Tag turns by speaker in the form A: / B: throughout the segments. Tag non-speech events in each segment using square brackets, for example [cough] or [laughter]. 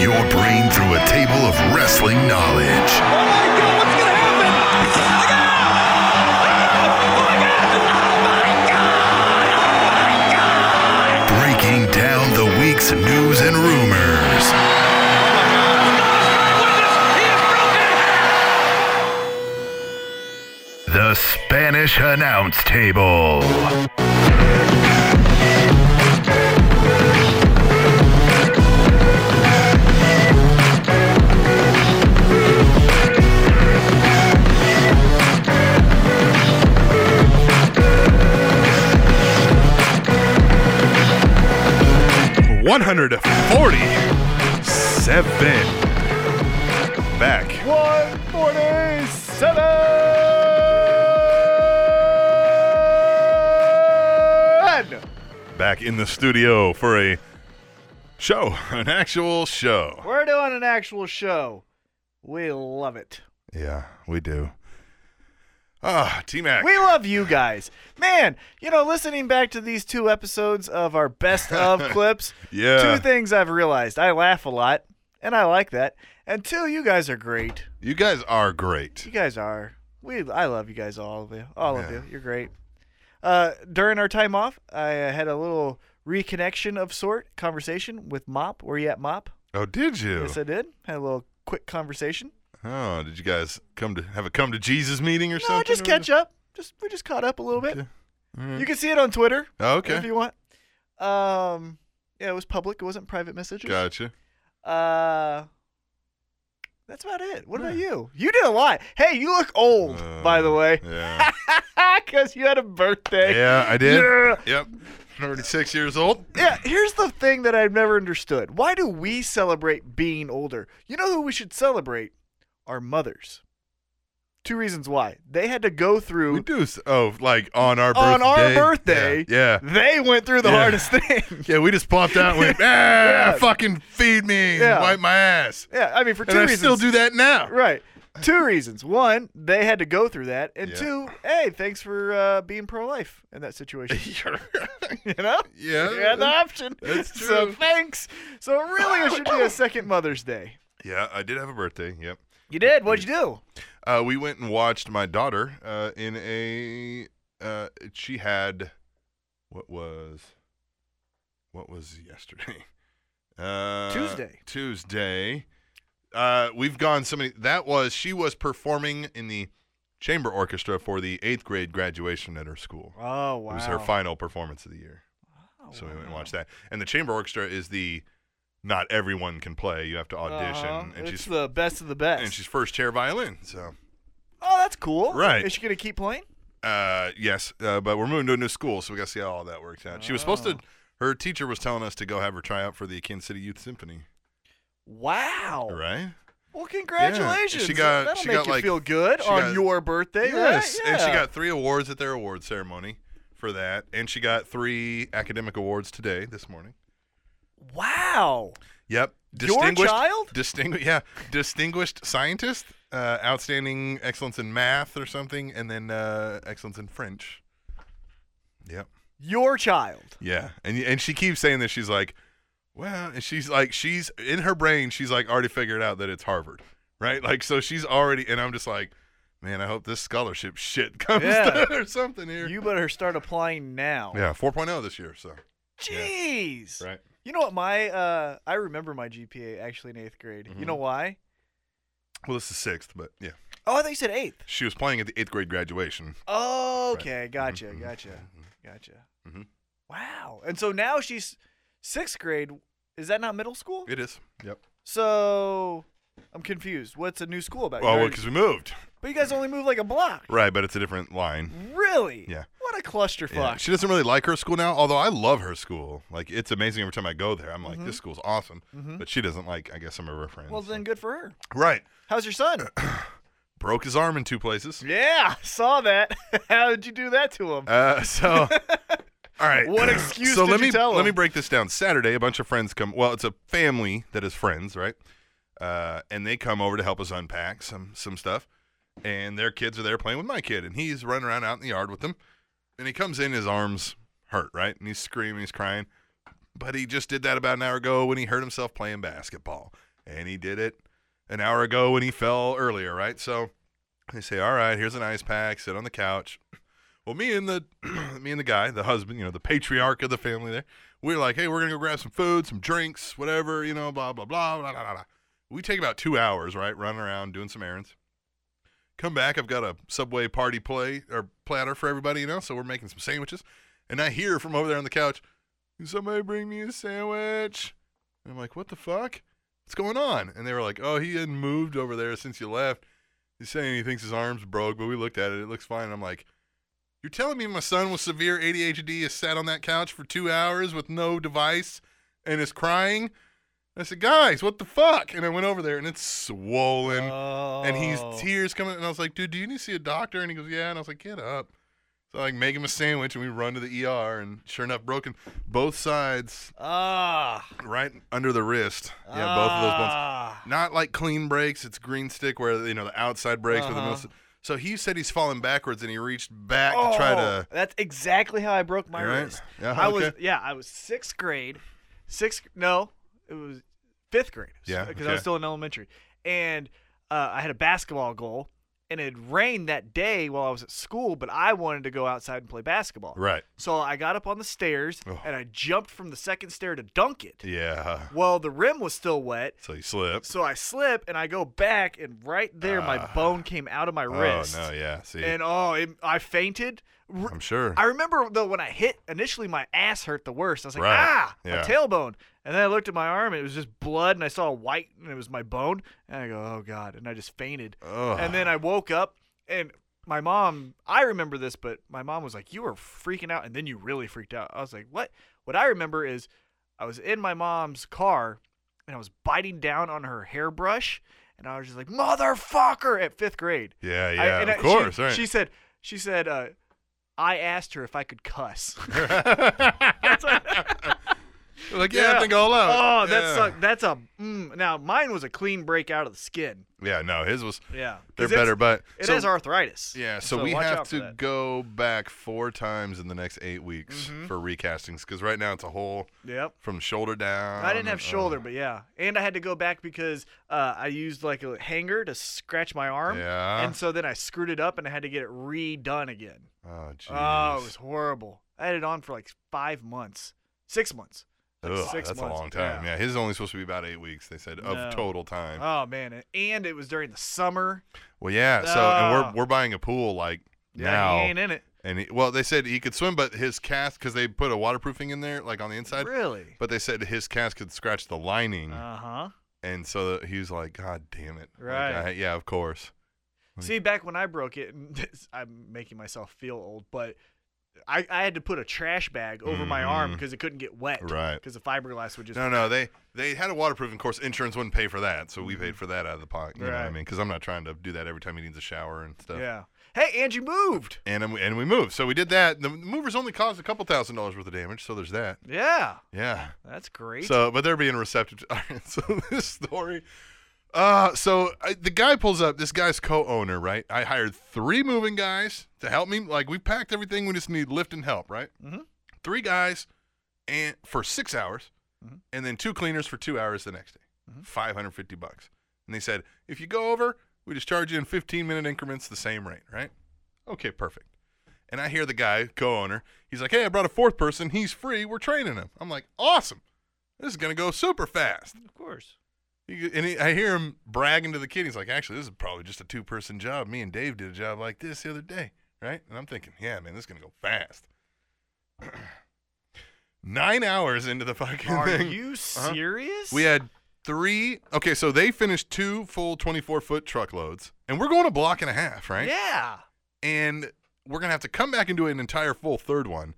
A: your brain through a table of wrestling knowledge.
B: Oh my God, what's gonna happen? Look out! Oh my God! Oh my God! Oh my
A: Breaking
B: God!
A: down the week's news and rumors.
B: He is broken in half!
A: The Spanish Announce Table.
C: One hundred forty-seven. Back.
D: 147!
C: Back in the studio for a show, [laughs] an actual show.
D: We're doing an actual show. We love it.
C: Yeah, we do. Ah, T Mac.
D: We love you guys. Man, you know, listening back to these two episodes of our best of clips,
C: Yeah.
D: two things I've realized. I laugh a lot, and I like that. And two, you guys are great.
C: You guys are great.
D: You guys are. We I love you guys all of you. All of
C: Yeah.
D: you. You're great. Uh, during our time off, I uh, had a little reconnection of sort conversation with Mop. Were you at Mop?
C: Oh, did you?
D: Yes, I did. Had a little quick conversation.
C: Oh, did you guys come to have a come to Jesus meeting or something?
D: No, just
C: or
D: catch up. Just we just caught up a little bit.
C: Okay. Alright.
D: You can see it on Twitter
C: Oh,
D: if
C: okay.
D: you want. Um, yeah, it was public. It wasn't private messages.
C: Gotcha.
D: Uh, that's about it. What about you? You did a lot. Hey, you look old, by the
C: Uh,
D: way, [laughs]
C: Yeah.
D: because you had a birthday.
C: yeah, I did.
D: Yeah.
C: Yep. 36 years old.
D: Yeah, here's the thing that I've never understood. Why do we celebrate being older? You know who we should celebrate? Our mothers. Two reasons why. They had to go
C: We
D: through
C: do. s- Oh, like on our
D: on
C: birthday.
D: our birthday.
C: Yeah. Yeah.
D: They went through the
C: Yeah. [laughs]
D: hardest thing.
C: Yeah, we just popped out and
D: [laughs]
C: went, ah, fucking feed me,
D: Yeah.
C: wipe my ass.
D: yeah, I mean for two
C: And I
D: reasons.
C: still do that now.
D: Right. Two reasons. One, they had to go through that, and
C: Yeah.
D: two, hey, thanks for uh, being pro-life in that
C: [laughs]
D: situation.
C: You're-
D: You know,
C: Yeah,
D: you had the
C: that's-
D: option.
C: that's
D: So
C: true.
D: thanks. So really, it should be a second Mother's Day. Mm.
C: yeah, I did have a birthday. Yep.
D: You did. What'd you do?
C: Uh, we went and watched my daughter uh, in a. Uh, she had. What was. What was yesterday? [laughs] Uh,
D: Tuesday.
C: Tuesday. Uh, we've gone so many. That was. She was performing in the chamber orchestra for the eighth grade graduation at her school.
D: Oh wow.
C: It was her final performance of the year.
D: Oh,
C: So we went and
D: wow.
C: watched that. And the chamber orchestra is the not everyone can play. You have to audition.
D: Uh-huh.
C: And
D: it's
C: she's
D: the best of the best.
C: and she's first chair violin. So
D: oh, that's cool.
C: Right.
D: Is she gonna keep playing?
C: uh, yes, uh, but we're moving to a new school, so we got to see how all that works out. She was supposed
D: Oh.
C: to. Her teacher was telling us to go have her try out for the Kansas City Youth Symphony.
D: Wow.
C: Right?
D: Well, congratulations.
C: She got-
D: That'll
C: she
D: make
C: got,
D: you
C: like-
D: feel good
C: she
D: on
C: got-
D: your birthday,
C: yes.
D: right?
C: And she
D: Yeah.
C: got three awards at their award ceremony for that, and she got three academic awards today, this morning.
D: wow.
C: Yep.
D: Your child?
C: Distingu- yeah. Distinguished scientist, uh, outstanding excellence in math or something, and then uh, excellence in French. Yep.
D: Your child.
C: Yeah. And and she keeps saying this. She's like, well, and she's like, she's in her brain, she's like already figured out that it's Harvard, right? Like, so she's already, and I'm just like, man, I hope this scholarship shit [laughs] comes
D: Yeah.
C: through or something here.
D: You better start applying now.
C: yeah, 4.0 this year, so.
D: Jeez.
C: Right.
D: You know what my uh I remember my GPA actually in 8th grade.
C: Mm-hmm.
D: You know why?
C: Well, this is sixth, but yeah.
D: Oh, I thought you said 8th.
C: She was playing at the eighth grade graduation.
D: Oh, okay. Gotcha.
C: Mhm, mhm,
D: Gotcha.
C: mhm.
D: Gotcha.
C: Mhm.
D: Wow. And so now she's 6th grade. Is that not middle school?
C: It is. Yep.
D: So I'm confused. What's a new school about? You
C: Oh, well,
D: already-
C: because we moved.
D: but you guys only moved like a block.
C: Right, but it's a different line.
D: Really?
C: Yeah.
D: What a clusterfuck.
C: Yeah. She doesn't really like her school now, although I love her school. Like, it's amazing every time I go there. I'm like, this school's awesome. But she doesn't like, I guess, some of her friends.
D: Mm-hmm. well, then good for her.
C: Right.
D: How's
C: [clears throat]
D: your son?
C: Broke his arm in two places.
D: yeah, [laughs] saw that. How did you do that to him?
C: Uh,
D: [laughs]
C: so, all right.
D: What excuse
C: so
D: did
C: let
D: you
C: me,
D: tell
C: Let me
D: him?
C: break this down. Saturday, a bunch of friends come. Well, it's a family that is friends, right? Uh, and they come over to help us unpack some some stuff. And their kids are there playing with my kid, and he's running around out in the yard with them. And he comes in, his arms hurt, right? And he's screaming, he's crying. But he just did that about an hour ago when he hurt himself playing basketball. and he did it an hour ago when he fell earlier, right? So they say, "All right, here's an ice pack. Sit on the couch." Well, me and the [clears throat] me and the guy, the husband, you know, the patriarch of the family there, we're like, "Hey, we're gonna go grab some food, some drinks, whatever, you know, blah blah blah blah blah blah." blah. We take about two hours, right, running around doing some errands. Come back, I've got a Subway party play or platter for everybody, you know. So we're making some sandwiches, and I hear from over there on the couch, "Can somebody bring me a sandwich?" And I'm like, "What the fuck? What's going on?" And they were like, "Oh, he hadn't moved over there since you left." He's saying he thinks his arm's broke, but we looked at it. It looks fine. I'm like, you're telling me my son with severe ADHD has sat on that couch for two hours with no device and is crying? I said, guys, what the fuck? And I went over there and it's swollen and he's
D: Oh.
C: tears coming. And I was like, dude, do you need to see a doctor? And he goes, yeah. And I was like, get up. So I like make him a sandwich and we run to the ER and sure enough, broken both sides
D: Ah.
C: right under the wrist. Yeah, both of those bones
D: Ah.
C: not like clean brakes. It's green stick where you know the outside brakes
D: Uh-huh.
C: where the most. So he said he's falling backwards and he reached back to try to.
D: Oh, That's exactly how I broke my
C: You're right.
D: wrist.
C: Yeah,
D: I was
C: okay.
D: yeah, I was sixth grade, sixth no, it was fifth grade.
C: Yeah,
D: because I
C: okay.
D: was still in elementary, and uh, I had a basketball goal, and it had rained that day while I was at school, but I wanted to go outside and play basketball.
C: Right.
D: So I got up on the stairs
C: Oh.
D: and I jumped from the second stair to dunk it.
C: Yeah.
D: Well, the rim was still wet.
C: So he slipped.
D: So I slip and I go back, and right there, my
C: Ah.
D: bone came out of my wrist.
C: Oh no! Yeah. See,
D: And oh, it, I fainted. R-
C: I'm sure.
D: I remember though when I hit initially, my ass hurt the worst. I was like,
C: Right.
D: ah, my
C: Yeah.
D: tailbone. And then I looked at my arm, and it was just blood, and I saw white, and it was my bone. And I go, oh god, and I just fainted.
C: Ugh.
D: And then I woke up, and my mom. I remember this, but my mom was like, you were freaking out, and then you really freaked out. I was like, what? What I remember is I was in my mom's car, and I was biting down on her hairbrush, and I was just like, motherfucker, at fifth grade.
C: yeah.
D: I-
C: Yeah.
D: and I-
C: of course.
D: She,
C: right.
D: she said. She said. Uh, I asked her if I
C: [laughs]
D: could cuss. [laughs]
C: like yeah, I think all
D: Oh,
C: out.
D: that
C: yeah.
D: sucked. That's a. Mm, now mine was a clean break out of the skin.
C: Yeah. No, his was.
D: Yeah,
C: They're
D: 'Cause it's-
C: better, but
D: It
C: so-
D: has arthritis.
C: Yeah, so, we
D: watch
C: have
D: out
C: to
D: for that.
C: go back four times in the next eight weeks
D: Mm-hmm.
C: for recastings because right now it's a whole
D: Yep.
C: from shoulder down.
D: I didn't have
C: and-
D: shoulder, but yeah, and I had to go back because uh, I used like a hanger to scratch my arm,
C: Yeah.
D: and so then I screwed it up and I had to get it redone again.
C: Oh, jeez.
D: Oh, it was horrible. I had it on for like five months, six months. Like
C: Ugh,
D: six
C: that's
D: months.
C: a long time. Yeah. his is only supposed to be about eight weeks. They said
D: No.
C: of total time.
D: Oh man, and it was during the summer.
C: well, yeah. So and
D: Ah.
C: we're we're buying a pool like
D: Yeah,
C: now,
D: he ain't in it.
C: and he, well, they said he could swim, but his cast because they put a waterproofing in there like on the inside.
D: Really?
C: But they said his cast could scratch the lining,
D: Uh huh.
C: and so he was like, "God damn it!" Like,
D: Right.
C: I- yeah, of course.
D: See, back when I broke it, [laughs] and this- I'm making myself feel old, but I, I had to put a trash bag over my arm
C: Mhm.
D: because it couldn't get wet.
C: Right.
D: Because the fiberglass would just.
C: No, no, they they had a waterproofing course. Insurance wouldn't pay for that, so we paid for that out of the pocket. You know what I
D: Mm-hmm. Right.
C: mean? Because I'm not trying to do that every time he needs a shower and stuff.
D: Yeah. Hey, and you moved.
C: And then we- and we moved, so we did that. The movers only caused a couple thousand dollars worth of damage, so there's that.
D: Yeah.
C: Yeah.
D: That's great.
C: So, but they're being receptive. To, [laughs] all right, so this story. Uh, so I, the guy pulls up. This guy's co-owner, right? I hired three moving guys to help me. Like we packed everything. We just need lift and help, right?
D: Mhm.
C: Three guys, and for six hours,
D: Mhm.
C: and then two cleaners for two hours the next day. hundred fifty bucks. And they said, if you go over, we just charge you in fifteen minute increments, the same rate, right? Okay, perfect. And I hear the guy, co-owner, he's like, "Hey, I brought a fourth person. He's free. We're training him." I'm like, "Awesome! This is gonna go super fast." [laughs]
D: of course.
C: He- And he, I hear him bragging to the kid. He's like, "Actually, this is probably just a two-person job. Me and Dave did a job like this the other day, right?" And I'm thinking, "Yeah, man, this is gonna go fast." [clears throat] Nine hours into the fucking
D: Are
C: thing,
D: you
C: Uh-huh.
D: serious?
C: we had three. Okay, so they finished two full 24-foot truckloads, and we're going a block and a half, right?
D: Yeah.
C: and we're gonna have to come back and do an entire full third one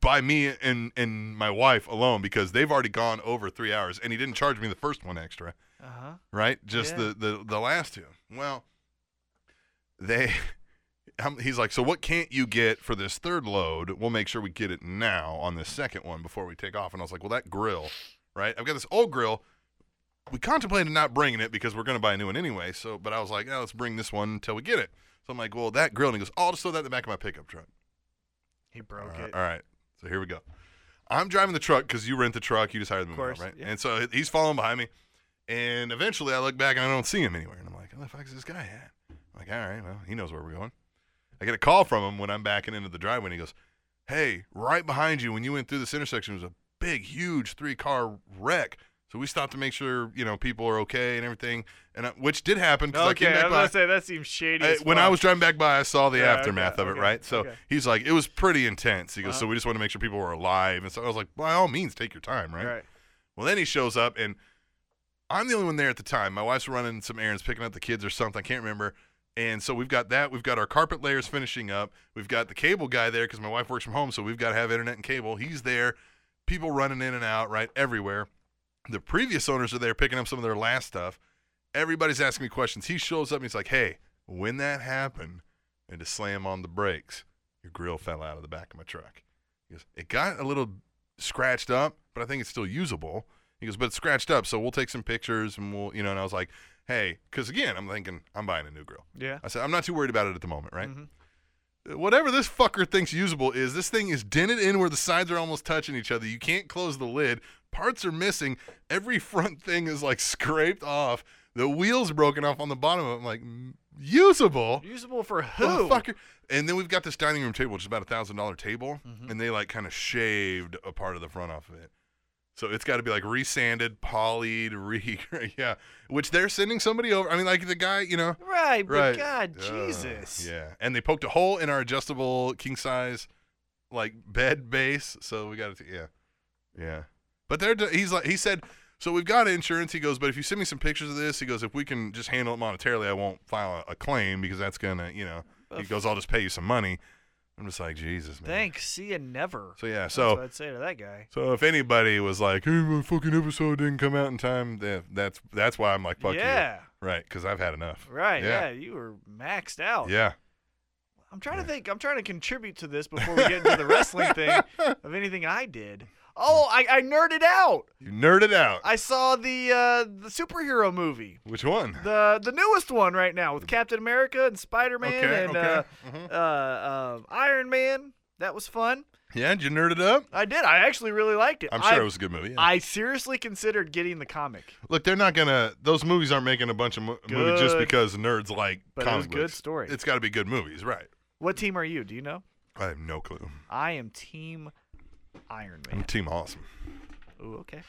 C: by me and and my wife alone because they've already gone over three hours and he didn't charge me the first one extra
D: Uh huh.
C: right just
D: Yeah.
C: the, the the last two well they [laughs] I'm, he's like so what can't you get for this third load we'll make sure we get it now on this second one before we take off and i was like well that grill right i've got this old grill we contemplated not bringing it because we're going to buy a new one anyway so but i was like oh, let's bring this one until we get it so i'm like well that grill and he goes oh, i'll just throw that in the back of my pickup truck
D: He broke
C: Uh, all right,
D: it.
C: all right. So here we go. I'm driving the truck because you rent the truck. You just hire the
D: Of
C: moving out,
D: course,
C: right?
D: yeah.
C: And so he's following behind me. And eventually I look back and I don't see him anywhere. And I'm like, where the fuck's this guy at? I'm like, all right, well, he knows where we're going. I get a call from him when I'm backing into the driveway and he goes, hey, right behind you when you went through this intersection was a big, huge three car wreck. So we stopped to make sure, you know, people are okay and everything, and I, which did happen. 'cause I
D: Okay,
C: came
D: I
C: back
D: was
C: by.
D: gonna say that seems shady.
C: I-
D: as
C: Uh, when I
D: fuck.
C: was driving back by, I saw the
D: Yeah, okay,
C: aftermath of it,
D: okay,
C: right? So
D: okay.
C: he's like, it was pretty intense. He goes, so
D: Uh-huh.
C: we just want to make sure people were alive. And so I was like, by all means, take your time, right?
D: right,
C: Well, then he shows up, and I'm the only one there at the time. My wife's running some errands, picking up the kids or something. I can't remember. And so we've got that. We've got our carpet layers finishing up. We've got the cable guy there because my wife works from home, so we've got to have internet and cable. He's there. People running in and out, right? Everywhere. The previous owners are there picking up some of their last stuff. Everybody's asking me questions. He shows up and he's like, hey, when that happened, and to slam on the brakes, your grill fell out of the back of my truck. He goes, it got a little scratched up, but I think it's still usable. He goes, but it's scratched up, so we'll take some pictures and we'll, you know. And I was like, hey, because again, I'm thinking I'm buying a new grill.
D: yeah,
C: I said I'm not too worried about it at the moment, right? Uh, Whatever this fucker thinks usable is, this thing is dented in where the sides are almost touching each other. You can't close the lid. Parts are missing. Every [laughs] front thing is like scraped off. The wheels broken off on the bottom of it. I'm like, "Mm, usable.
D: usable for who?
C: Oh, fucker. And then we've got this dining room table, which is about a thousand dollar table,
D: Mm-hmm.
C: and they like kind of shaved a part of the front off of it. So it's got to be like resanded, polyed, [laughs] re yeah. Which they're sending somebody over. I mean, like the guy, you know,
D: Right, but
C: right?
D: God,
C: Uh,
D: Jesus.
C: Yeah, and they poked a hole in our adjustable king size, like bed base. So we got to, yeah, yeah. But they're d- he's like he said. So we've got insurance. He goes, but if you send me some pictures of this, he goes, if we can just handle it monetarily, I won't file a, a claim because that's gonna, you know. He
D: Oof.
C: goes, I'll just pay you some money. I'm just like Jesus, man.
D: Thanks. See you never.
C: So yeah,
D: That's
C: so
D: what I'd say to that guy.
C: so if anybody was like, hey, my fucking episode didn't come out in time, that, that's that's why I'm like, fuck
D: yeah.
C: you, right? Because I've had enough.
D: Right. Yeah.
C: Yeah.
D: You were maxed out.
C: Yeah.
D: I'm trying to think. I'm trying to contribute to this before we get into the wrestling
C: [laughs]
D: thing of anything I did. Oh, I, I nerded out.
C: You nerded out.
D: I saw the uh, the superhero movie,
C: Which one?
D: the the newest one right now with Captain America and Spider Man
C: Okay,
D: and
C: okay. Mm-hmm.
D: Uh, uh, um Iron Man. That was fun.
C: Yeah, did you nerd it up?
D: I did. I actually really liked it.
C: I'm sure
D: I,
C: it was a good movie. yeah.
D: I seriously considered getting the comic,
C: Look, they're not gonna. Those movies aren't making a bunch of mo- movies just
D: Good.
C: because nerds like
D: but it was
C: comic
D: a good
C: books.
D: story.
C: It's got to be good movies, right?
D: what team are you? Do you know?
C: I have no clue.
D: I am Team Iron Man.
C: I'm Team Awesome.
D: Ooh, okay.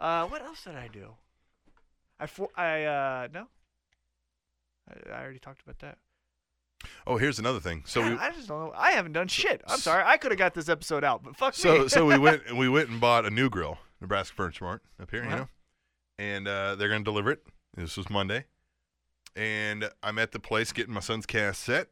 D: Uh, what else did I do? I for I uh no. I, I already talked about that.
C: Oh, here's another thing. So
D: God,
C: we
D: [laughs] I just don't know. I haven't done shit. I'm sorry. I could have got this episode out, but fuck
C: so
D: me.
C: so we went we went and bought a new grill, Nebraska Furniture Mart up here, you
D: Uh-huh.
C: know, and uh, they're gonna deliver it. This was Monday, and I'm at the place getting my son's cast set,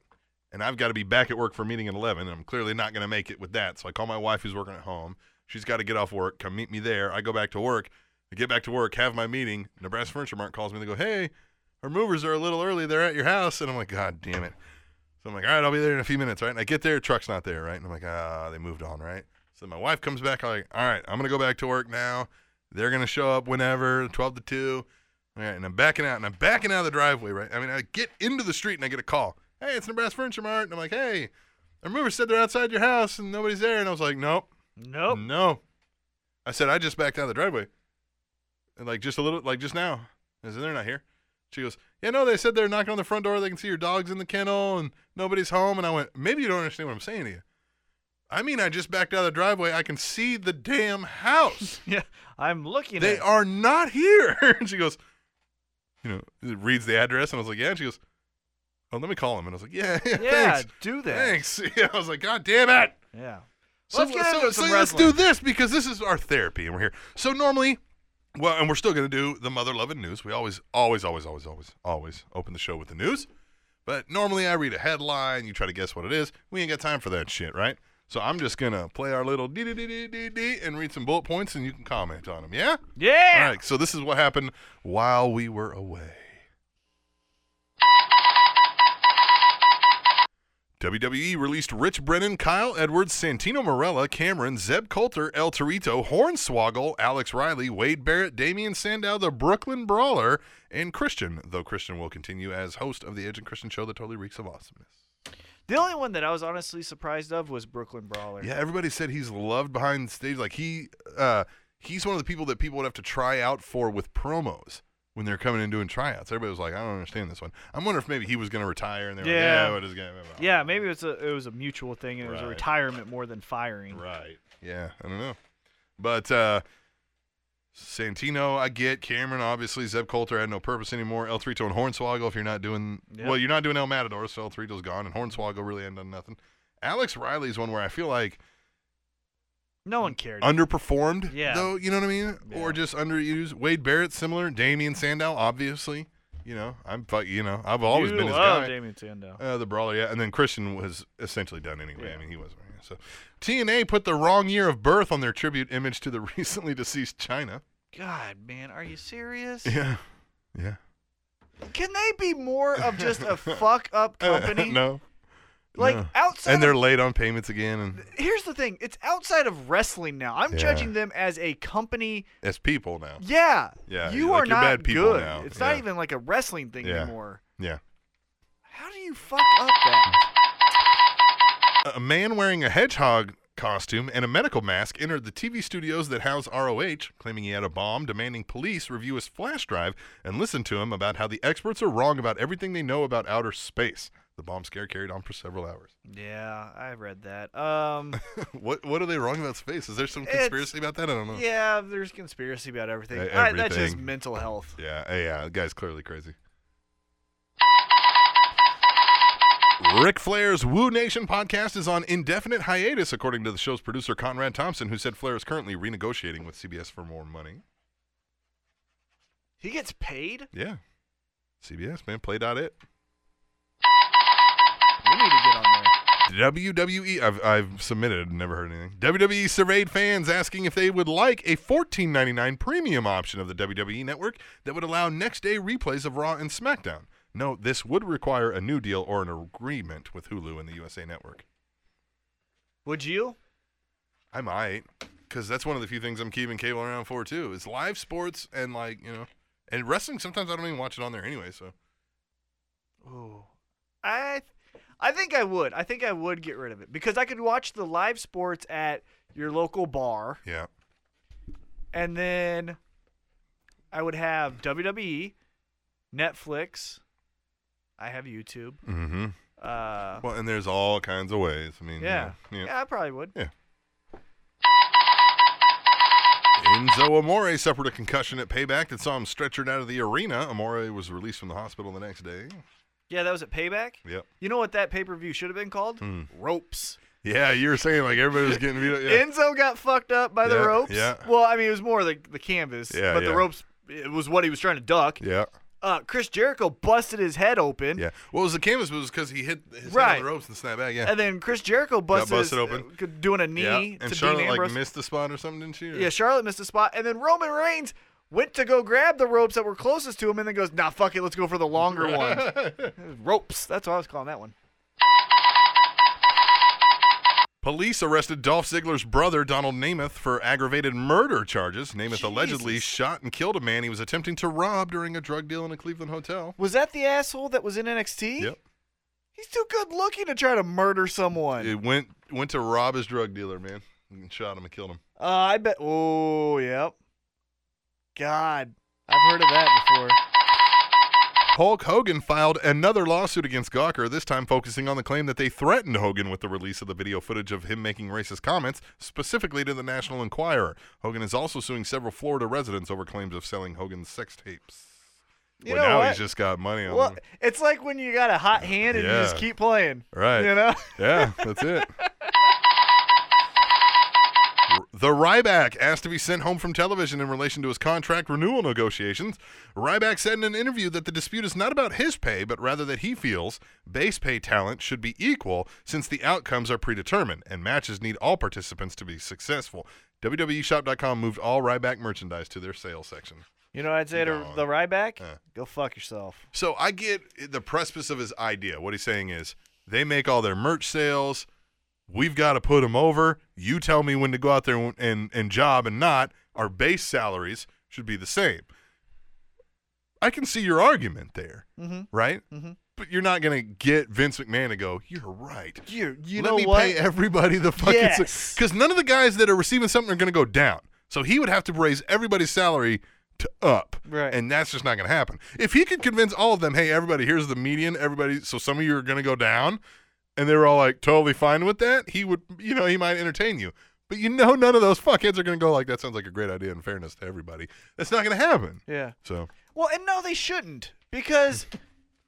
C: and I've got to be back at work for a meeting at eleven, and I'm clearly not gonna make it with that. So I call my wife who's working at home. She's got to get off work. Come meet me there. I go back to work. I get back to work, have my meeting. Nebraska Furniture Mart calls me. They go, hey, our movers are a little early. They're at your house, and I'm like, god damn it. So I'm like, all right, I'll be there in a few minutes, right? And I get there, truck's not there, right? And I'm like, ah, they moved on, right? So my wife comes back, I'm like, all right, I'm gonna go back to work now. They're gonna show up whenever, 12 to 2. All right, and I'm backing out, and I'm backing out of the driveway, right? I mean, I get into the street and I get a call. Hey, it's Nebraska Furniture Mart, and I'm like, hey, our mover said they're outside your house and nobody's there, and I was like, nope,
D: [laughs] nope.
C: no. I said I just backed out of the driveway, and like just a little, like just now. I said they're not here. She goes, yeah, no, they said they're knocking on the front door. They can see your dogs in the kennel and nobody's home. And I went, maybe you don't understand what I'm saying to you. I mean, I just backed out of the driveway. I can see the damn house.
D: Yeah, I'm looking
C: they
D: at.
C: are not here. [laughs] and she goes, you know, reads the address, and I was like, yeah. And she goes, oh, let me call him. And I was like, yeah, [laughs] yeah,
D: [laughs] yeah,
C: thanks,
D: do that.
C: thanks. [laughs] Yeah, I was like, god damn it.
D: Yeah.
C: So,
D: Let's get
C: so-
D: into
C: so
D: some
C: let's do
D: wrestling.
C: this because this is our therapy, and we're here. So normally, well, and we're still going to do the mother loving news. We always, always, always, always, always, always open the show with the news. But normally, I read a headline. You try to guess what it is. We ain't got time for that shit, right? So I'm just gonna play our little dee dee dee dee dee dee and read some bullet points, and you can comment on them. Yeah.
D: Yeah.
C: All right. So this is what happened while we were away. WWE E released Rich Brennan, Kyle Edwards, Santino Morella, Cameron, Zeb Coulter, El Torito, Hornswoggle, Alex Riley, Wade Barrett, Damian Sandow, the Brooklyn Brawler, and Christian, though Christian will continue as host of the Edge and Christian show that totally reeks of awesomeness.
D: The only one that I was honestly surprised of was Brooklyn Brawler.
C: Yeah, everybody said he's loved behind the stage. Like he, uh, he's one of the people that people would have to try out for with promos. when they were coming in doing tryouts. Everybody was like, I don't understand this one. I'm wondering if maybe he was going to retire and they were
D: Yeah.
C: like, yeah, what is going to
D: Yeah, maybe it was a it was a mutual thing and it was a
C: Right.
D: retirement more than firing.
C: Right. Yeah, I don't know. But uh Santino, I get. Cameron, obviously. Zeb Coulter had no purpose anymore. El Trito and Hornswoggle, if you're not doing,
D: Yep.
C: well, you're not doing El Matador, so El Trito's gone, and Hornswoggle really hadn't done nothing. Alex Riley's one where I feel like
D: No one cared.
C: underperformed,
D: Yeah.
C: though, you know what I mean? Or just underused. Wade Barrett, similar. Damian Sandow, obviously. You know, I'm, fuck, you know, I've always
D: you
C: been his
D: love
C: guy.
D: Damien Sandow.
C: Uh, the brawler, yeah, and then Christian was essentially done anyway. I
D: Yeah.
C: mean, he wasn't. yeah. So TNA put the wrong year of birth on their tribute image to the [laughs] recently deceased China.
D: God, man, are you
C: [laughs]
D: serious?
C: Yeah, yeah.
D: Can they be more of
C: [laughs]
D: just a fuck up company?
C: no,
D: Like
C: no.
D: outside
C: and
D: of-
C: they're late on payments again, and
D: Here's the thing, it's outside of wrestling now. I'm
C: Yeah.
D: judging them as a company.
C: as people now.
D: Yeah.
C: Yeah,
D: You
C: like
D: are
C: you're
D: not
C: bad people
D: good.
C: now.
D: It's
C: Yeah.
D: not even like a wrestling thing
C: Yeah.
D: anymore.
C: Yeah,
D: How do you fuck up that?
C: a a man wearing a hedgehog costume and a medical mask entered the TV studios that house ROH, claiming he had a bomb, demanding police review his flash drive and listen to him about how the experts are wrong about everything they know about outer space. The bomb scare carried on for several hours.
D: Yeah, I read that. Um
C: [laughs] What what are they wrong about space? Is there some
D: It's-
C: conspiracy about that? I don't know. Yeah,
D: yeah, there's conspiracy about everything.
C: Uh,
D: I- that's just
C: everything.
D: mental health.
C: yeah, yeah, the guy's clearly crazy. Ric Flair's Woo Nation podcast is on indefinite hiatus, according to the show's producer Conrad Thompson, who said Flair is currently renegotiating with CBS for more money.
D: He gets paid?
C: Yeah, CBS man, play dot it.
D: We need to get on there.
C: WWE, E, I've, I've submitted, never heard anything. WWE surveyed fans asking if they would like a $14.99 premium option of the WWE network that would allow next day replays of Raw and SmackDown. No, this would require a new deal or an agreement with Hulu and the USA Network.
D: Would you?
C: I might, because that's one of the few things I'm keeping cable around for too. Is live sports and like you know, and wrestling. Sometimes I don't even watch it on there anyway. So
D: Ooh. I I think I would. I think I would get rid of it because I could watch the live sports at your local bar
C: yeah,
D: and then I would have WWE, Netflix, I have YouTube.
C: mm-hmm.
D: Uh
C: Well, and there's all kinds of ways. I mean, you
D: yeah.
C: know,
D: yeah.
C: yeah.
D: I probably would.
C: Enzo Amore suffered a concussion at payback that saw him stretchered out of the arena. Amore was released from the hospital the next day.
D: Yeah, that was at Payback.
C: Yep.
D: You know what that pay-per-view should have been called? Ropes.
C: Yeah, you were saying like everybody was getting beat up. Yeah.
D: Enzo got fucked up by the
C: Yeah,
D: ropes.
C: yeah.
D: Well, I mean, it was more the the canvas,
C: Yeah,
D: but
C: yeah.
D: the ropes it was what he was trying to duck.
C: yeah.
D: Uh, Chris Jericho busted his head open.
C: Yeah. Well, it was the canvas was because he hit his head
D: Right.
C: on the ropes and snapped back. Yeah.
D: And then Chris Jericho busted,
C: busted
D: his-
C: open.
D: uh, doing a knee
C: yeah.
D: to
C: And Charlotte
D: Dean
C: like
D: Ambrose.
C: missed the spot or something, didn't she? Or-
D: yeah, Charlotte missed a spot, and then Roman Reigns went to go grab the ropes that were closest to him, and then goes, "Nah, fuck it, let's go for
C: [laughs]
D: the longer one." ropes. That's what I was calling that one.
C: Police arrested Dolph Ziggler's brother, Donald Namath, for aggravated murder charges. Namath allegedly shot and killed a man he was attempting to rob during a drug deal in a Cleveland hotel.
D: Was that the asshole that was in NXT?
C: Yep.
D: He's too good looking to try to murder someone.
C: It went went to rob his drug dealer, man. And shot him and killed him.
D: Uh, I bet. Oh, yep. God, I've heard of that before.
C: Hulk Hogan filed another lawsuit against Gawker, this time focusing on the claim that they threatened Hogan with the release of the video footage of him making racist comments, specifically to the National Enquirer. Hogan is also suing several Florida residents over claims of selling Hogan's sex tapes.
D: You
C: well,
D: know
C: now
D: what?
C: he's just got money on
D: well,
C: them.
D: it's like when you got a hot hand and you just
C: Yeah.
D: keep playing.
C: Right.
D: You know.
C: Yeah, that's it. The Ryback asked to be sent home from television in relation to his contract renewal negotiations. Ryback said in an interview that the dispute is not about his pay, but rather that he feels base pay talent should be equal since the outcomes are predetermined and matches need all participants to be successful. E WWEshop.com moved all Ryback merchandise to their sales section.
D: You know, what I'd say to
C: No.
D: the Ryback,
C: Uh.
D: go fuck yourself.
C: So I get the precipice of his idea. What he's saying is they make all their merch sales. We've got to put them over. You tell me when to go out there and, and job and not. Our base salaries should be the same. I can see your argument there,
D: Mhm.
C: right?
D: Mhm.
C: But you're not going to get Vince McMahon to go, you're right.
D: You, you
C: Let
D: know
C: me
D: what?
C: pay everybody the fucking
D: Yes.
C: Because none of the guys that are receiving something are going to go down. So he would have to raise everybody's salary to up.
D: Right.
C: And that's just not going to happen. If he could convince all of them, hey, everybody, here's the median, everybody, so some of you are going to go down, and they were all like totally fine with that, he would, you know, he might entertain you. But you know, none of those fuckheads are going to go like, that sounds like a great idea in fairness to everybody. That's not going to happen.
D: Yeah.
C: So,
D: Well, and no, they shouldn't
C: [laughs]
D: because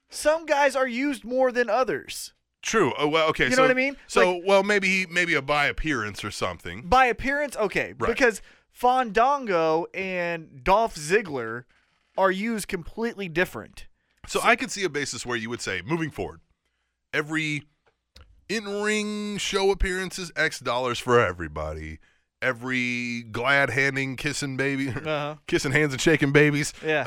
D: some guys are used more than others.
C: true. Oh, well, okay.
D: You know
C: so,
D: what I mean?
C: So, well, maybe he, maybe a by appearance or something.
D: By appearance, okay,
C: Right.
D: because Fandango and Dolph Ziggler are used completely different.
C: So I could see a basis where you would say, moving forward, every in ring show appearances, X dollars for everybody. Every glad handing, kissing baby, [laughs]
D: Uh-huh.
C: kissing hands and shaking babies.
D: Yeah.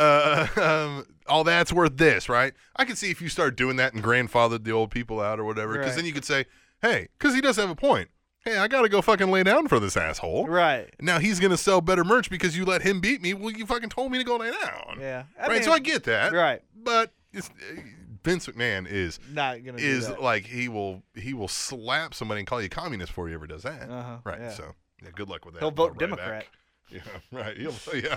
C: Uh, [laughs] um, all that's worth this, right? I could see if you start doing that and grandfathered the old people out or whatever, because
D: Right.
C: then you could say, hey, because he does have a point. Hey, I got to go fucking lay down for this asshole.
D: Right.
C: Now he's going to sell better merch because you let him beat me. Well, you fucking told me to go lay down.
D: Yeah. I
C: right.
D: mean,
C: so I get that.
D: Right.
C: But it's, Vince McMahon is
D: Not gonna
C: is
D: do that.
C: like he will he will slap somebody and call you communist before he ever does that.
D: Uh-huh,
C: Right.
D: yeah.
C: So yeah, good luck with that.
D: He'll vote
C: Right back. [laughs]
D: Democrat
C: Yeah. Right. He'll, [laughs] yeah.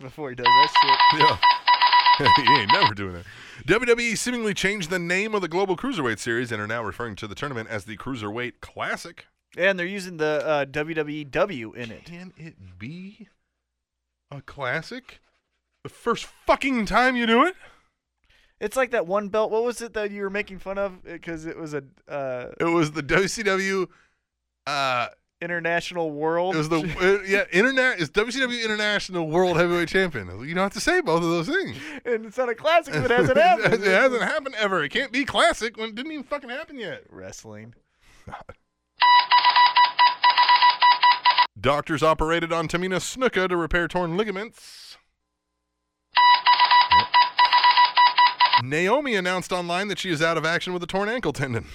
D: before he does that
C: Yeah. [laughs] he ain't never doing that. WWE seemingly changed the name of the Global Cruiserweight Series and are now referring to the tournament as the Cruiserweight Classic.
D: shit. And they're using the uh, WWE W in it.
C: Can it be a classic? The first fucking time you do it?
D: It's like that one belt. What was it that you were making fun of? Because it was a uh,
C: It was the WCW. Uh,
D: international world.
C: it was the uh, yeah internet is WCW International World Heavyweight Champion. You don't have to say both of those things.
D: [laughs] and it's not a classic if it hasn't
C: [laughs] it
D: happened.
C: hasn't happened ever. It can't be classic when it didn't even fucking happen
D: [laughs]
C: yet.
D: Wrestling.
C: Doctors operated on Tamina Snuka to repair torn ligaments. Yep. Naomi announced online that she is out of action with a torn ankle tendon.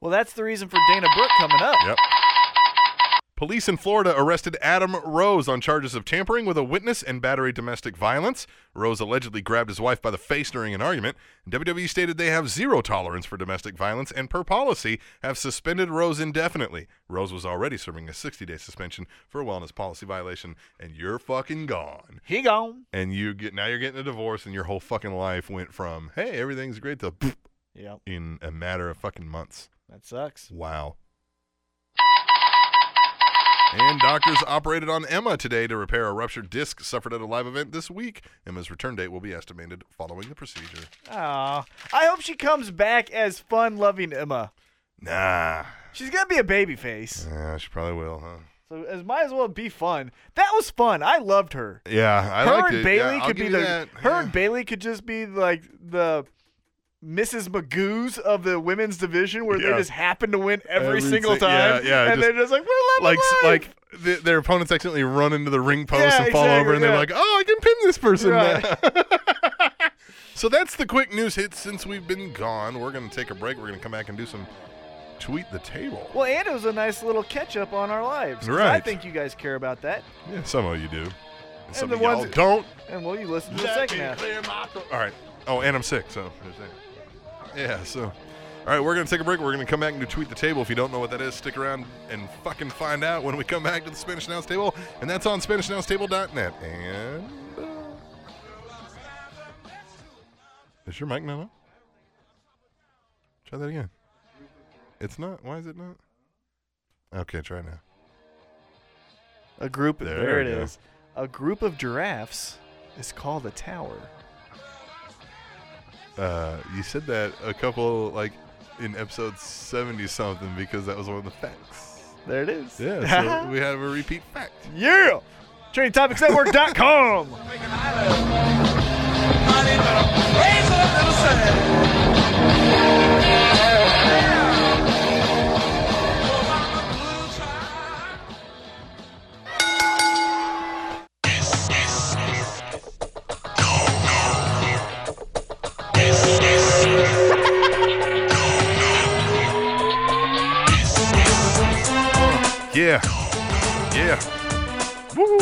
D: Well, that's the reason for Dana Brooke coming up.
C: Yep. Police in Florida arrested Adam Rose on charges of tampering with a witness and battery domestic violence. Rose allegedly grabbed his wife by the face during an argument. WWE stated they have zero tolerance for domestic violence and, per policy, have suspended Rose indefinitely. Rose was already serving a 60 day suspension for a wellness policy violation, and you're fucking gone.
D: He gone.
C: And you get now you're getting a divorce, and your whole fucking life went from hey everything's great to
D: Yep,
C: in a matter of fucking months.
D: that sucks.
C: Wow. And doctors operated on Emma today to repair a ruptured disc suffered at a live event this week. Emma's return date will be estimated following the procedure.
D: Aw. I hope she comes back as fun-loving Emma.
C: Nah.
D: She's gonna be a baby face,
C: Yeah, she probably will, huh?
D: so as might as well be fun. That was fun. I loved her.
C: Yeah, I
D: her
C: liked
D: and
C: it. Yeah,
D: Bailey
C: I'll
D: could
C: give
D: be
C: you
D: the.
C: that.
D: Her
C: Yeah.
D: and Bailey could just be like the. Mrs. Magoo's of the women's division, where
C: Yeah.
D: they just happen to win every,
C: Every
D: single
C: si- yeah,
D: time,
C: yeah,
D: and
C: just-
D: they're just like, "We're
C: like
D: loving
C: s-
D: life!"
C: like th- their opponents accidentally run into the ring post
D: Yeah,
C: and fall over,
D: exactly,
C: and they're
D: yeah.
C: like, "Oh, I can pin this person." now."
D: Right.
C: [laughs] so that's the quick news hits since we've been gone. We're gonna take a break. We're gonna come back and do some tweet the table.
D: Well, and it was a nice little catch up on our lives. 'cause I
C: Right.
D: think you guys care about that.
C: Yeah, some of you do. And some
D: the
C: of y'all
D: ones-
C: don't.
D: And well, you listen to the
C: Let
D: second
C: me
D: half.
C: clear my throat. All right. Oh, and I'm sick, so there's that. Yeah, so. All right, we're going to take a break. We're going to come back and do Tweet the Table. If you don't know what that is, stick around and fucking find out when we come back to the Spanish Announce Table. And that's on SpanishAnnounceTable.net. And. uh, is your mic not on? Try that again. It's not. Why is it not? Okay, try now.
D: A group,
C: There
D: there,
C: we
D: it
C: go.
D: is. A group of giraffes is called a tower.
C: Uh, you said that a couple like in episode seventy something because that was one of the facts.
D: There it is.
C: Yeah, [laughs]
D: [laughs]
C: so we have a repeat fact.
D: yeah. [laughs] TrainingTopicsNetwork.com.
C: Yeah, yeah. Woo!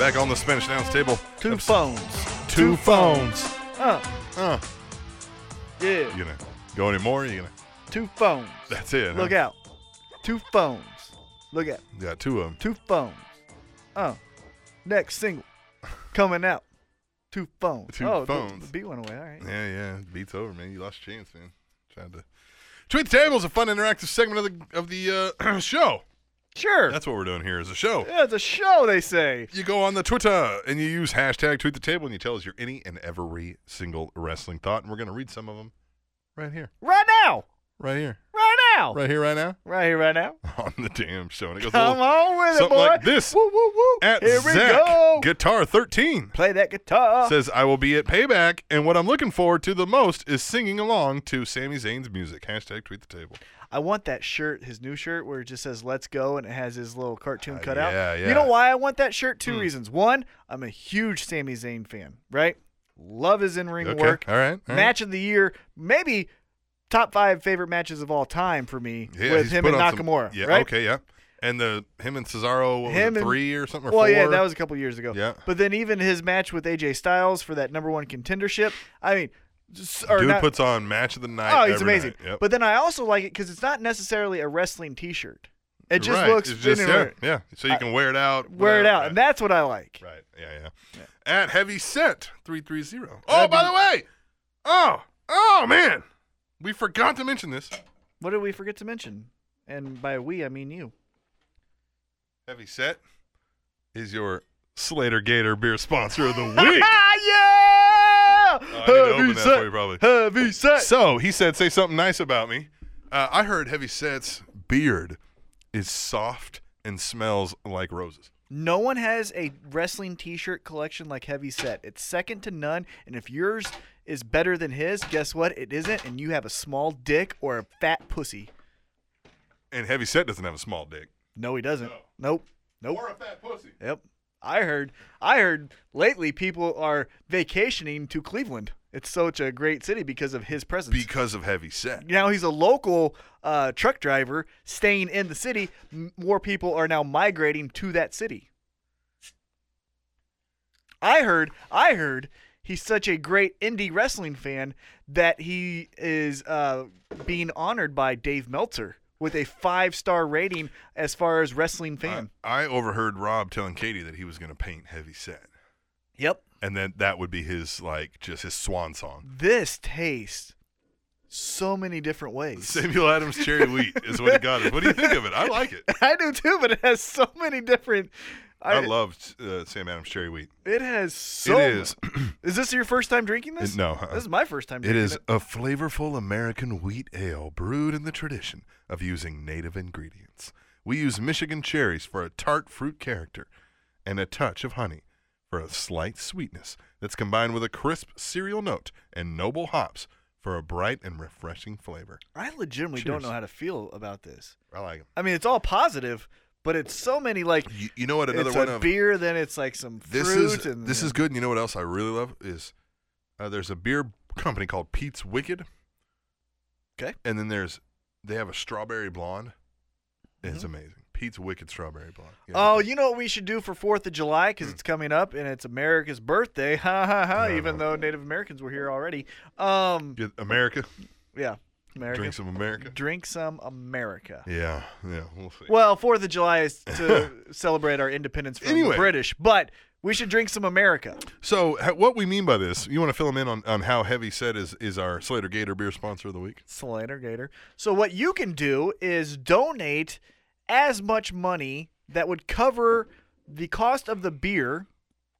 C: Back on the Spanish Announce Table.
D: Two
C: Episode-
D: phones.
C: Two phones.
D: Uh,
C: Uh,
D: yeah.
C: you gonna go anymore? You gonna?
D: Two
C: [laughs]
D: phones.
C: That's it.
D: Look
C: huh?
D: out. Two phones. Look out.
C: Got two of them.
D: Two phones. Uh, next single coming out Two phones.
C: Two
D: oh, the-
C: phones.
D: The B went away.
C: [laughs]
D: All right.
C: Yeah, yeah. Beats over, man. You lost your chance, man. Tried to. Tweet the table is a fun interactive segment of the of the uh, [clears throat] show.
D: Sure.
C: That's what we're doing here is a show.
D: yeah, it's a show. They say.
C: You go on the Twitter and you use hashtag tweet the table and you tell us your any and every single wrestling thought, and we're gonna read some of them right here,
D: Right now.
C: right here,
D: Right now.
C: right here, right now [laughs]
D: Right here. Right now.
C: on the damn show. And it goes a
D: Come
C: little
D: on with it,
C: something
D: boy.
C: like this.
D: Woo, woo, woo.
C: at
D: here we
C: Zach
D: go. Ah.
C: Guitar Thirteen.
D: Play that guitar.
C: Says I will be at payback, and what I'm looking forward to the most is singing along to Sami Zayn's music. Hashtag tweet the table.
D: I want that shirt, his new shirt, where it just says "Let's go" and it has his little cartoon
C: Uh,
D: cutout.
C: yeah, yeah. Hmm.
D: You know why I want that shirt? Two reasons. One, I'm a huge Sami Zayn fan. Right, love his in-ring
C: Okay,
D: work.
C: all right, all right.
D: Match of the year, maybe top five favorite matches of all time for me
C: Yeah,
D: with
C: he's
D: him
C: put
D: and
C: on some-
D: Nakamura.
C: yeah,
D: right?
C: okay, yeah. And the him and Cesaro, what was
D: Him
C: it,
D: and-
C: three or something? Or
D: Well,
C: four?
D: yeah, that was a couple years ago.
C: Yeah.
D: But then even his match with AJ Styles for that number one contendership. I mean, s- or
C: Dude
D: not-
C: puts on match of the night.
D: oh, he's
C: every
D: amazing.
C: night. Yep.
D: But then I also like it because it's not necessarily a wrestling T-shirt. It just
C: Right,
D: looks
C: it's just,
D: fitting
C: yeah,
D: right-
C: yeah. So you can wear it out.
D: Wear it
C: whatever,
D: out,
C: Right.
D: and that's what I like.
C: right. Yeah, yeah, At heavy set three three zero. Oh,
D: That'd
C: by
D: be-
C: the way. Oh, oh man, we forgot to mention this.
D: What did we forget to mention? And by we, I mean you.
C: Heavy set is your Slater Gator beer sponsor
D: [laughs]
C: of the week.
D: Ah, yeah!
C: Oh, I need to open
D: Heavy
C: that
D: set.
C: for you, probably.
D: Heavy set.
C: So he said, "Say something nice about me." Uh, I heard Heavy Set's beard is soft and smells like roses.
D: No one has a wrestling T-shirt collection like Heavy Set. It's second to none, and if yours is better than his, guess what? It isn't, and you have a small dick or a fat pussy.
C: And Heavy Set doesn't have a small dick
D: No, he doesn't. Nope. Nope.
C: a fat pussy.
D: Yep. I heard. I heard lately people are vacationing to Cleveland. It's such a great city because of his presence.
C: Because of Heavy Set,
D: now he's a local uh, truck driver staying in the city. M- More people are now migrating to that city. I heard, I heard he's such a great indie wrestling fan that he is uh, being honored by Dave Meltzer with a five star rating as far as wrestling fan.
C: I, I overheard Rob telling Katie that he was going to paint Heavy Set,
D: yep.
C: and then that would be his like just his swan song. [laughs]
D: This tastes so many
C: [laughs]
D: different ways. [laughs]
C: Samuel Adams Cherry Wheat is what he got us. What do you think of it? I like it.
D: I do too, but it has so many different.
C: I loved uh, Sam Adams Cherry Wheat.
D: It has so.
C: it is.
D: Is this your first time drinking this?
C: It- no, uh-uh.
D: This is my first time
C: It
D: drinking
C: is a flavorful American wheat ale brewed in the tradition of using native ingredients. We use Michigan cherries for a tart fruit character and a touch of honey for a slight sweetness that's combined with a crisp cereal note and noble hops for a bright and refreshing flavor.
D: I legitimately don't
C: Cheers.
D: know how to feel about this.
C: I like it.
D: I mean, it's all positive, but it's so many like.
C: You, you know what? Another
D: it's
C: one
D: a
C: of
D: beer, then it's like some fruit.
C: this is
D: and,
C: this is good. And you know what else I really love is uh, there's a beer company called Pete's Wicked.
D: Okay.
C: and then there's they have a strawberry blonde. It's amazing. Pete's Wicked Strawberry Blonde. Yeah,
D: Mm-hmm.
C: Hmm.
D: Oh,
C: okay.
D: you know what we should do for Fourth of July because it's coming up and it's America's birthday. [laughs] Ha ha ha!
C: No,
D: Even
C: no.
D: though Native Americans were here already. Um,
C: Get America,
D: yeah, America.
C: drink some America.
D: Drink some America.
C: Yeah, yeah, we'll see.
D: Well, Fourth of July is to
C: [laughs]
D: celebrate our independence from
C: Anyway.
D: the British, but we should drink some America.
C: So, h- what we mean by this? You want to fill them in on, on how heavy set is is our Slater Gator beer sponsor of the week?
D: Slater Gator. So what you can do is donate as much money that would cover the cost of the beer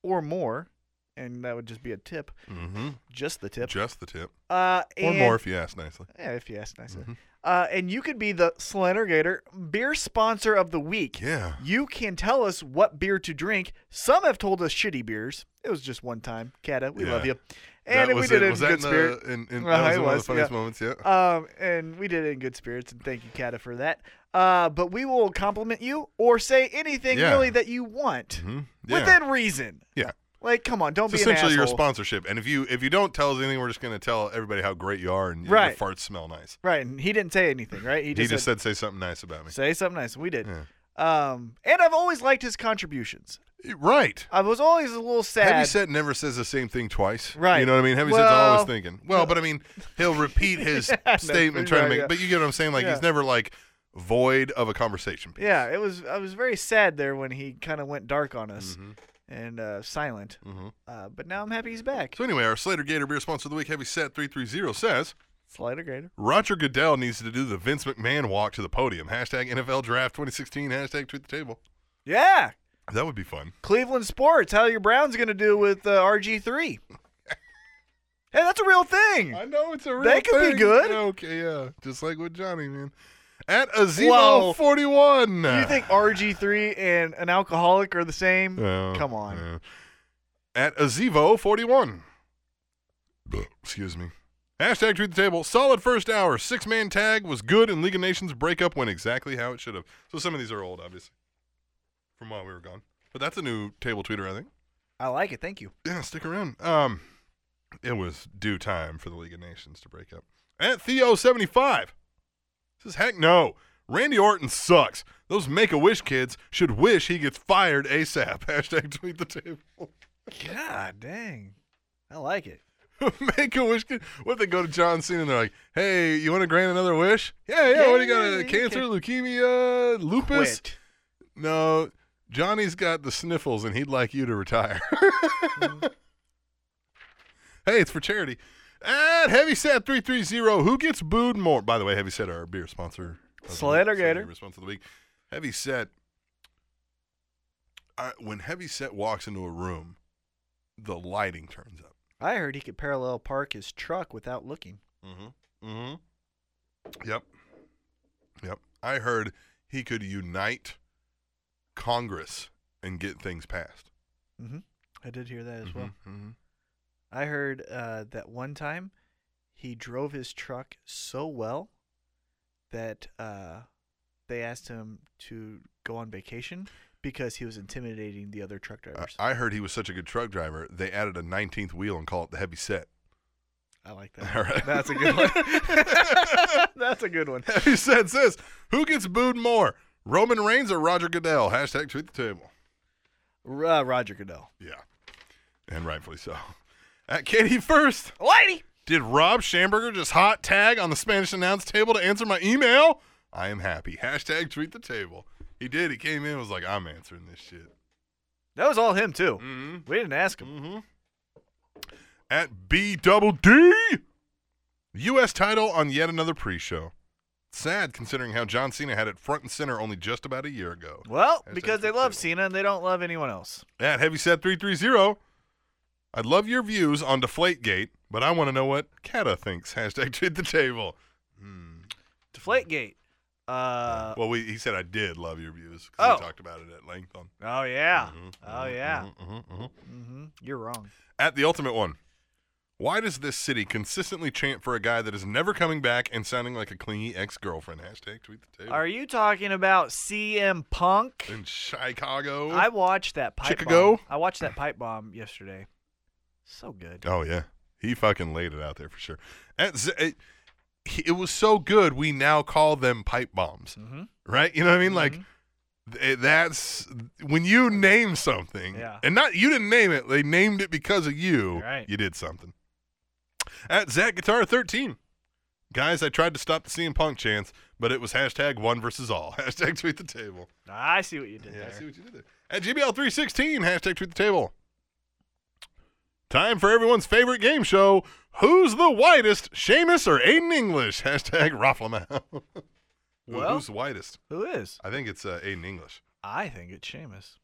D: or more, and that would just be a tip,
C: Mm-hmm.
D: just the tip.
C: Just the tip,
D: Uh,
C: or
D: and-
C: more Mm-hmm. if you ask nicely.
D: Yeah, if you ask nicely. Uh, and you could be the Slender Gator beer sponsor of the week.
C: Yeah.
D: You can tell us what beer to drink. Some have told us shitty beers. It was just one time. Kata, we
C: Yeah.
D: love you. And
C: that
D: we
C: was
D: did it,
C: Was
D: in
C: that
D: good spirit.
C: the, in, in,
D: Uh-huh,
C: that was in one of
D: it
C: the
D: was,
C: funniest
D: yeah.
C: moments. Yeah.
D: Um, and we did it in good spirits, and thank you, Kata, for that. Uh, but we will compliment you or say anything
C: Yeah.
D: really that you want
C: Mhm. Yeah.
D: within reason.
C: yeah.
D: Like, come on, don't
C: It's
D: be an
C: essentially your
D: asshole.
C: sponsorship, and if you if you don't tell us anything, we're just going to tell everybody how great you are and
D: Right.
C: your farts smell nice.
D: right, and he didn't say anything, right?
C: He just, said, "Say something nice about me."
D: say something nice, and we did.
C: Yeah.
D: Um, and I've always liked his contributions.
C: Right.
D: I was always a little sad.
C: Heavy set never says the same thing twice.
D: Right.
C: You know what I mean? Heavy set's
D: Well-
C: always thinking. Well, but I mean, he'll
D: [laughs]
C: repeat his
D: Yeah, no,
C: statement trying to
D: right,
C: make
D: yeah.
C: but you get what I'm saying? Like
D: Yeah.
C: he's never like void of a conversation piece. Mm-hmm.
D: yeah, it was. I was very sad there when he kind of went dark on us. and uh, silent.
C: Mhm.
D: Uh, but now I'm happy he's back.
C: So anyway, our Slater Gator beer sponsor of the week, Heavy Set 330, says
D: Slider grader.
C: Roger Goodell needs to do the Vince McMahon walk to the podium. Hashtag NFL Draft 2016. Hashtag Tweet the Table.
D: Yeah.
C: That would be fun.
D: Cleveland sports. How your Browns gonna do with uh, RG three? [laughs] hey, that's a real thing. [laughs]
C: I know it's a real
D: That could be
C: thing.
D: good.
C: Okay, yeah, just like with Johnny, man. At
D: Whoa.
C: Azimo 41.
D: Do you think RG three and an alcoholic are the same?
C: Oh,
D: Come
C: [laughs]
D: on.
C: yeah. At Azivo 41. Excuse me. Hashtag tweet the table. Solid first hour. Six man tag was good, and League of Nations breakup went exactly how it should have. So some of these are old, obviously, from while we were gone. But that's a new table tweeter, I think.
D: I like it. Thank you.
C: Yeah, stick around. Um, it was due time for the League of Nations to break up. At Theo seventy five says, "Heck no, Randy Orton sucks. Those Make a Wish kids should wish he gets fired asap." [laughs] Hashtag tweet the table. [laughs]
D: God dang. I like it.
C: Make a wish kid. What if they go to John Cena and they're like, "Hey, you want to grant another wish? Yeah, yeah. what do you got?
D: Yeah,
C: uh,
D: you
C: cancer,
D: can-
C: leukemia, lupus?
D: Quit.
C: No." Johnny's got the sniffles and he'd like you to retire. [laughs] hey, it's for charity. At Heavyset 330, who gets booed more? By the way, Heavyset, our beer sponsor. of the week.
D: Slater Gator.
C: Beer sponsor of the week. Heavyset, I, when Heavyset walks into a room, the lighting turns up.
D: I heard he could parallel park his truck without looking.
C: Mm-hmm. Mm-hmm. Yep. Yep. I heard he could unite Congress and get things passed.
D: I did hear that as well.
C: Mhm.
D: I heard uh, that one time he drove his truck so well that uh, they asked him to go on vacation because he was intimidating the other truck
C: I-
D: drivers.
C: I heard he was such a good truck driver. They added a 19th wheel and called it the heavy set. [laughs]
D: I like
C: All
D: that.
C: right.
D: That's a good one.
C: [laughs]
D: That's a good one.
C: Heavy set says, "Who gets booed more, Roman Reigns or Roger Goodell?" Hashtag tweet the table.
D: R- uh, Roger Goodell.
C: Yeah, and rightfully so. At Katie first,
D: Lady!
C: did Rob Schamberger just hot tag on the Spanish announce table to answer my email? I am happy. Hashtag tweet the table. He did. He came in and was like, "I'm answering this shit."
D: That was all him, too.
C: Mm-hmm.
D: We didn't ask him.
C: Mm-hmm. At B double D, U.S. title on yet another pre-show. Sad considering how John Cena had it front and center only just about a year ago.
D: Well,
C: Hashtag
D: because they
C: tweet the
D: love
C: table.
D: Cena and they don't love anyone else.
C: At Heavyset three three zero, I'd love your views on Deflategate, but I want to know what Kata thinks. [laughs] Hashtag tweet the table. Hmm.
D: Deflategate. Uh,
C: well, we, he said I did love your views 'cause
D: Oh.
C: we talked about it at length on.
D: oh, yeah.
C: Mhm,
D: Oh,
C: mhm,
D: yeah.
C: mhm, mhm, mhm.
D: Mm-hmm. You're wrong.
C: At the ultimate one. Why does this city consistently chant for a guy that is never coming back and sounding like a clingy ex-girlfriend? Hashtag tweet the table.
D: Are you talking about CM Punk?
C: In Chicago.
D: I watched that pipe
C: Chicago?
D: bomb. I watched that pipe bomb yesterday. So good.
C: oh yeah, he fucking laid it out there for sure. At Z- it, he- it was so good. We now call them pipe bombs,
D: Mm-hmm.
C: right? You know what I mean? Like th- that's when you name something,
D: Yeah.
C: and not you didn't name it. They named it because of you.
D: Right.
C: You did something. At Zach Guitar thirteen. Guys, I tried to stop the CM Punk chance, but it was hashtag one versus all. [laughs] Hashtag tweet the table.
D: I see what you did
C: Yeah, I
D: there.
C: see what you did there. At GBL316, hashtag tweet the table. Time for everyone's favorite game show. Who's the whitest, Seamus or Aiden English? [laughs] Hashtag [laughs] Raffleman.
D: Well-
C: Who's whitest?
D: Who is?
C: I think it's uh, Aiden English.
D: I think it's Seamus.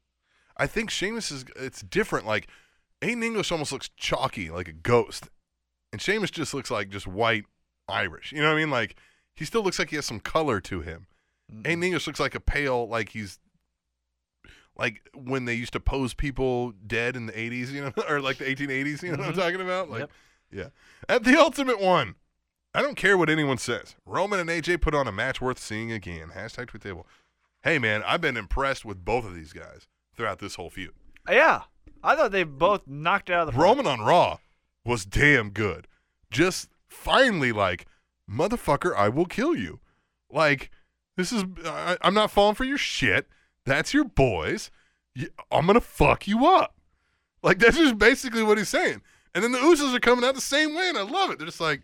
C: I think Seamus is, it's different. Like, Aiden English almost looks chalky, like a ghost. And Seamus just looks like just white Irish. You know what I mean? Like, he still looks like he has some color to him. Aiden English looks like a pale, like he's like when they used to pose people dead in the 80s, you know, [laughs] or like the 1880s, you know what I'm
D: Mhm.
C: talking about? Like,
D: Yep.
C: yeah. At the ultimate one, I don't care what anyone says. Roman and AJ put on a match worth seeing again. Hashtag tweet table. Hey, man, I've been impressed with both of these guys throughout this whole feud.
D: Yeah. I thought they both knocked it out of the
C: Roman on Raw was damn good. Just finally, like, motherfucker, I will kill you. Like, this is, I, I'm not falling for your shit. That's your boys. You, I'm going to fuck you up. Like, that's just basically what he's saying. And then the Usos are coming out the same way, and I love it. They're just like,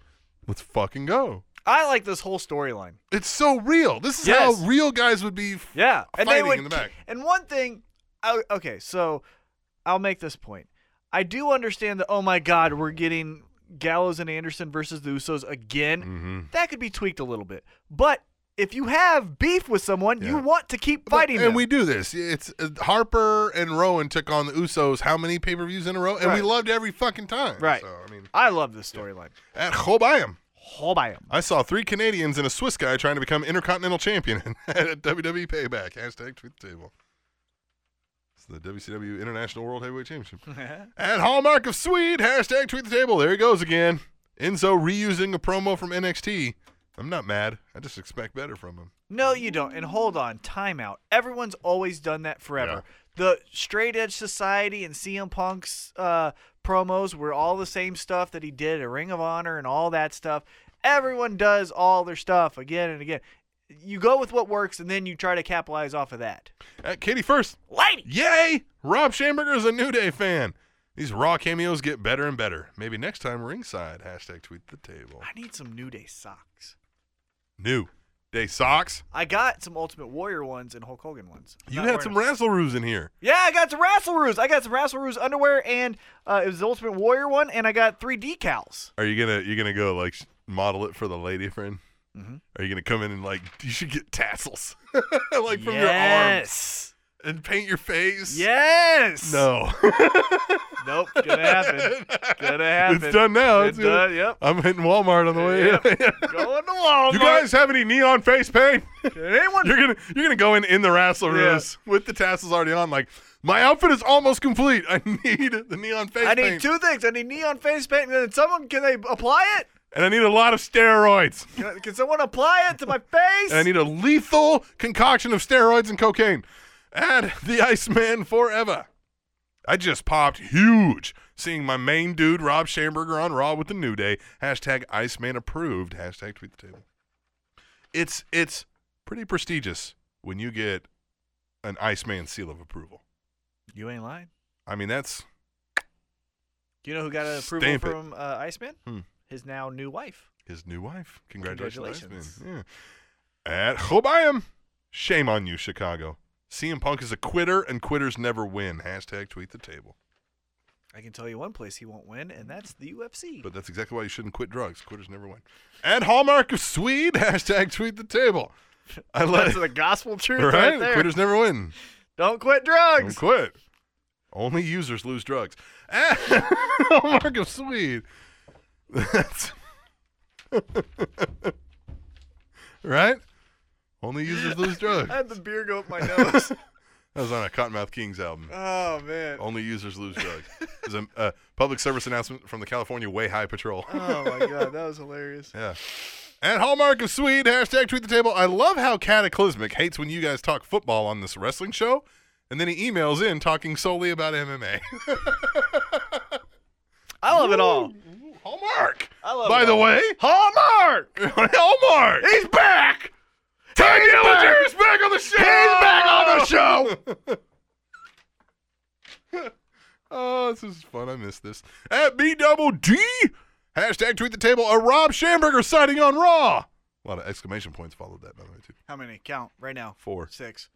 C: let's fucking go.
D: I like this whole storyline.
C: It's so real. This is
D: Yes.
C: how real guys would be. f-
D: Yeah,
C: fighting in the back.
D: And one thing, I, okay, so I'll make this point. I do understand that. Oh my God, we're getting Gallows and Anderson versus the Usos again.
C: Mm-hmm.
D: That could be tweaked a little bit, but if you have beef with someone, you
C: Yeah.
D: want to keep fighting
C: and
D: them.
C: we do this. It's uh, Harper and Rowan took on the Usos how many pay per views in a row, and we
D: Right.
C: loved every fucking time.
D: Right.
C: So I mean,
D: I love this storyline.
C: at Hobayam,
D: Hobayam.
C: I saw three Canadians and a Swiss guy trying to become intercontinental champion [laughs] at WWE E Payback. Hashtag tweet the table. It's the WCW International World Heavyweight
D: [laughs]
C: Championship. At Hallmark of Sweet, hashtag tweet the table. There he goes again. Enzo reusing a promo from NXT. I'm not mad. I just expect better from him.
D: No, you don't. And hold on, timeout. Everyone's always done that forever. The Straight Edge Society and CM Punk's uh, promos were all the same stuff that he did at Ring of Honor and all that stuff. Everyone does all their stuff again and again. You go with what works, and then you try to capitalize off of that.
C: At Uh, Katie First,
D: Lady,
C: Yay! Rob Schamberger is a New Day fan. These Raw cameos get better and better. Maybe next time ringside. Hashtag tweet the table.
D: I need some New Day socks.
C: New Day socks.
D: I got some Ultimate Warrior ones and Hulk Hogan ones. I'm
C: You
D: not
C: had
D: wearing
C: some
D: them.
C: wrestle roos in here.
D: Yeah, I got some Wrestleroos. I got some Wrestleroos underwear, and uh, it was the Ultimate Warrior one, and I got three decals.
C: Are you gonna you gonna go like sh- model it for the lady friend?
D: Mhm.
C: Are you gonna come in and like you should get tassels [laughs] like from your arms
D: yes.
C: and paint your face?
D: Yes.
C: No. [laughs]
D: Nope. Gonna happen. Gonna happen.
C: It's done now.
D: It
C: It's gonna-
D: done, yep.
C: I'm hitting Walmart on the way. in.
D: Going to
C: [laughs]
D: Walmart.
C: you guys have any neon face paint? [laughs]
D: Anyone?
C: You're gonna you're gonna go in in the wrestle
D: Yeah.
C: ruse with the tassels already on. Like my outfit is almost complete. [laughs] I need the neon face
D: I need
C: paint,
D: two things. I need neon face paint, and then someone can they apply it?
C: and I need a lot of
D: [laughs]
C: steroids,
D: Can, can someone apply it to my face?
C: and I need a lethal concoction of steroids and cocaine. Add the Iceman forever. I just popped huge seeing my main dude Rob Schamberger on Raw with the New Day. Hashtag Iceman approved. Hashtag tweet the table. It's it's pretty prestigious when you get an Iceman seal of approval.
D: you ain't lying.
C: I mean that's
D: You know who got an approval
C: Stamp it.
D: from uh, Iceman?
C: Hmm.
D: His now new wife.
C: his new wife. Congratulations,
D: Congratulations.
C: Iceman. Yeah. At Hobayam. Shame on you, Chicago. CM Punk is a quitter and quitters never win. Hashtag tweet the table.
D: I can tell you one place he won't win, and that's the UFC.
C: But that's exactly why you shouldn't quit drugs. Quitters never win. At Hallmark of Swede, [laughs] hashtag tweet the table. I let
D: that's
C: it.
D: the gospel truth
C: Right?
D: right, there.
C: Quitters never win.
D: Don't quit
C: Don't
D: drugs.
C: quit. Only users lose drugs. Ah, [laughs] Hallmark of Swede. That's [laughs] right. Only users lose drugs.
D: I had the beer go up
C: [laughs]
D: my nose.
C: That was on a Cottonmouth Kings album.
D: oh man.
C: Only users lose drugs. It was a uh, public service announcement from the California Way High Patrol.
D: Oh my god, that was hilarious.
C: yeah. At Hallmark of Swede, hashtag tweet the table. I love how Cataclysmic hates when you guys talk football on this wrestling show, and then he emails in talking solely about MMA.
D: I love it all.
C: Hallmark.
D: I love
C: By
D: it
C: the
D: all.
C: way, Hallmark. [laughs] Hallmark. He's back. Ty Dillinger's back on the show. He's back on the show. [laughs] oh, this is fun. I miss this. At B double D. Hashtag tweet the table. A Rob Schamberger sighting on Raw. A lot of exclamation points followed that, by the way, too.
D: How many? Count right now.
C: Four.
D: Six.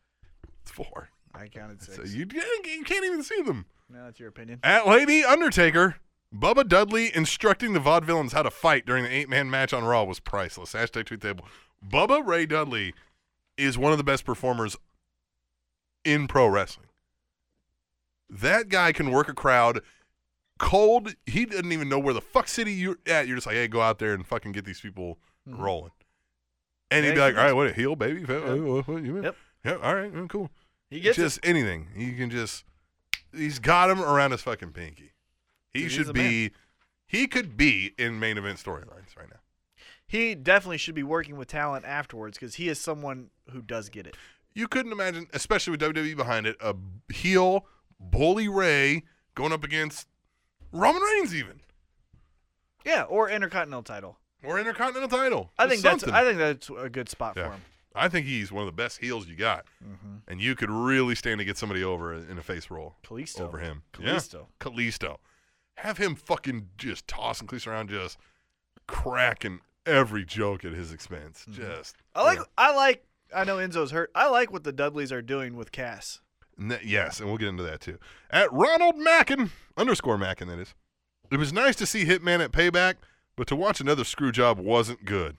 C: It's four.
D: I counted six.
C: So you, you can't even see them.
D: now that's
C: [laughs]
D: your opinion.
C: At Lady Undertaker, Bubba Dudley instructing the vaudevillains how to fight during the eight man match on Raw was priceless. Hashtag tweet table. Bubba Ray Dudley is one of the best performers in pro wrestling. That guy can work a crowd cold. He doesn't even know where the fuck city you're at. You're just like, hey, go out there and fucking get these people
D: Mm-hmm.
C: rolling. And he'd be
D: Hmm. Yeah,
C: like,
D: he
C: all right, what, heel, baby? What, what, you
D: Yep.
C: Yeah, all right, mm, cool
D: He gets
C: just anything. You can just he's got him around his fucking pinky. He
D: Dude, he's
C: should
D: the
C: be he could be in main event storylines right now.
D: it. He definitely should be working with talent afterwards because he is someone who does get it.
C: You couldn't imagine, especially with WWE behind it, a heel bully Ray going up against Roman Reigns even
D: Yeah, or intercontinental title.
C: or Intercontinental title.
D: I
C: Just
D: think
C: something.
D: that's I think that's a good spot
C: Yeah.
D: for him. Mm-hmm.
C: I think he's one of the best heels you got, and you could really stand to get somebody over in a face roll.
D: Kalisto.
C: over him.
D: Kalisto.
C: Yeah. Kalisto. Have him fucking just tossing Kalisto around, just cracking every joke at his expense. Just
D: Mm-hmm. I like
C: yeah.
D: I like I know Enzo's hurt. I like what the Dudleys are doing with Cass.
C: N- yes, and we'll get into that too. At Ronald Mackin underscore Mackin, that is. It was nice to see Hitman at Payback, but to watch another screw job wasn't good.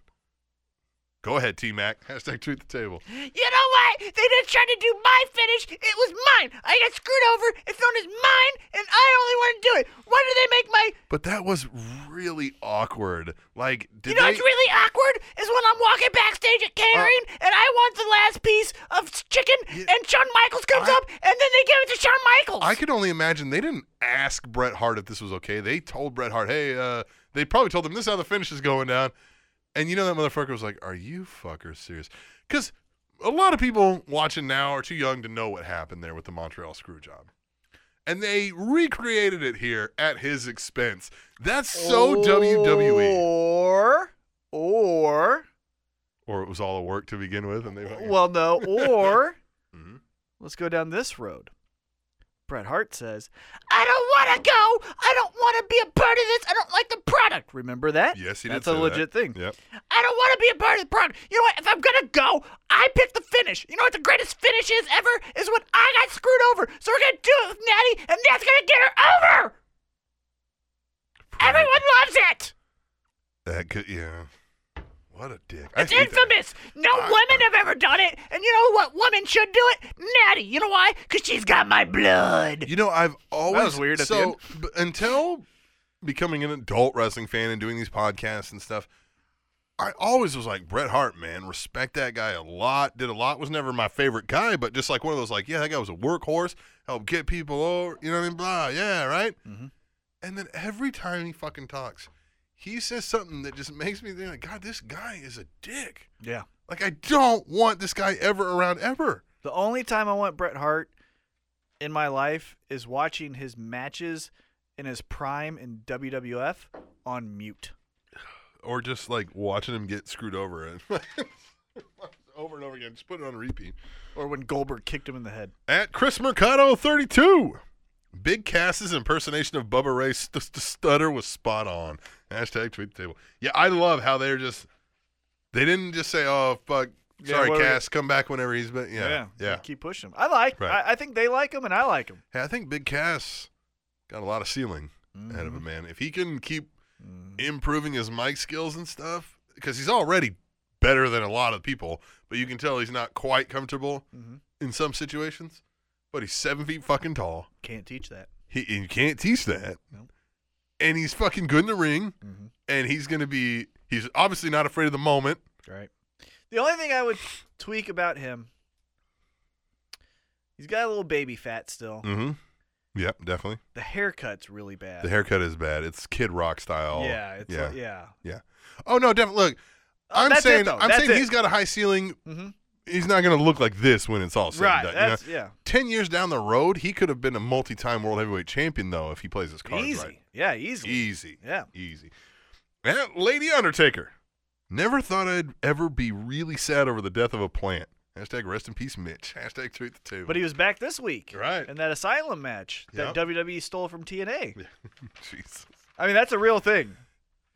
C: Go ahead, T Mac. Hashtag tweet the table.
E: You know what? They didn't try to do my finish. It was mine. I got screwed over. It's known as mine, and I only want to do it. Why do they make my?
C: But that was really awkward. Like, did
E: You know
C: they, Uh,
E: what's really awkward is when I'm walking backstage at catering, and I want the last piece of s- chicken,
C: Yeah.
E: and Shawn Michaels comes
C: I-
E: up, and then they give it to Shawn Michaels.
C: I could only imagine they didn't ask Bret Hart if this was okay. They told Bret Hart, hey, uh, they probably told him this is how the finish is going down. And you know that motherfucker was like, are you fuckers serious? Because a lot of people watching now are too young to know what happened there with the Montreal screw job. And they recreated it here at his expense. That's so E.
D: Oh.
C: WWE.
D: Or, or,
C: Or it was all a work to begin with, and they fucking- [laughs]
D: well, no, or.
C: Mhm.
D: Let's go down this road. Bret Hart says,
E: I don't want to go. I don't want to be a part of this. I don't like the product.
D: "Remember that?
C: yes, he did.
D: That's
C: say
D: a
C: that.
D: legit thing.
C: Yep.
E: I don't want to be a part of the product. You know what? If I'm gonna go, I pick the finish. You know what the greatest finish is ever is when I got screwed over. So we're gonna do it with Natty, and that's gonna get her over. Everyone loves it.
C: That could, yeah. What a dick. I
E: It's
C: [laughs] hate that.
E: infamous. No
C: Uh,
E: women have ever done it, and you know what? Women should do it. Natty. You know why? Cause she's got my blood.
C: You know, I've always
D: weird at the
C: so b- until becoming an adult wrestling fan and doing these podcasts and stuff, I always was like Bret Hart, man, respect that guy a lot. Did a lot was never my favorite guy, but just like one of those, like yeah, that guy was a workhorse, helped get people over, you know what I mean? Blah, yeah, right.
D: Mm-hmm.
C: And then every time he fucking talks, he says something that just makes me think, like, God, this guy is a dick.
D: Yeah.
C: Like I don't want this guy ever around ever.
D: The only time I want Bret Hart in my life is watching his matches in his prime in WWF on mute.
C: or just like watching him get screwed over and [laughs] over and over again. Just put it on repeat.
D: Or when Goldberg kicked him in the head.
C: At Chris Mercado 32. Big Cass's impersonation of Bubba Ray st- st- stutter was spot on. Hashtag tweet the table. Yeah, I love how they're just they didn't just say, "Oh fuck,
D: Yeah,
C: sorry
D: what are
C: Cass, come back whenever he's been." Yeah, yeah.
D: Keep pushing him. I like.
C: Right.
D: I, I think they like him, and I like him.
C: Hey, I think Big Cass got a lot of ceiling ahead
D: Mm-hmm.
C: of him, man. If he can keep improving his mic skills and stuff, because he's already better than a lot of people, but you can tell he's not quite comfortable
D: Mhm.
C: in some situations. But he's seven feet fucking tall.
D: Can't teach that.
C: He and you can't teach that.
D: Nope.
C: And he's fucking good in the ring.
D: Mhm.
C: And he's gonna be. He's obviously not afraid of the moment.
D: Right. The only thing I would tweak about him, he's got a little baby fat still.
C: Mm-hmm. Yep, definitely.
D: The haircut's really bad.
C: The oh, haircut is bad. It's Kid Rock style.
D: Yeah. It's yeah. Like, yeah.
C: Oh no, definitely. Look, I'm
D: Oh, that's it,
C: saying
D: though.
C: I'm
D: That's
C: saying
D: it.
C: he's got a high ceiling.
D: hmm
C: He's not going to look like this when it's all said
D: Right.
C: and done. you know?
D: That's yeah.
C: Ten years down the road, he could have been a multi-time world heavyweight champion though if he plays his cards
D: Easy.
C: right.
D: Yeah. Easily.
C: Easy,
D: Yeah.
C: easy. That Lady Undertaker. Never thought I'd ever be really sad over the death of a plant. Hashtag rest in peace, Mitch. Hashtag tweet the table.
D: But he was back this week.
C: Right.
D: In that asylum match
C: Yep.
D: that WWE stole from TNA.
C: [laughs] Jesus.
D: I mean, that's a real thing.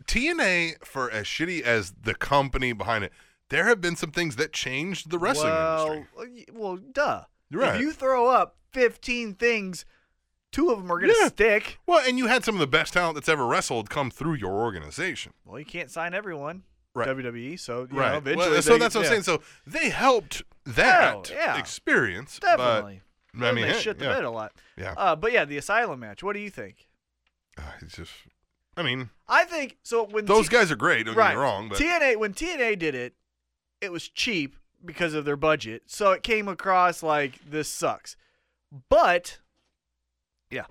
C: TNA, for as shitty as the company behind it, there have been some things that changed the wrestling
D: well,
C: industry.
D: y- Well, duh.
C: You're right.
D: If you throw up 15 things, two of them are going to
C: Yeah.
D: stick.
C: Well, and you had some of the best talent that's ever wrestled come through your organization.
D: Well, you can't sign everyone.
C: Right.
D: WWE, so you
C: right.
D: know, eventually.
C: Well, so
D: they-
C: that's what
D: yeah.
C: I'm saying. So they helped that
D: Oh, yeah.
C: experience. but-
D: Definitely.
C: I mean,
D: they
C: hey,
D: shit the
C: yeah.
D: bed a lot.
C: Yeah.
D: Uh, but yeah, the asylum match. What do you think?
C: Uh, it's just, I mean,
D: I think so. When
C: those
D: T-
C: guys are great. Don't
D: right,
C: get me wrong, but
D: TNA when TNA did it, it was cheap because of their budget, so it came across like this sucks. But yeah,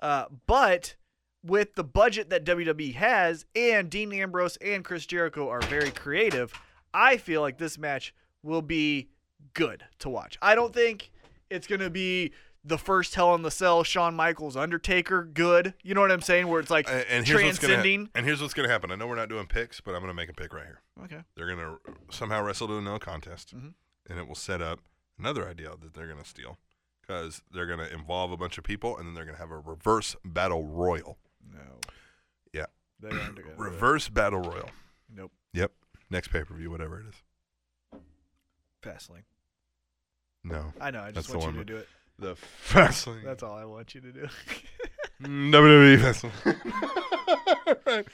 D: uh, but with the budget that WWE has, and Dean Ambrose and Chris Jericho are very creative, I feel like this match will be good to watch. I don't think it's gonna be. The first Hell in the Cell, Shawn Michaels, Undertaker, good. You know what I'm saying? Where it's like
C: A- and here's what's gonna
D: transcending.
C: and here's what's gonna happen. I know we're not doing picks, but I'm gonna make a pick right here.
D: okay.
C: They're gonna somehow wrestle to a no contest,
D: Mhm.
C: and it will set up another idea that they're gonna steal because they're gonna involve a bunch of people, and then they're gonna have a reverse battle royal.
D: No.
C: Yeah.
D: They aren't
C: [clears throat]
D: gonna do that.
C: Reverse battle royal.
D: Nope.
C: Yep. Next pay per view, whatever it is.
D: Fastlane.
C: No.
D: I know. I
C: That's
D: just
C: the
D: want you
C: one.
D: to do it.
C: The wrestling.
D: That's all I want you to do. [laughs]
C: Mm, WWE Festival. E [laughs] right.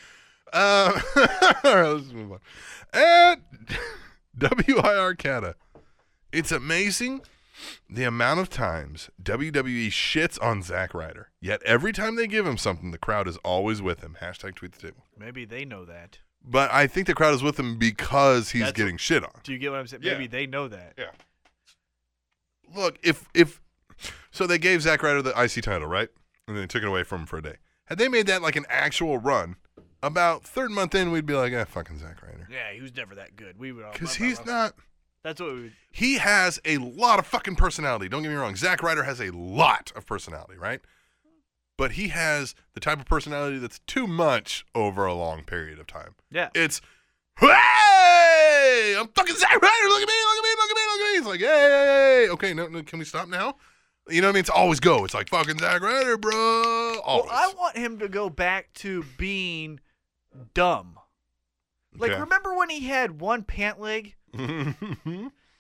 C: Uh, [laughs] all right, let's move on. [laughs] At WIR Cata, it's amazing the amount of times WWE shits on Zack Ryder. Yet every time they give him something, the crowd is always with him. Hashtag tweet the table.
D: Maybe they know that.
C: But I think the crowd is with him because he's
D: That's-
C: getting shit on.
D: Do you get what I'm saying?
C: Yeah.
D: Maybe they know that.
C: Yeah. Look, if if so, they gave Zack Ryder the IC title, right? And then they took it away from him for a day. Had they made that like an actual run, about third month in, we'd be like, ah, fucking Zack Ryder,
D: Yeah, he was never that good. We would all.
C: because he's not.
D: That's what we would.
C: He has a lot of fucking personality. Don't get me wrong. Zack Ryder has a lot of personality, right? But he has the type of personality that's too much over a long period of time.
D: Yeah.
C: It's, hey, I'm fucking Zack Ryder. Look at me, look at me, look at me, look at me. It's like, hey, okay, no, no, can we stop now? You know what I mean? It's always go. It's like fucking Zack Ryder, bro.
D: Well,
C: Always.
D: I want him to go back to being dumb. Like,
C: Okay.
D: remember when he had one pant leg? That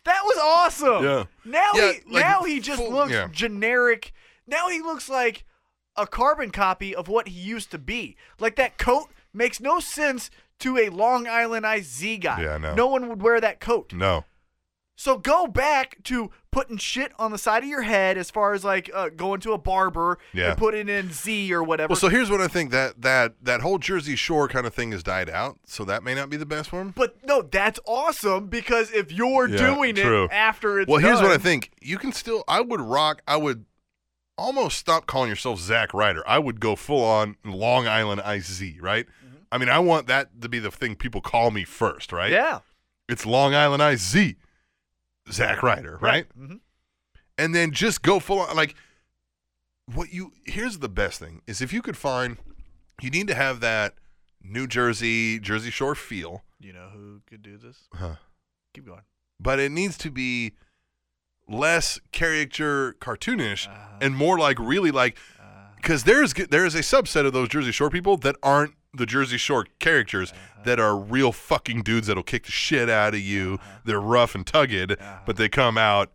D: was awesome.
C: Yeah.
D: Now
C: Yeah,
D: he
C: like,
D: now he just
C: full-
D: looks
C: yeah.
D: generic. Now he looks like a carbon copy of what he used to be. Like that coat makes no sense to a Long Island IZ guy.
C: Yeah, I know.
D: No one would wear that coat.
C: no.
D: So go back to putting shit on the side of your head as far as like uh, going to a barber
C: Yeah.
D: and putting in Z or whatever.
C: Well, so here's what I think that that that whole Jersey Shore kind of thing has died out. So that may not be the best for him.
D: but no, that's awesome because if you're
C: Yeah,
D: doing
C: true.
D: it after it's
C: well, here's what I
D: done-
C: think. You can still. I would rock. I would almost stop calling yourself Zack Ryder. I would go full on Long Island IZ. Right. I mean, I want that to be the thing people call me first. Right.
D: Mm-hmm. Yeah.
C: It's Long Island IZ. Zack Ryder. Right.
D: hmm
C: And then just go full on. Like what you. Here's the best thing is if you could find. You need to have that New Jersey Jersey Shore feel.
D: You know who could do this?
C: Huh.
D: Keep going.
C: but it needs to be less caricature cartoonish and more like really like because there's there is a subset of those Jersey Shore people that aren't the Jersey Shore characters that are real fucking dudes that'll kick the shit out of you. They're rough and tugged, but they come out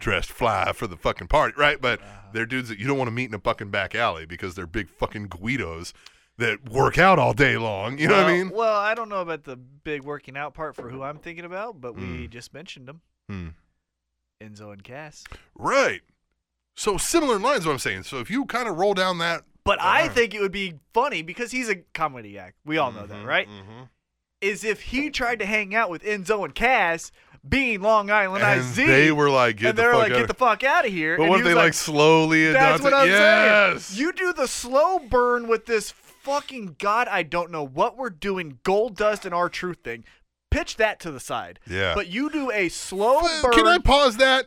C: dressed fly for the fucking party, right? But they're dudes that you don't want to meet in a fucking back alley because they're big fucking Guidos that work out all day long. You know what I
D: Well-
C: mean?
D: Well, I don't know about the big working out part for who I'm thinking about, but we just mentioned them.
C: Hmm.
D: Enzo and Cass.
C: Right. So similar lines, what I'm saying. So if you kind of roll down that,
D: But I
C: Alright.
D: think it would be funny because he's a comedy act. We all know that, right?
C: Mm-hmm.
D: Is if he tried to hang out with Enzo and Cass, being Long Island
C: And
D: IZ,
C: they were like, "Get
D: and
C: the
D: they're
C: fuck
D: like,
C: out
D: "Get
C: of-"
D: the fuck out of here!"
C: But
D: and
C: what
D: he
C: if they
D: was
C: like, slowly
D: That's
C: adopt
D: what
C: it?
D: I'm
C: yes!
D: saying. You do the slow burn with this fucking god. I don't know what we're doing. Gold dust and our truth thing. Pitch that to the side.
C: Yeah.
D: But you do a slow
C: Uh,
D: burn.
C: Can I pause that?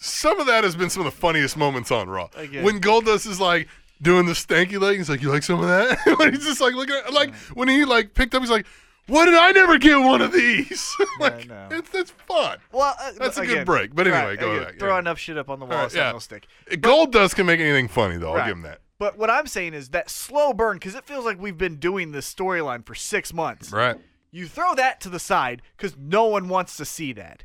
C: Some of that has been some of the funniest moments on Raw.
D: Again.
C: When Goldust is like doing the stanky leg, he's like, "You like some of that?" [laughs] Like, he's just like looking at like when he like picked up, he's like, "Why did I never get one of these?" [laughs] like,
D: know.
C: it's that's fun.
D: Well, uh,
C: That's a good
D: again,
C: break, but anyway,
D: right,
C: go
D: again,
C: back,
D: Throw
C: yeah.
D: enough shit up on the wall,
C: All right,
D: something
C: yeah.
D: will stick.
C: Goldust can make anything funny though. I'll
D: Right.
C: give him that.
D: But what I'm saying is that slow burn, because it feels like we've been doing this storyline for six months.
C: Right.
D: You throw that to the side because no one wants to see that,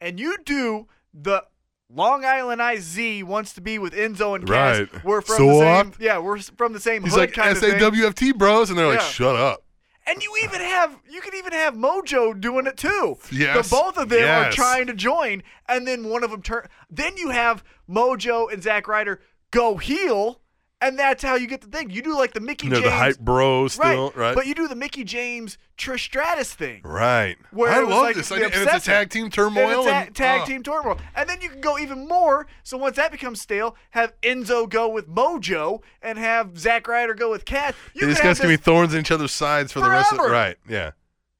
D: and you do the Long Island IZ wants to be with Enzo and Cass.
C: Right.
D: We're from
C: So
D: the
C: what?
D: same. Yeah, we're s- from the same
C: He's
D: hood
C: like
D: kind of thing.
C: SAWFT bros, and they're like,
D: Yeah.
C: shut up.
D: And you even have you can even have Mojo doing it too.
C: Yes.
D: The both of them
C: Yes.
D: are trying to join, and then one of them turn. Then you have Mojo and Zack Ryder go heel, and that's how you get the thing. You do like the Mickey
C: And they're
D: James,
C: the hype bros still,
D: [laughs] right?
C: right?
D: But you do the Mickey James Trish Stratus thing.
C: right.
D: Where
C: I
D: it was
C: love
D: like
C: this.
D: the
C: I, and it's a
D: obsessive.
C: tag team turmoil.
D: And a ta-
C: and-
D: tag
C: ah.
D: team turmoil. And then you can go even more. So once that becomes stale, have Enzo go with Mojo and have Zack Ryder go with Cat. You
C: These
D: can
C: guys
D: have
C: can be
D: this-
C: thorns in each other's sides for the rest of
D: Forever.
C: Right. Yeah.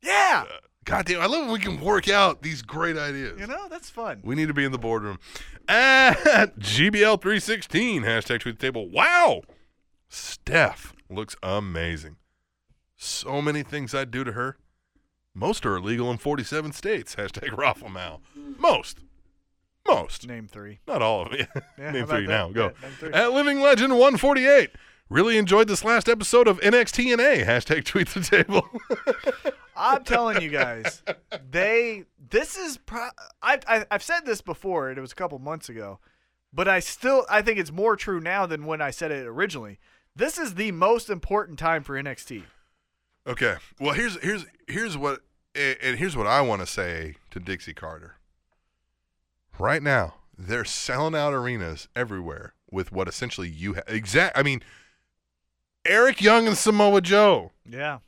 D: yeah.
C: God damn, I love when we can work out these great ideas.
D: You know that's fun.
C: We need to be in the boardroom. At GBL316, hashtag tweet the table. Wow. Steph looks amazing. So many things I'd do to her. Most are illegal in 47 states. [laughs] Hashtag Rafflemal. Most. Most.
D: Name three.
C: Not all [laughs] of it.
D: Yeah,
C: name
D: how about
C: three
D: that?
C: now. Go.
D: Yeah, name three.
C: At Living Legend 148. Really enjoyed this last episode of NXT and A. Hashtag tweet the table. [laughs]
D: I'm telling you guys, they. This is. Pro- I, I I've said this before, and it was a couple months ago. But I still I think it's more true now than when I said it originally. This is the most important time for NXT.
C: Okay. Well, here's here's here's what a- and here's what I want to say to Dixie Carter. Right now, they're selling out arenas everywhere with what essentially you have. Exact. I mean, Eric Young and Samoa Joe.
D: Yeah.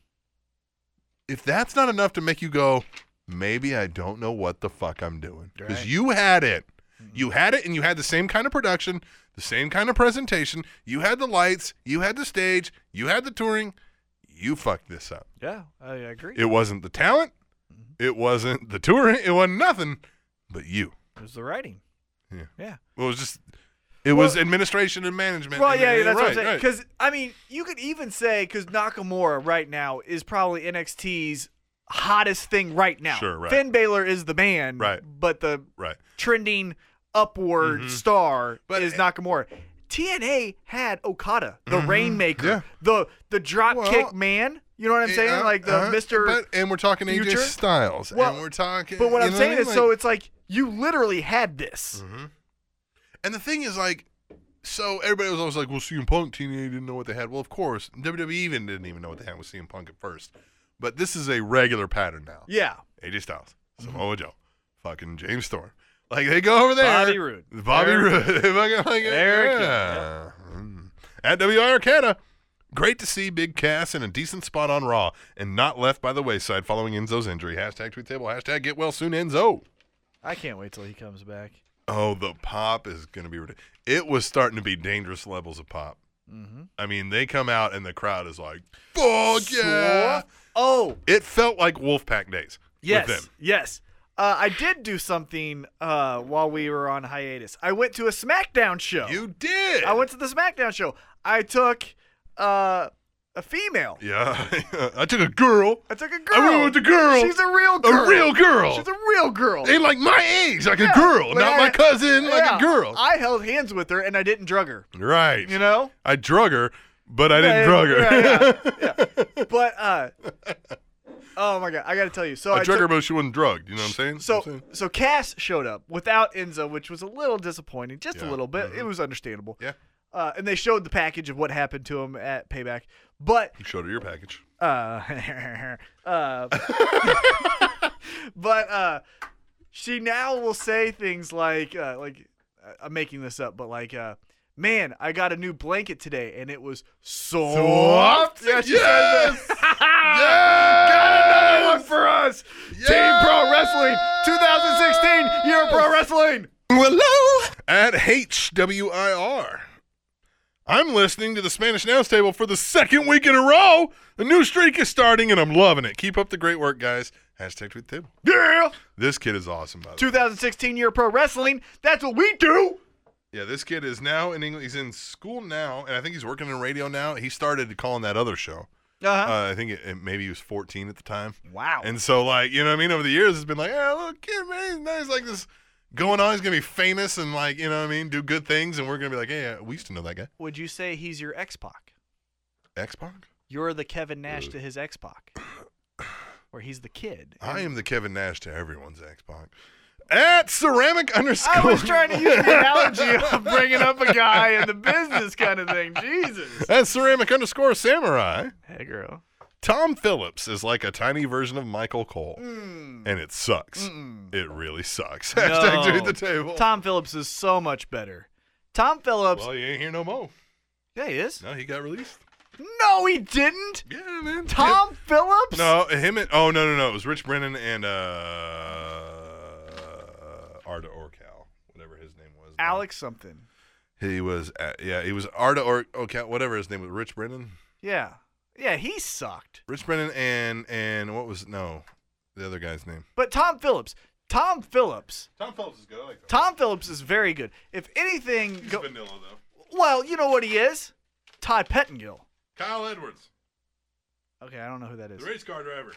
C: If that's not enough to make you go, maybe I don't know what the fuck I'm doing because
D: Right.
C: you had it. You had it, and you had the same kind of production, the same kind of presentation. You had the lights, you had the stage, you had the touring. You fucked this up.
D: Yeah, I agree.
C: It wasn't the talent.
D: Mm-hmm.
C: It wasn't the tour. It wasn't nothing but you.
D: It was the writing.
C: Yeah.
D: Yeah.
C: It was just, it was administration and management.
D: Well,
C: and-
D: yeah,
C: and-
D: yeah, that's what I'm
C: right,
D: saying.
C: right.
D: Because I mean, you could even say because Nakamura right now is probably NXT's hottest thing right now.
C: Sure, right.
D: Finn Balor is the man,
C: Right.
D: But the
C: Right.
D: trending
C: Mm-hmm.
D: upward star
C: But
D: is
C: it-
D: Nakamura. TNA had Okada, the rainmaker,
C: Mm-hmm. yeah.
D: the the dropkick
C: Well,
D: man. You know what I'm
C: Yeah,
D: saying? Like the
C: uh-huh.
D: Mister.
C: But, and we're talking AJ
D: Future?
C: Styles.
D: Well,
C: and we're talking.
D: But what
C: you
D: I'm
C: know
D: saying
C: I mean?
D: is,
C: Like-
D: so
C: Mm-hmm.
D: it's like you literally had this.
C: And the thing is, like, so everybody was always like, well, CM Punk, TNA didn't know what they had. Well, of course, WWE even didn't even know what they had with CM Punk at first. But this is a regular pattern now.
D: Yeah.
C: AJ Styles,
D: Mm-hmm.
C: Samoa Joe, fucking James Storm. Like they go over there.
D: Bobby Roode.
C: Bobby
D: Eric-
C: Roode. [laughs] They fucking like,
D: Eric Young,
C: yeah. Mm. At WI Arcana. Great to see Big Cass in a decent spot on Raw and not left by the wayside following Enzo's injury. Hashtag tweet table. Hashtag get well soon, Enzo.
D: I can't wait till he comes back.
C: Oh, the pop is going to be ridiculous. It was starting to be dangerous levels of pop.
D: Mm-hmm.
C: I mean, they come out and the crowd is like, fuck yeah.
D: Sure. Oh,
C: It felt like Wolfpack days
D: Yes.
C: with them.
D: Yes. Uh, I did do something uh, while we were on hiatus. I went to a SmackDown show.
C: You did.
D: I went to the SmackDown show. I took uh, a female.
C: Yeah, [laughs] I took a girl.
D: I took a girl.
C: I went with the girl.
D: She's a real girl.
C: A real girl.
D: She's a real girl.
C: They like my age, like a
D: Yeah,
C: girl,
D: but
C: not
D: I-
C: my cousin,
D: Yeah.
C: like a girl.
D: I held hands with her and I didn't drug her.
C: right.
D: You know?
C: I drug her, but I didn't
D: Yeah,
C: drug her. [laughs]
D: yeah, yeah. But uh, oh my god, I gotta tell you. So I,
C: I drug
D: took-
C: her, but she wasn't drugged. You know what I'm saying?
D: So
C: You know what I'm saying?
D: so Cass showed up without Enzo, which was a little disappointing, just
C: Yeah, Mm-hmm.
D: a little bit. It was understandable.
C: Yeah.
D: Uh, and they showed the package of what happened to him at Payback, but
C: you showed her your package.
D: uh, [laughs] uh, but uh, she now will say things like uh, like uh, I'm making this up, but like. Uh, Man, I got a new blanket today, and it was soft.
C: Soft?
D: Yeah, she
C: Yes!
D: says
C: Got
D: that. Ah, another one for us. Team Pro Wrestling 2016 Year of Pro Wrestling.
C: Hello. At HWIR. I'm listening to the Spanish Nouns Table for the second week in a row. The new streak is starting, and I'm loving it. Keep up the great work, guys. Hashtag tweet the table.
D: Yeah.
C: This kid is awesome, by the way.
D: 2016 Year of Pro Wrestling. That's what we do.
C: Yeah, this kid is now in England. He's in school now, and I think he's working in radio now. He started calling that other show.
D: Uh-huh.
C: Uh, I think it, it- maybe he was 14 at the time.
D: wow.
C: And so, like, you know what I mean? Over the years, it's been like, oh, look, kid, man, he's nice, like this going on. He's going to be famous and, like, you know what I mean? Do good things. And we're going to be like, hey, uh, we used to know that guy.
D: Would you say he's your X Pac?
C: X Pac?
D: You're the Kevin Nash to his X Pac, where he's
C: [laughs]
D: the kid.
C: I am the Kevin Nash to everyone's X Pac. At ceramic underscore.
D: I was trying to
C: [laughs]
D: use the analogy of bringing up a guy and the business kind of thing.
C: [laughs]
D: Jesus.
C: At ceramic underscore samurai.
D: Hey, girl.
C: Tom Phillips is like a tiny version of Michael Cole,
D: Hmm.
C: and it sucks. It really sucks. [laughs] Hashtag tweet the table.
D: Tom Phillips is so much better. Tom Phillips.
C: well, you ain't here no more.
D: yeah, he is.
C: No, he got released.
D: No, he didn't.
C: Yeah, man. [laughs]
D: Tom Phillips?
C: Him- no, him and oh no no no, it was Rich Brennan and uh Arda Orcal, whatever his name was.
D: Alex something.
C: He was at, yeah, he was Arda or- Orcal, whatever his name was. Rich Brennan,
D: Yeah. Yeah, he sucked.
C: Rich Brennan, and and what was no, the other guy's name.
D: But Tom Phillips. Tom Phillips.
C: Tom Phillips is good. I like that.
D: Tom Phillips is very good. If anything, go-
C: vanilla though.
D: well, you know what he is? Todd Pettingill.
C: Kyle Edwards.
D: Okay, I don't know who that is.
C: The race car driver.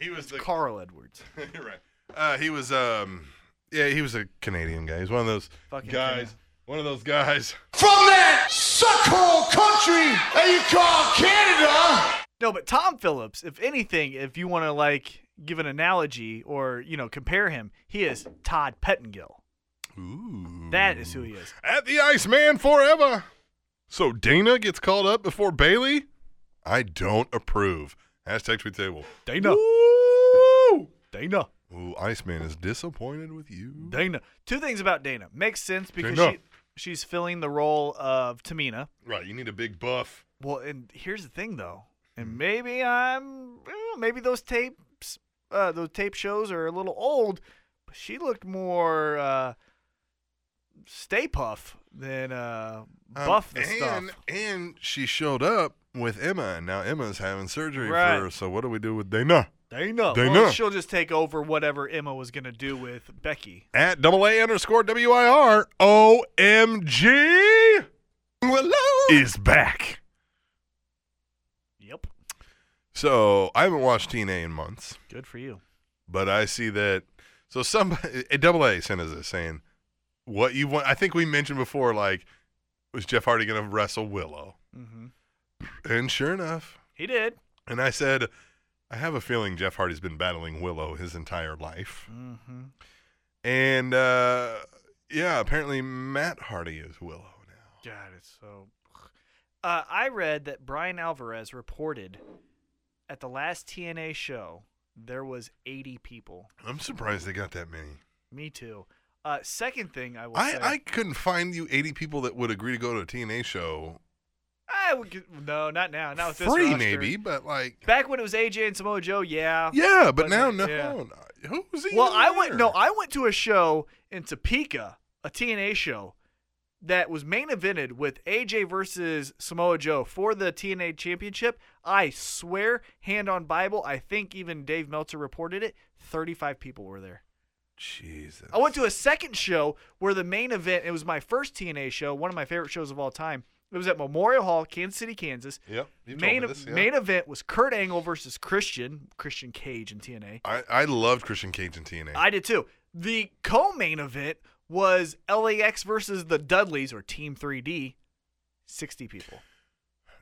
C: He was the [laughs]
D: Carl Edwards.
C: You're right. Uh, he was um yeah, he was a Canadian guy. He's one of those
D: Fucking
C: guys.
D: Canadian.
C: One of those guys.
F: from that suckhole country that you call Canada.
D: No, but Tom Phillips, if anything, if you want to like give an analogy or you know compare him, he is Todd Pettingill.
C: Ooh.
D: That is who he is.
C: At the Iceman forever. So Dana gets called up before Bailey? I don't approve. Hashtag tweet table.
D: Dana.
C: Ooh.
D: Dana.
C: Ooh, Iceman is disappointed with you.
D: Dana. Two things about Dana. Makes sense because
C: Dana.
D: she she's filling the role of Tamina.
C: Right, you need a big buff.
D: Well, and here's the thing though, and maybe I'm eh, maybe those tapes, uh, those tape shows are a little old, but she looked more uh, Stay Puff than uh,
C: Um,
D: Buff the
C: and,
D: stuff.
C: And she showed up with Emma, and now Emma's having surgery
D: Right.
C: for her. So what do we do with Dana?
D: Dana,
C: Dana.
D: she'll just take over whatever Emma was gonna do with Becky.
C: At double A underscore W I R O M G is back.
D: Yep,
C: So I haven't watched TNA in months,
D: good for you.
C: but I see that. So somebody, [laughs] a double A sent us this saying, "What you want?" I think we mentioned before, like, was Jeff Hardy going to wrestle Willow?
D: hmm
C: And sure enough,
D: He did.
C: and I said, "I have a feeling Jeff Hardy's been battling Willow his entire life."
D: Mm-hmm.
C: And uh, yeah, apparently Matt Hardy is Willow now.
D: God, it's so. Uh, I read that Brian Alvarez reported at the last TNA show there was 80 people.
C: I'm surprised they got that many.
D: Me too. Uh, second thing I will say,
C: I, I couldn't find you 80 people that would agree to go to a TNA show.
D: I would get- no, not now, not with this
C: Free
D: roster.
C: maybe, but like
D: Back when it was AJ and Samoa Joe, yeah.
C: yeah, but,
D: But,
C: now
D: uh,
C: no.
D: yeah.
C: Who's even
D: Well, I went
C: there?
D: no, I went to a show in Topeka, a TNA show that was main evented with AJ versus Samoa Joe for the TNA championship. I swear, hand on Bible, I think even Dave Meltzer reported it. Thirty-five people were there.
C: Jesus.
D: I went to a second show where the main event. It was my first TNA show, one of my favorite shows of all time. It was at Memorial Hall, Kansas City, Kansas.
C: Yep. you told
D: main e,
C: me this, yeah.
D: main event was Kurt Angle versus Christian Christian Cage in TNA.
C: I I loved Christian Cage and TNA.
D: I did too. The co-main event was LAX versus the Dudleys or Team 3D. 60 people.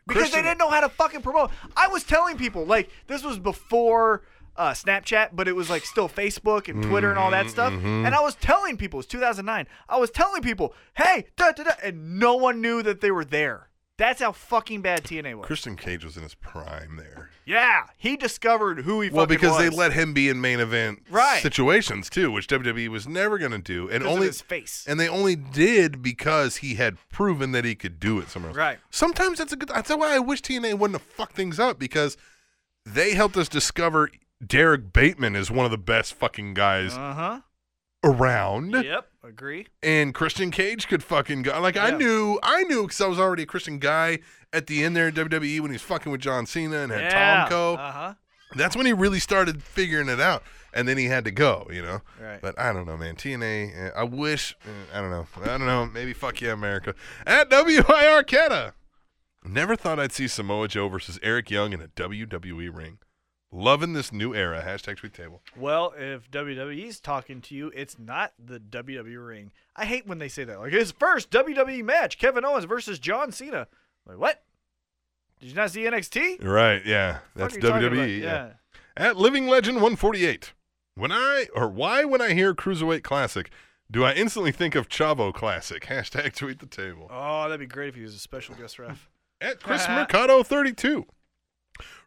D: Because
C: Christian-
D: they didn't know how to fucking promote. I was telling people like this was before uh, Snapchat, but it was like still Facebook and Twitter and all that
C: Mm-hmm,
D: stuff. And I was telling people, it's 2009. I was telling people, hey, da, da, da, and no one knew that they were there. That's how fucking bad TNA was.
C: Christian Cage was in his prime there.
D: yeah, he discovered who he
C: Well,
D: fucking
C: because they
D: was
C: let him be in main event
D: Right.
C: situations too, which WWE was never going to do, and
D: because of
C: only
D: his face.
C: and they only did because he had proven that he could do it somewhere else.
D: Right.
C: Sometimes that's a good. That's why I wish TNA wouldn't have fucked things up because they helped us discover Derek Bateman is one of the best fucking guys
D: Uh
C: [laughs] around,
D: huh. Yep. Agree.
C: and Christian Cage could fucking go. Like I
D: Yeah.
C: knew, I knew because I was already a Christian guy at the end there in WWE when he was fucking with John Cena and had Tomko.
D: Uh huh.
C: that's when he really started figuring it out, and then he had to go. You know.
D: Right.
C: But I don't know, man. TNA, uh, I wish, uh, I don't know. I don't know. Maybe fuck yeah, America. At WIR Keta. Never thought I'd see Samoa Joe versus Eric Young in a WWE ring. Loving this new era. Hashtag tweet table.
D: Well, if WWE's talking to you, it's not the WWE ring. I hate when they say that. Like his first WWE match, Kevin Owens versus John Cena. Like what? Did you not see NXT?
C: Right, yeah. That's
D: Fuck are you talking about?
C: WWE. yeah. At Living Legend 148. When I, or why when I hear Cruiserweight Classic, do I instantly think of Chavo Classic? [laughs] Hashtag tweet the table.
D: Oh, that'd be great if he was a special
C: [laughs]
D: guest ref.
C: At
D: [laughs]
C: Chris Mercado 32.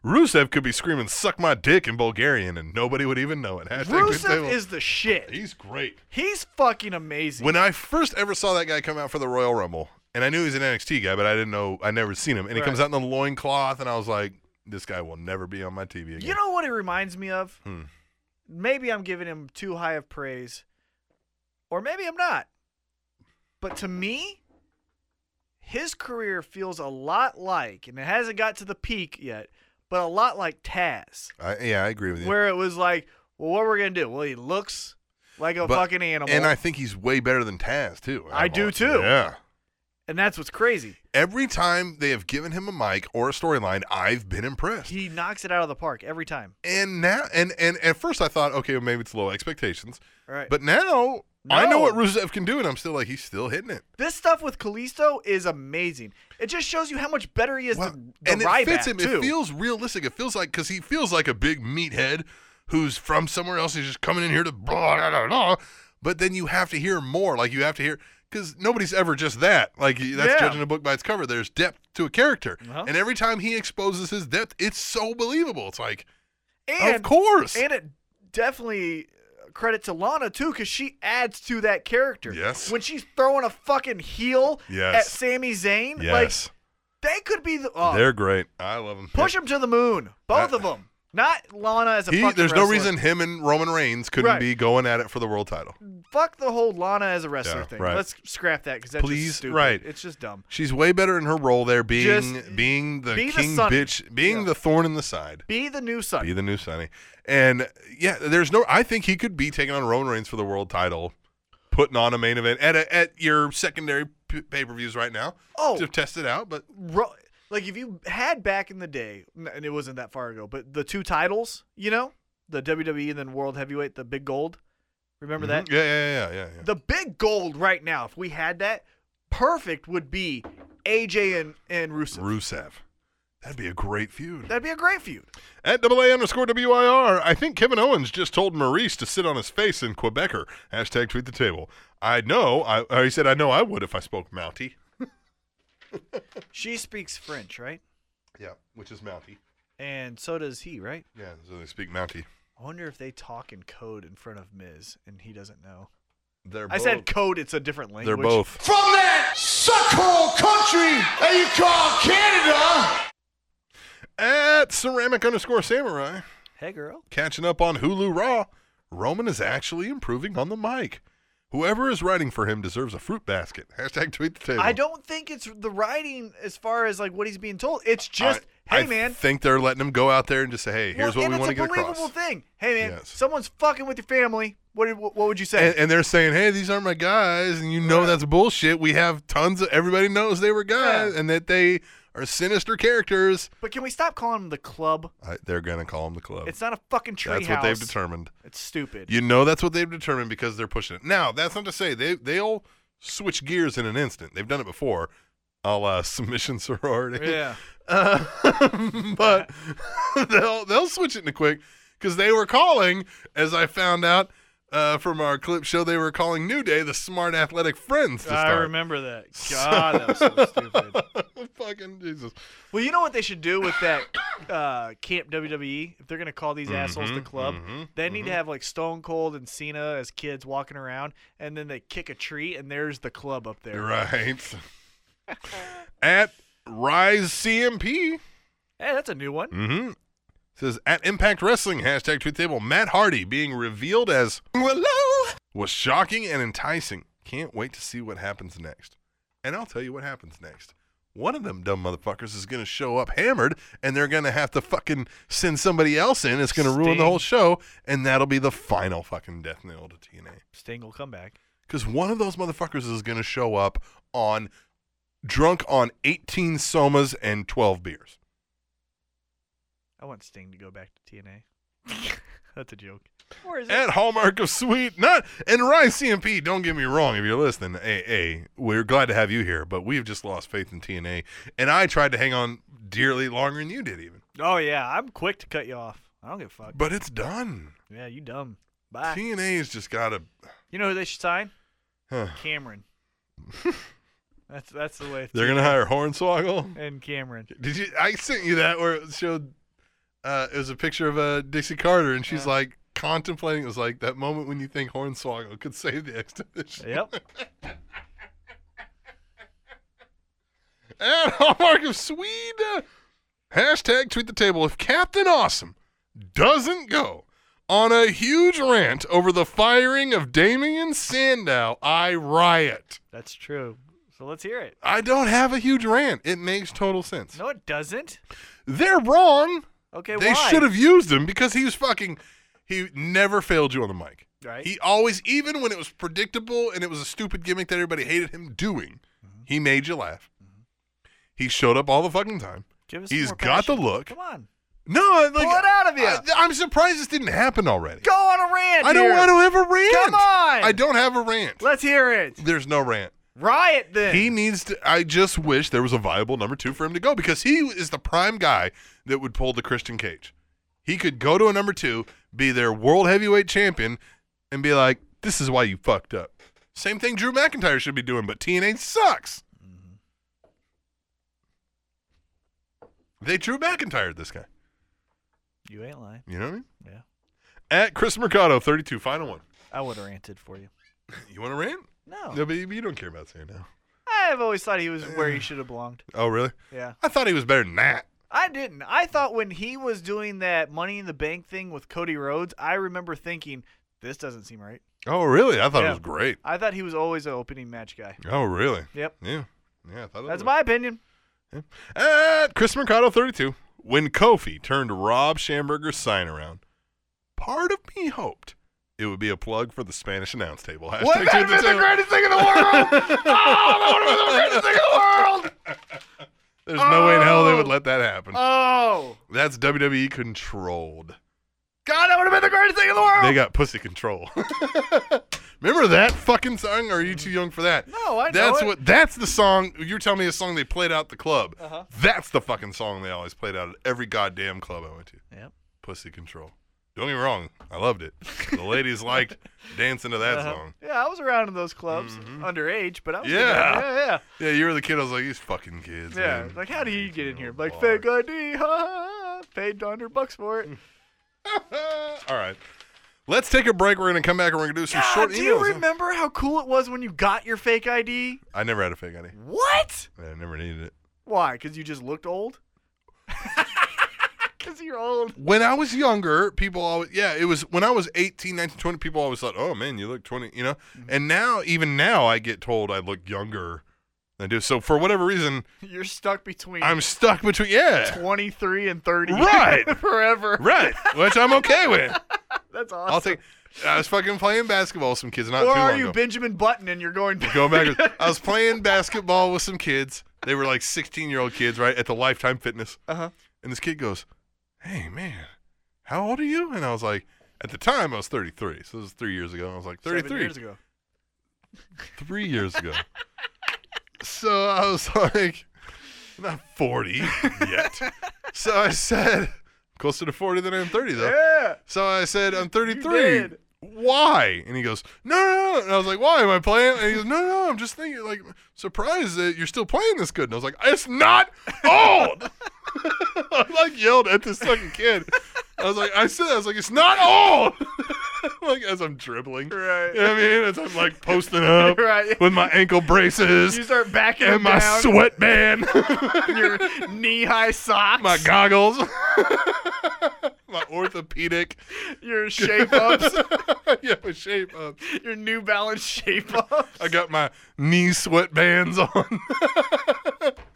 C: Rusev could be screaming "suck my dick" in Bulgarian, and nobody would even know it. Hashtag Chris Table.
D: Rusev is the shit.
C: he's great.
D: He's fucking amazing.
C: When I first ever saw that guy come out for the Royal Rumble, and I knew he was an NXT guy, but I didn't know I never seen him, and he
D: Right.
C: comes out in the loincloth, and I was like, "This guy will never be on my TV again."
D: you know what it reminds me of?
C: Hmm.
D: Maybe I'm giving him too high of praise, or maybe I'm not. But to me, his career feels a lot like, and it hasn't got to the peak yet, but a lot like Taz,
C: I, yeah, I agree with you.
D: where it was like, well, what are we going to do? Well, he looks like a
C: But-
D: fucking animal.
C: and I think he's way better than Taz too.
D: I do, too.
C: Yeah.
D: and that's what's crazy.
C: Every time they have given him a mic or a storyline, I've been impressed.
D: He knocks it out of the park every time.
C: and now, and and at first I thought, okay, well, maybe it's low expectations.
D: All right.
C: But now I know
D: No.
C: what Rusev can do, and I'm still like, he's still hitting it.
D: This stuff with Kalisto is amazing. It just shows you how much better he is
C: Wow.
D: than the
C: and it
D: Ryback
C: fits him.
D: too.
C: It feels realistic. It feels like because he feels like a big meathead who's from somewhere else. He's just coming in here to blah blah blah. blah. But then you have to hear more. Like you have to hear because nobody's ever just that. Like y- that's
D: Yeah.
C: judging a book by its cover. There's depth to a character,
D: Uh-huh.
C: and every time he exposes his depth, it's so believable. It's like,
D: And
C: of course,
D: And it definitely uh, credit to Lana too, because she adds to that character.
C: Yes.
D: When she's throwing a fucking heel
C: Yes.
D: at Sami Zayn,
C: yes,
D: like they could be the oh,
C: they're great. I love them.
D: push them to the moon, both
C: I-
D: of them. Not Lana as a
C: He,
D: fucking
C: there's no
D: wrestler.
C: reason him and Roman Reigns couldn't
D: Right.
C: be going at it for the world title.
D: Fuck the whole Lana as a wrestler
C: Yeah,
D: thing.
C: right.
D: Let's scrap that because that's
C: Please,
D: just stupid.
C: right.
D: It's just dumb.
C: She's way better in her role there, being
D: Just
C: being the
D: be the
C: king
D: Sonny.
C: bitch, being
D: Yeah.
C: the thorn in the side.
D: Be the new son.
C: Be the new Sonny. And yeah, there's no. I think he could be taking on Roman Reigns for the world title, putting on a main event at a, at your secondary p- pay per views right now.
D: Oh.
C: to test it out. But
D: Ro- like if you had back in the day, n- and it wasn't that far ago, but the two titles, you know, the WWE and then World Heavyweight, the Big Gold. Remember that?
C: yeah, yeah, yeah, yeah, yeah.
D: The Big Gold right now, if we had that, perfect would be AJ and and Rusev.
C: Rusev. That'd be a great feud.
D: That'd be a great feud.
C: At double A underscore WIR, I think Kevin Owens just told Maurice to sit on his face in Quebecer. Hashtag tweet the table. I know. I or he said I know I would if I spoke Mountie.
D: She speaks French, right?
C: Yeah, which is Mountie.
D: And so does he, right?
C: Yeah, so they speak Mountie.
D: I wonder if they talk in code in front of Miz and he doesn't know.
C: They're
D: I said code, it's a different language.
C: they're both.
F: From that suckhole country that you call Canada.
C: At ceramic underscore samurai,
D: Hey girl.
C: catching up on Hulu Raw, Roman is actually improving on the mic. Whoever is writing for him deserves a fruit basket. [laughs] Hashtag tweet the table.
D: I don't think it's the writing as far as like what he's being told. It's just,
C: I-
D: hey
C: I
D: man,
C: think they're letting him go out there and just say, hey, here's what
D: well,
C: we
D: and
C: want to
D: it's a
C: get
D: believable
C: across.
D: thing. Hey man,
C: Yes.
D: someone's fucking with your family. What did- what would you say?
C: And, and they're saying, hey, these aren't my guys. And you know that's bullshit. We have tons of, everybody knows they were guys
D: Yeah.
C: and that they are sinister characters.
D: but can we stop calling them the club?
C: I, they're going to call him the club.
D: It's not a fucking treehouse.
C: Oh. that's what they've determined.
D: It's stupid.
C: You know that's what they've determined because they're pushing it. Now, that's not to say they they'll switch gears in an instant. They've done it before, a la [laughs] submission sorority. [laughs]
D: yeah.
C: Uh, but [laughs] they'll they'll switch it in a quick because they were calling, as I found out uh, from our clip show, they were calling New Day the smart athletic friends. To start. [laughs]
D: that. God, that was so stupid.
C: Fucking Jesus.
D: Well, you know what they should do with that uh, Camp WWE? If they're going to call
C: Mm-hmm,
D: these assholes the club, they need to have like Stone Cold and Cena as kids walking around, and then they kick a tree, and there's the club up there.
C: Right. [laughs] At Rise CMP.
D: Hey, that's a new one.
C: Mm-hmm. Says at Impact Wrestling hashtag tweet table Matt Hardy being revealed as Willow was shocking and enticing. Can't wait to see what happens next. And I'll tell you what happens next. One of them dumb motherfuckers is gonna show up hammered, and they're gonna have to fucking send somebody else in. It's gonna ruin the
D: Sting.
C: whole show, and that'll be the final fucking death nail to TNA.
D: Sting will come back.
C: Because one of those motherfuckers is gonna show up on drunk on 18 somas and 12 beers.
D: I want Sting to go back to TNA.
C: [laughs]
D: that's a joke. Or is
C: at Hallmark of Sweet Not and Rise CMP. Don't get me wrong, if you're listening, hey, hey, we're glad to have you here, but we've just lost faith in TNA, and I tried to hang on dearly longer than you did, even.
D: Oh yeah, I'm quick to cut you off. I don't give a fuck.
C: But it's done.
D: Yeah, you dumb. Bye.
C: TNA has just got to.
D: You know who they should sign?
C: Huh. [laughs]
D: Cameron. that's that's the way.
C: They're gonna hire Hornswoggle.
D: And Cameron.
C: Did you? I sent you that where it showed. Uh, it was a picture of uh, Dixie Carter, and she's like contemplating. It was like that moment when you think Hornswoggle could save the [laughs] expedition.
D: Yep.
C: [laughs] at Hallmark of Sweden. Hashtag tweet the table. If Captain Awesome doesn't go on a huge rant over the firing of Damian Sandow, I riot.
D: That's true. So let's hear it.
C: I don't have a huge rant. It makes total sense.
D: No, it doesn't.
C: They're wrong.
D: Okay,
C: they
D: why?
C: should have used him because he was fucking. He never failed you on the mic.
D: Right.
C: He always, even when it was predictable and it was a stupid gimmick that everybody hated him doing,
D: Mm-hmm.
C: he made you laugh. He showed up all the fucking time.
D: Give us. some
C: He's
D: more
C: got the
D: passion.
C: look.
D: Come on.
C: No, I- like,
D: Pull it out of you.
C: I, am surprised this didn't happen already.
D: Go on a rant.
C: I don't.
D: here.
C: I don't have a rant.
D: Come on.
C: I don't have a rant.
D: Let's hear it.
C: There's no rant.
D: Riot then.
C: He needs to. I just wish there was a viable number two for him to go because he is the prime guy that would pull the Christian Cage. He could go to a number two, be their world heavyweight champion, and be like, This is why you fucked up. Same thing Drew McIntyre should be doing, but TNA sucks.
D: Mm-hmm.
C: They Drew McIntyre this guy.
D: You ain't lying.
C: You know what I mean?
D: Yeah.
C: At Chris Mercado, 32, final one.
D: I would have ranted for you.
C: You want to rant?
F: Oh.
D: No.
C: No, but you, you don't care about saying now.
D: I've always thought he was where he should have belonged.
C: Oh, really?
D: Yeah.
C: I thought he was better than that.
D: I didn't. I thought when he was doing that Money in the Bank thing with Cody Rhodes, I remember thinking, this doesn't seem right.
C: Oh, really? I thought it
D: Yeah.
C: was great.
D: I thought he was always an opening match guy.
C: Oh, really?
D: Yep.
C: Yeah. Yeah, I thought that
D: That's
C: was-
D: my opinion.
C: At Chris Mercado 32, when Kofi turned Rob Schamberger's sign around, part of me hoped it would be a plug for the Spanish announce table.
F: What
C: Hashtag
F: that
C: tweet
F: been the
C: tail.
F: greatest thing in the world?
C: [laughs]
F: oh, that would have been the greatest thing in the world.
C: There's no way in hell they would let that happen.
D: Oh.
C: That's WWE controlled.
F: God, that would have been the greatest thing in the
D: Oh.
F: world.
C: They got pussy
D: [laughs]
C: control. Remember that fucking song? Or are you too young for that?
D: No, I know
C: That's
D: it.
C: what. That's the song. You're telling me a song they played out at the club. Uh-huh. That's the fucking song they always played out at every goddamn club I went to.
D: Yep.
C: Pussy Control. Don't get me wrong, I loved it. The ladies
D: [laughs]
C: liked dancing to that
D: Uh-huh.
C: song.
D: Yeah, I was around in those clubs, underage, but I was
C: Mm-hmm. Yeah.
D: thinking, yeah, yeah.
C: Yeah, you were the kid. I was like, these fucking kids.
D: Yeah,
C: man.
D: like how do you get in here?
C: Bar.
D: Like fake ID, ha, ha ha. Paid hundred bucks
C: [laughs]
D: for it.
C: [laughs] All right, let's take a break. We're gonna come back and we're gonna do some short
D: Ah, do you
C: emails.
D: remember how cool it was when you got your fake ID?
C: I never had a fake ID.
D: What?
C: I never needed it.
D: Why? Because you just looked old. [laughs] Because you're old.
C: When I was younger, people always, yeah, it was when I was 18, 19, 20, people always thought, oh man, you look 20, you know?
D: Mm-hmm.
C: And now, even now, I get told I look younger than I do. So for whatever reason,
D: You're stuck between
C: I'm stuck between, yeah,
D: 23 and 30
C: Right.
D: [laughs] forever.
C: right, which I'm okay
D: [laughs]
C: with.
D: That's awesome.
C: I'll take. I was fucking playing basketball with some kids not
D: or
C: too
D: are
C: long
D: you
C: ago.
D: Benjamin Button and you're going back?
C: Go back. [laughs] I was playing basketball with some kids. They were like 16 year old kids, right, at the Lifetime Fitness.
D: [laughs] Uh-huh.
C: And this kid goes, "Hey man, how old are you?" And I was like, at the time I was 33, so this was three years ago. I was like,
D: Seven
C: 33
D: years ago.
C: three years
D: [laughs]
C: ago. so I was like, I'm not 40
D: [laughs]
C: yet. so I said, closer to 40 than I am 30, though.
D: Yeah.
C: So I said, I'm 33.
D: did.
C: Why? And he goes, no, no, no. And I was like, why am I playing? And he goes, no, no, I'm just thinking, like, surprised that you're still playing this good. And I was like, it's not old. [laughs] I like yelled at this fucking kid. I was like, I said, I was like, it's not old. [laughs] like as I'm dribbling,
D: Right.
C: You know what I mean, as I'm like posting up
D: [laughs] Right.
C: with my ankle braces
D: You start backing
C: and
D: him
C: my
D: down
C: sweatband, [laughs]
D: in your knee-high socks. [laughs]
C: my goggles, [laughs] my orthopedic, [laughs]
D: Your shape ups.
C: yeah, my shape uh, up.
D: your New Balance shape ups.
C: I got my knee sweatbands on. [laughs]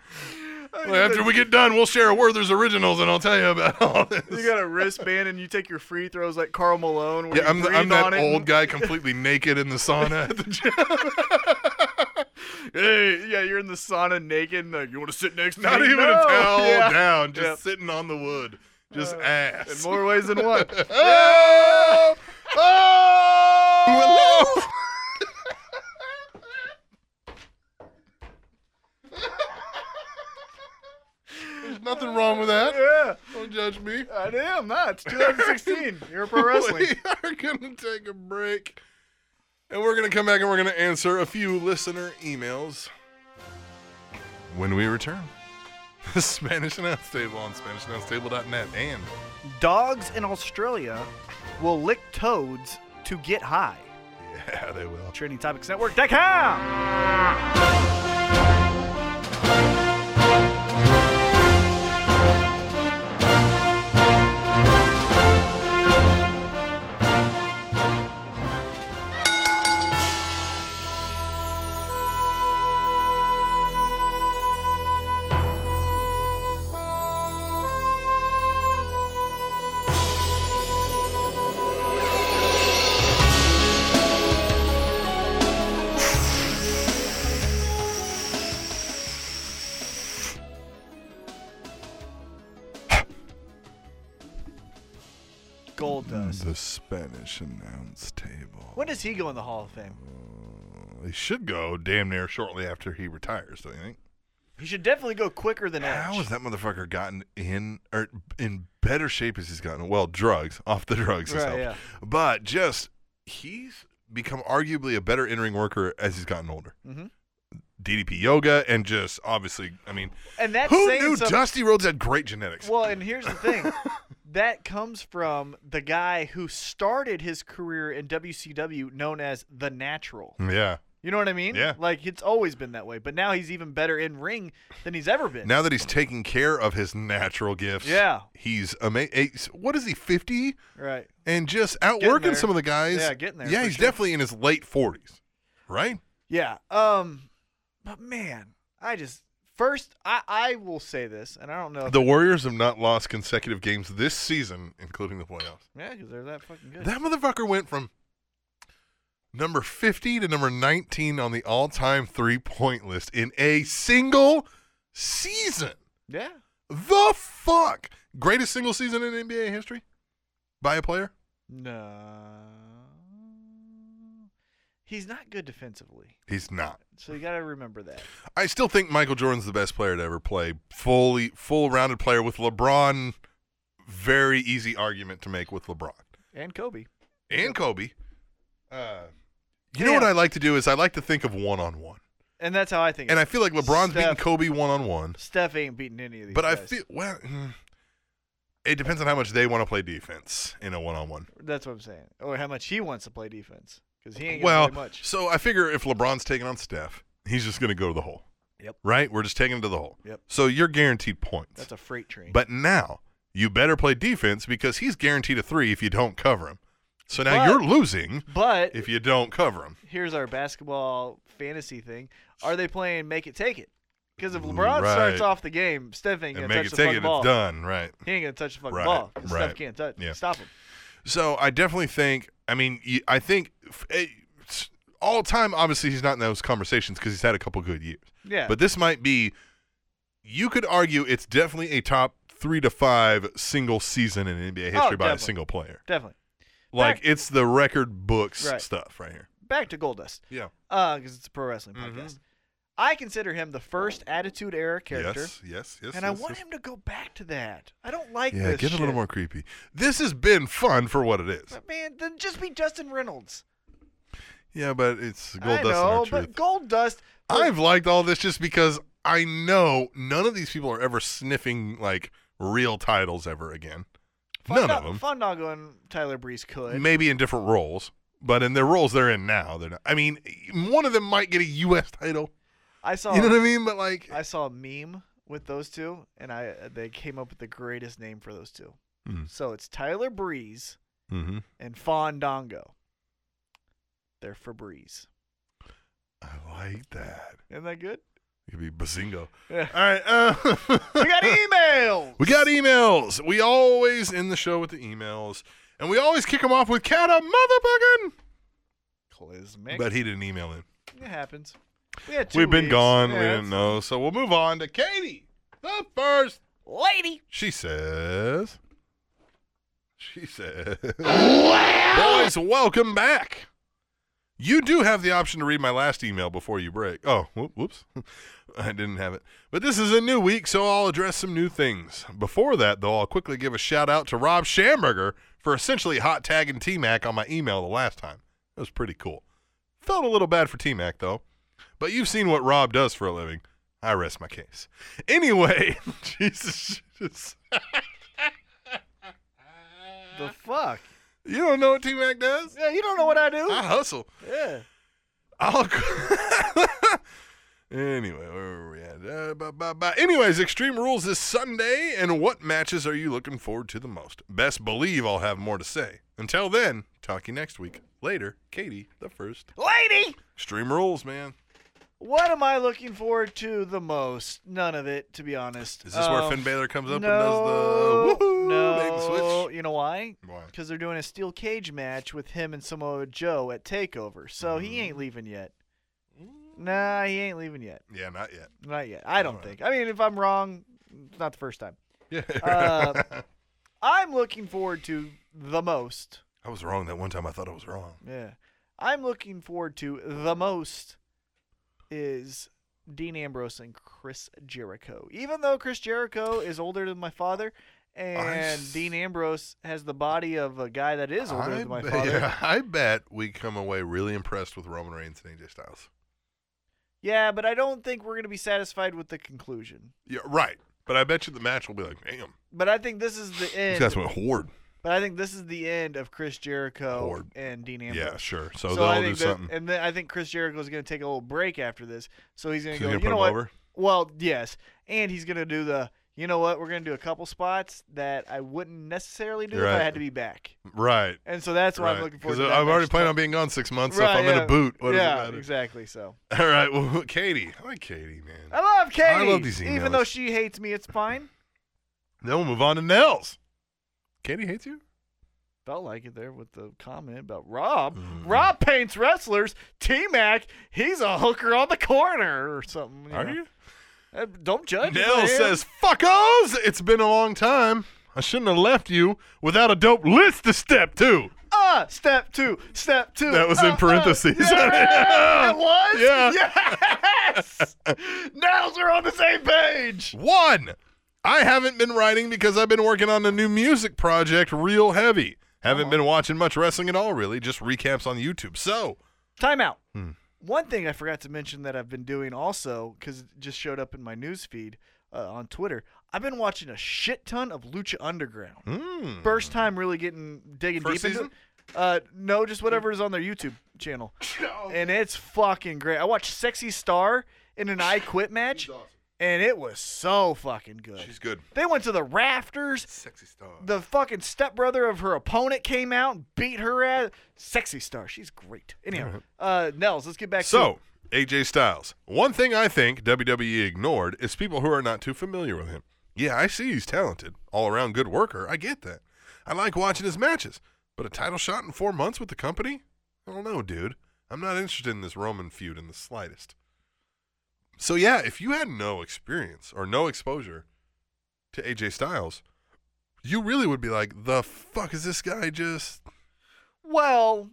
C: Well, after we get done, we'll share a Werther's Originals, and I'll tell you about all this.
D: [laughs] You got a wristband and you take your free throws like Carl Malone. Where
C: yeah,
D: you
C: I'm, the, I'm
D: breathe
C: that
D: on it
C: old
D: and-
C: guy completely naked in the sauna at [laughs] the gym.
D: Hey, yeah, you're in the sauna naked. And like, you want to sit next to
C: Not
D: me?
C: even
D: No.
C: a towel
D: Yeah.
C: down, just
D: Yep.
C: sitting on the wood, just ass. [laughs]
D: In more ways than one.
C: Oh! Oh! [laughs] There's nothing wrong with that.
D: yeah,
C: Don't judge me.
D: I am not. It's 2016. You're a pro wrestling.
C: [laughs] We are going to take a break. And we're going to come back and we're going to answer a few listener emails when we return. [laughs] The Spanish Announce Table on SpanishAnnounceTable.net and
D: Dogs in Australia will lick toads to get high.
C: yeah, they will.
D: TrainingTopicsNetwork.com. Gold dust.
C: The Spanish Announce Table.
D: When does he go in the Hall of Fame?
C: He should go damn near shortly after he retires, don't you think?
D: He should definitely go quicker than Edge.
C: How has that motherfucker gotten in or in [laughs] better shape as he's gotten? Well, drugs, off the drugs has
D: Right,
C: helped. But just he's become arguably a better in ring worker as he's gotten older.
D: Mhm.
C: DDP yoga and just obviously, I mean,
D: And that's
C: who
D: saying
C: knew
D: something-
C: Dusty Rhodes had great genetics?
D: Well, and here's
C: [laughs]
D: the thing. That comes from the guy who started his career in WCW known as The Natural.
C: yeah.
D: You know what I mean?
C: Yeah.
D: Like, it's always been that way. But now he's even better in ring than he's ever been.
C: Now that he's taking care of his natural gifts,
D: Yeah.
C: he's amazing. What is he, fifty,
D: right.
C: and just
D: there.
C: outworking some of the guys?
D: Yeah, getting there,
C: Yeah,
D: for
C: he's
D: sure.
C: definitely in his late forties, right?
D: Yeah. Um, but man, I just first I I will say this, and I don't know. If,
C: The Warriors have not lost consecutive games this season, including the playoffs.
D: yeah, because they're that fucking good.
C: That motherfucker went from number 50 to number 19 on the all time three point list in a single season.
D: yeah.
C: The fuck? Greatest single season in NBA history by a player?
D: No. He's not good defensively,
C: He's not.
D: so you got to remember that.
C: I still think Michael Jordan's the best player to ever play. Fully, full rounded player with LeBron. Very easy argument to make with LeBron
D: And Kobe.
C: and Kobe. Uh, you know
D: Yeah.
C: what I like to do is I like to think of one on one.
D: And that's how I think.
C: And
D: of
C: I feel like LeBron's beating
D: Steph.
C: Kobe one on one.
D: it. Steph ain't beating any of these.
C: But I
D: guys.
C: feel well. mm, It depends on how much they want to play defense in a one-on-one.
D: that's what I'm saying. Or how much he wants to play defense, because he ain't gonna
C: Well,
D: play much.
C: so I figure if LeBron's taking on Steph, he's just going to go to the hole.
D: Yep.
C: Right? We're just taking him to the hole.
D: Yep.
C: So you're guaranteed points.
D: That's a freight train.
C: but now you better play defense because he's guaranteed a three if you don't cover him. So now
D: But-
C: you're losing
D: but
C: if you don't cover him.
D: here's our basketball fantasy thing. Are they playing make it take it? Because if LeBron
C: Right.
D: starts off the game, Steph ain't
C: And
D: gonna
C: make
D: touch
C: it
D: the
C: take
D: fucking
C: it.
D: ball.
C: It's done. Right.
D: He ain't gonna touch the fucking
C: Right,
D: ball. 'cause
C: right.
D: Steph can't touch.
C: Yeah.
D: Stop him.
C: So I definitely think. I mean, you- I think f- eh, s- all time. Obviously, he's not in those conversations because he's had a couple good years.
D: Yeah.
C: But this might be. You could argue it's definitely a top three to five single season in NBA history by a
D: Oh, definitely.
C: single player.
D: definitely
C: Like
D: Fact-
C: it's the record books
D: Right.
C: stuff right here.
D: back to Goldust.
C: Yeah.
D: Uh, because it's a pro wrestling
C: Mhm.
D: podcast. I consider him the first Attitude Era character,
C: Yes. Yes. Yes.
D: and I
C: yes,
D: want
C: yes.
D: him to go back to that. I don't like
C: Yeah,
D: this.
C: get a little
D: shit.
C: more creepy. This has been fun for what it is.
D: But man, then just be Dustin Reynolds.
C: Yeah, but it's
D: I
C: gold dust
D: know,
C: and our
D: but
C: truth.
D: Gold Dust.
C: I've liked all this just because I know none of these people are ever sniffing like real titles ever again. None of them.
D: Fondago and Tyler Breeze could.
C: Maybe in different roles, but in their roles they're in now, they're not. I mean, one of them might get a U.S. title.
D: I saw.
C: You know what I mean? But like,
D: Oh. I saw a meme with those two, and I they came up with the greatest name for those two.
C: Hmm.
D: So it's Tyler Breeze
C: Mhm.
D: and Fondango. They're for Breeze.
C: I like that.
D: Isn't that good?
C: It could be Bazingo.
D: Yeah.
C: All right. Uh,
D: [laughs]
C: [laughs]
D: We got e- email.
C: We got emails. We always end the show with the emails, and we always kick them off with Cata motherfucking.
D: Clismic.
C: But he didn't email in.
D: it happens. We had 2
C: we We've been
D: weeks.
C: gone.
D: Yeah,
C: we
D: that's-
C: didn't know. So we'll move on to Katie, the first lady. She says, She says, Boys, welcome back. You do have the option to read my last email before you break. Oh, whoop, whoops. [laughs] I didn't have it. But this is a new week, so I'll address some new things. Before that, though, I'll quickly give a shout out to Rob Schamberger for essentially hot tagging T Mac on my email the last time. That was pretty cool. Felt a little bad for T Mac, though. But you've seen what Rob does for a living. I rest my case. Anyway, [laughs] Jesus, Jesus.
D: The fuck?
C: you don't know what T Mac does?
D: Yeah, you don't know what I do.
C: I hustle.
D: yeah.
C: I'll. [laughs] anyway, where were we at? Uh, ba, ba, ba. Anyways, Extreme Rules this Sunday, and what matches are you looking forward to the most? Best believe I'll have more to say. Until then, talking next week. Later, Katie, the first.
D: Lady.
C: Extreme Rules, man.
D: What am I looking forward to the most? None of it, to be honest.
C: Is this
D: Um,
C: where Finn Balor comes up
D: no,
C: and does the woohoo? bait and
D: no.
C: switch?
D: You know why?
C: Why?
D: Because they're doing a steel cage match with him and Samoa Joe at Takeover, so
C: Mm.
D: he ain't leaving yet. Nah, he ain't leaving yet.
C: Yeah, not yet.
D: Not yet. I don't think. I mean, if I'm wrong, it's not the first time.
C: Yeah. [laughs]
D: Uh, I'm looking forward to the most.
C: I was wrong that one time. I thought I was wrong.
D: Yeah, I'm looking forward to the most is Dean Ambrose and Chris Jericho. Even though Chris Jericho is older than my father, and
C: s-
D: Dean Ambrose has the body of a guy that is older
C: I,
D: than my
C: bet-
D: father.
C: yeah, [laughs] I bet we come away really impressed with Roman Reigns and AJ Styles.
D: Yeah, but I don't think we're gonna be satisfied with the conclusion.
C: Yeah, right. But I bet you the match will be like, damn,
D: But I think this is the
C: [laughs] these
D: end.
C: guys went horde.
D: But I think this is the end of Chris Jericho
C: Horde.
D: and Dean Ambrose.
C: Yeah, sure. So,
D: So, I
C: they'll do
D: think that,
C: something.
D: and then I think Chris Jericho is going to take a little break after this. So he's going
C: He's
D: to go.
C: gonna
D: you
C: put
D: know
C: him
D: what?
C: over?
D: Well, yes, and he's going to do the. You know what? We're going to do a couple spots that I wouldn't necessarily do if I
C: Right.
D: had to be back.
C: Right.
D: And so that's why
C: right.
D: I'm looking forward.
C: 'Cause
D: to that
C: I'm already
D: match.
C: planning on being gone six months, so
D: Right,
C: if I'm in
D: yeah.
C: a boot, what
D: yeah,
C: does it matter?
D: exactly. So
C: All [laughs] right. Well, [laughs] Katie. I like Katie, man.
D: I love Katie.
C: I love these
D: Even though
C: emails.
D: she hates me, it's fine.
C: Then we'll move on to Nels. Katie hates you?
D: Felt like it there with the comment about Rob.
C: Mm-hmm.
D: Rob paints wrestlers. T Mac, he's a hooker on the corner or something. know. Uh, Don't judge. me,
C: Nell
D: man.
C: says, fuckos, it's been a long time. I shouldn't have left you without a dope list to step to.
D: uh, step two, step two.
C: That was
D: uh, [laughs]
C: in parentheses.
D: Uh,
C: [laughs]
D: yeah, it was?
C: Yeah.
D: [laughs] Yes! now we're on the same page.
C: One, I haven't been writing because I've been working on a new music project real heavy. Haven't been watching much wrestling at all, really, just recaps on YouTube. So,
D: Timeout. One thing I forgot to mention that I've been doing also, because it just showed up in my news feed uh, on Twitter, I've been watching a shit ton of Lucha Underground.
C: mm,
D: First time really getting digging
C: First
D: deep
C: season?
D: into it. Uh, no, just whatever is on their YouTube [laughs] channel. And it's fucking great. I watched Sexy Star in an I Quit match, and it was so fucking good.
C: she's good.
D: They went to the rafters.
C: Sexy star.
D: The fucking stepbrother of her opponent came out and beat her ass. Sexy star. She's great. Anyhow, uh, Nels, let's get back to
C: So, AJ Styles. One thing I think WWE ignored is people who are not too familiar with him. Yeah, I see he's talented, all around good worker. I get that. I like watching his matches, but a title shot in four months with the company? I don't know, dude. I'm not interested in this Roman feud in the slightest. So, yeah, if you had no experience or no exposure to AJ Styles, you really would be like, the fuck is this guy just.
D: Well,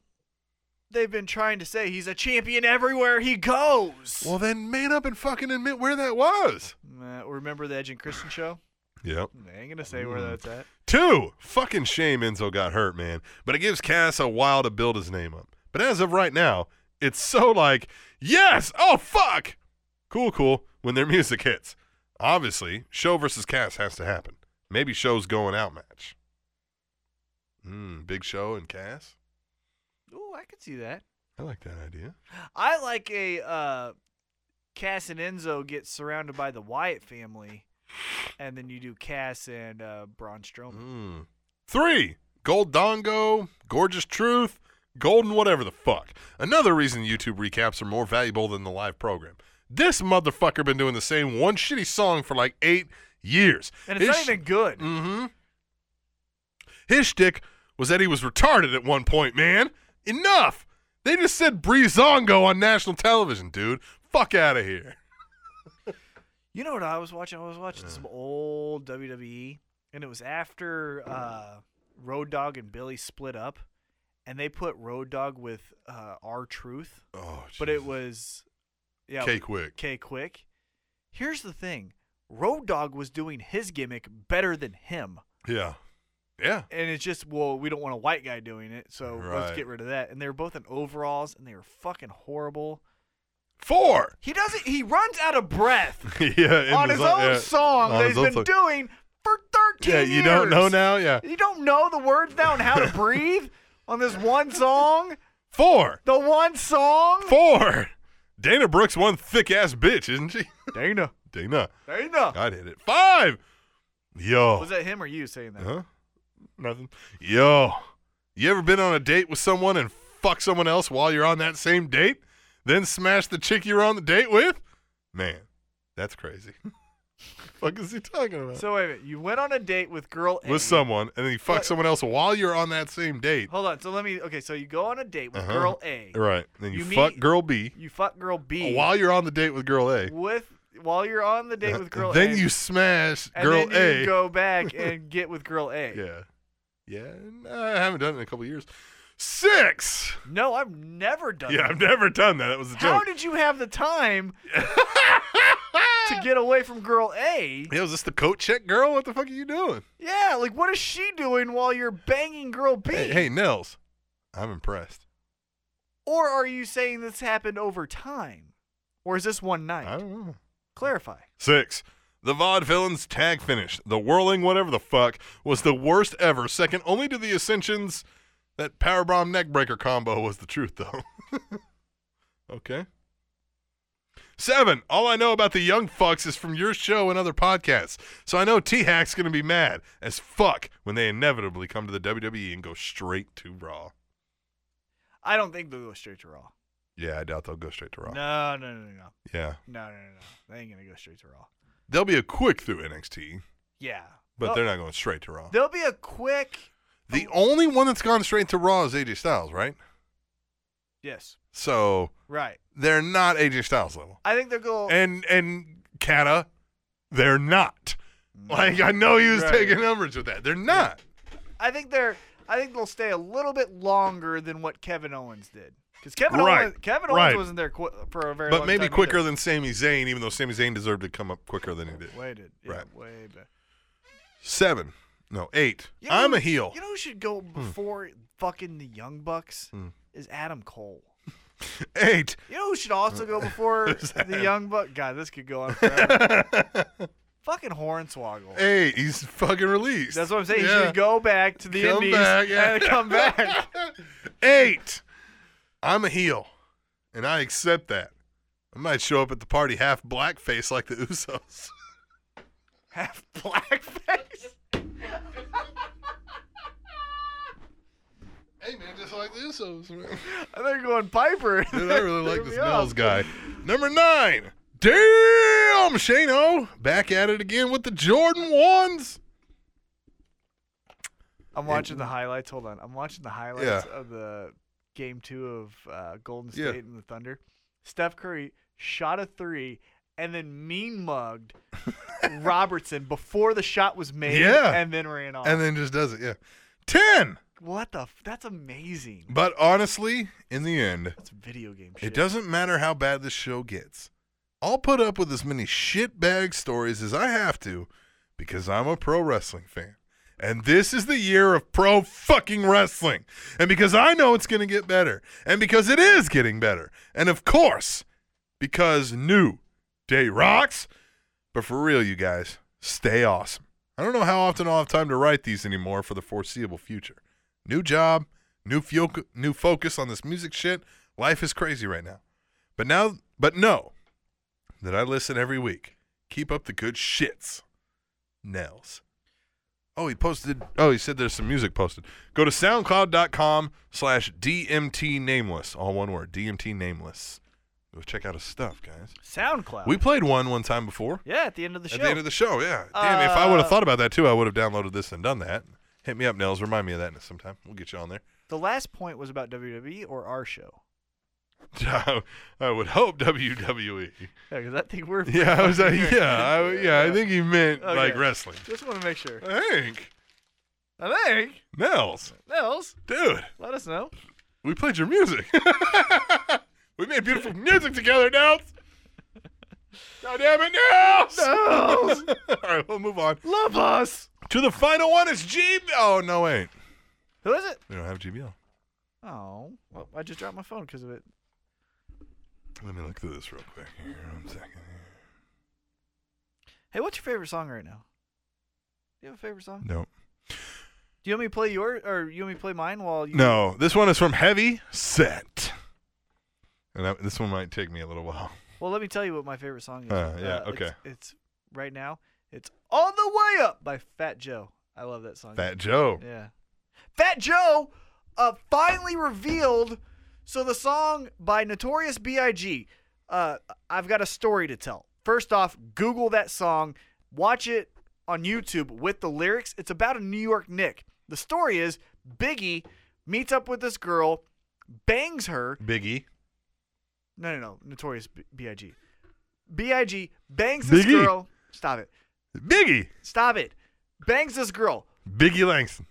D: they've been trying to say he's a champion everywhere he goes.
C: Well, then man up and fucking admit where that was.
D: Uh, remember the Edge and Christian show?
C: Yep.
D: I ain't gonna say where
C: Mm.
D: that's at.
C: Two, fucking shame Enzo got hurt, man. But it gives Cass a while to build his name up. But as of right now, it's so like, yes, oh fuck, cool, cool, when their [laughs] music hits. Obviously, show versus Cass has to happen. Maybe show's going out match. Mm, big show and Cass.
D: Ooh, I could see that.
C: I like that idea.
D: I like a uh, Cass and Enzo get surrounded by the Wyatt family, and then you do Cass and uh, Braun Strowman.
C: Mm. Three, Gold Dongo, Gorgeous Truth, Golden whatever the fuck. Another reason YouTube recaps are more valuable than the live program. This motherfucker been doing the same one shitty song for like eight years.
D: And it's not even good.
C: Mm-hmm. His shtick was that he was retarded at one point, man. Enough! They just said Breezango on national television, dude. Fuck out of here.
D: You know what I was watching? I was watching some old WWE, and it was after uh, Road Dog and Billy split up, and they put Road Dog with uh, R Truth,
C: Oh,
D: but it was yeah
C: K quick.
D: K Quick. Here's the thing: Road Dog was doing his gimmick better than him.
C: Yeah. Yeah.
D: and it's just well we don't want a white guy doing it so let's
C: Right.
D: get rid of that and they were both in overalls and they were fucking horrible
C: Four.
D: he doesn't he runs out of breath
C: [laughs] yeah, in
D: on
C: the
D: his
C: song-
D: own
C: yeah.
D: song
C: On
D: that
C: his
D: he's
C: own
D: been
C: song.
D: doing for 13
C: Yeah,
D: years
C: you don't know now. Yeah,
D: you don't know the words now and how to breathe on this one song
C: four,
D: the one song
C: four. Dana Brooks, one thick ass bitch, isn't she? [laughs]
D: dana
C: Dana,
D: dana
C: God hit it. Five. Yo.
D: was that him or you saying that
C: Huh? Nothing. Yo. You ever been on a date with someone and fuck someone else while you're on that same date? Then smash the chick you were on the date with? Man, that's crazy. [laughs] fuck is he talking about?
D: so wait a minute you went on a date with girl a.
C: with someone, and then you fuck
D: What?
C: someone else while you're on that same date.
D: hold on so let me okay so you go on a date with
C: Uh-huh.
D: girl a
C: Right. Oh, Then you,
D: You
C: fuck
D: meet-
C: girl B.
D: you fuck girl b
C: While you're on the date with girl A.
D: with while you're on the date with girl
C: [laughs] then
D: A.
C: you smash
D: and
C: girl
D: then you
C: A.
D: go
C: [laughs]
D: back and get with girl A.
C: yeah. Yeah. no, I haven't done it in a couple years.
D: [laughs]
C: Six.
D: No, I've never done
C: Yeah, [laughs]
D: that.
C: I've never done that. That was a
D: How
C: joke.
D: did you have the time
C: [laughs]
D: to get away from girl A.
C: Ah! Yo, is this the coat check girl? What the fuck are you doing?
D: Yeah, like what is she doing while you're banging girl B?
C: Hey, hey, Nels, I'm impressed.
D: Or are you saying this happened over time? Or is this one night?
C: I don't know.
D: Clarify.
C: Six. The VOD villains tag finish. The whirling whatever the fuck was the worst ever, second only to the Ascensions. That powerbomb neckbreaker combo was the truth, though. [laughs] okay. Seven. All I know about the young fucks is from your show and other podcasts, so I know T Hack's gonna be mad as fuck when they inevitably come to the WWE and go straight to Raw.
D: I don't think they'll go straight to Raw.
C: Yeah, I doubt they'll go straight to Raw.
D: No, no, no, no, no,
C: Yeah,
D: no, no, no, no. They ain't gonna go straight to Raw.
C: they'll be a quick through NXT,
D: Yeah,
C: but
D: They'll-
C: they're not going straight to Raw.
D: There'll be a quick
C: The only one that's gone straight to Raw is AJ Styles, right?
D: yes,
C: So
D: right.
C: they're not AJ Styles level.
D: I think they'll go.
C: And and Kata, they're not. Like I know he was
D: Right.
C: taking umbrage with that. They're not.
D: I think they're. I think they'll stay a little bit longer than what Kevin Owens did, because Kevin
C: Right,
D: Owens, Kevin
C: right.
D: Owens wasn't there qu- for a very.
C: But
D: long
C: maybe
D: time
C: quicker
D: either.
C: than Sami Zayn, even though Sami Zayn deserved to come up quicker than he did.
D: waited. Yeah,
C: Right.
D: way better.
C: Seven. No, eight.
D: You know
C: I'm
D: who-
C: a heel. Hmm.
D: You know who should go before fucking the Young Bucks is Adam Cole.
C: eight. [laughs]
D: You know who should also go before the Young Buck? God, this could go
C: [laughs]
D: on forever.
C: eight.
D: fucking Hornswoggle.
C: He's fucking released.
D: That's what I'm saying. He
C: Yeah.
D: should go back to the
C: Come
D: Indies
C: back, yeah.
D: and come back. [laughs]
C: Eight. I'm a heel, and I accept that. I might show up at the party half blackface like the Usos. [laughs]
D: Half blackface.
C: Hey man, just like the Usos, man.
D: I thought you were going Piper.
C: [laughs] Dude, I really like this
D: Threw me off.
C: Nels guy. Number nine. Damn, Shano. Back at it again with the Jordan ones.
D: I'm watching the highlights. Hold on. I'm watching the highlights
C: Yeah.
D: of the game two of uh, Golden State
C: Yeah.
D: and the Thunder. Steph Curry shot a three and then
C: [laughs]
D: mean mugged Robertson before the shot was made
C: Yeah.
D: and then ran off.
C: And then just does it, yeah. Ten.
D: what the? F- that's amazing.
C: But honestly, in the end,
D: That's video game shit.
C: It doesn't matter how bad this show gets. I'll put up with as many shitbag stories as I have to because I'm a pro wrestling fan. And this is the year of pro fucking wrestling. And because I know it's going to get better. And because it is getting better. And of course, because new day rocks. But for real, you guys, stay awesome. I don't know how often I'll have time to write these anymore for the foreseeable future. New job, new fio- new focus on this music shit. Life is crazy right now. But now, but no, that I listen every week. Keep up the good shits. Nels. Oh, he posted. Oh, he said there's some music posted. Go to soundcloud.com slash DMT Nameless. All one word, DMT Nameless. Go check out his stuff, guys.
D: SoundCloud.
C: We played one one time before
D: yeah, at the end of the
C: at
D: show.
C: the end of the show. Yeah. Damn, if I
D: Uh,
C: would have thought about that too, I would have downloaded this and done that. Hit me up, Nels. Remind me of that sometime. We'll get you on there.
D: the last point was about WWE or our show.
C: [laughs] I would hope E. WWE.
D: Yeah, because I think we're.
C: [laughs] Yeah, I was like, yeah, I, yeah. I think he meant like
D: Okay.
C: wrestling.
D: Just want to make sure.
C: Hank,
D: I think
C: Nels,
D: Nels,
C: dude,
D: let us know.
C: we played your music. [laughs] we made beautiful music together, Nels. God damn it, [laughs] [laughs] Nels!
D: Nels!
C: All right, we'll move on
D: [laughs] Love us.
C: to the final one. It's G. Oh no, wait,
D: Who is it?
C: we don't have GBL.
D: Oh, well, I just dropped my phone because of it.
C: Let me look through this real quick. Here, one second. here.
D: Hey, what's your favorite song right now? Do you have a favorite song?
C: No,
D: Do you want me to play your or you want me to play mine while you?
C: no, this one is from Heavy Set, and I, this one might take me a little while.
D: Well, let me tell you what my favorite song is.
C: Uh, yeah,
D: it's-
C: okay.
D: It's, right now. It's all the way up by Fat Joe. I love that song.
C: Fat Joe.
D: Yeah. Fat Joe uh, finally revealed. So the song by Notorious B.I.G. Uh, I've got a story to tell. First off, Google that song, watch it on YouTube with the lyrics. It's about a New York Nick. The story is Biggie meets up with this girl, bangs her.
C: Biggie.
D: No, no, no. Notorious B- B.I.G. B.I.G. bangs this
C: Biggie.
D: girl. Stop it.
C: Biggie.
D: Stop it. Bangs this girl.
C: Biggie Langston.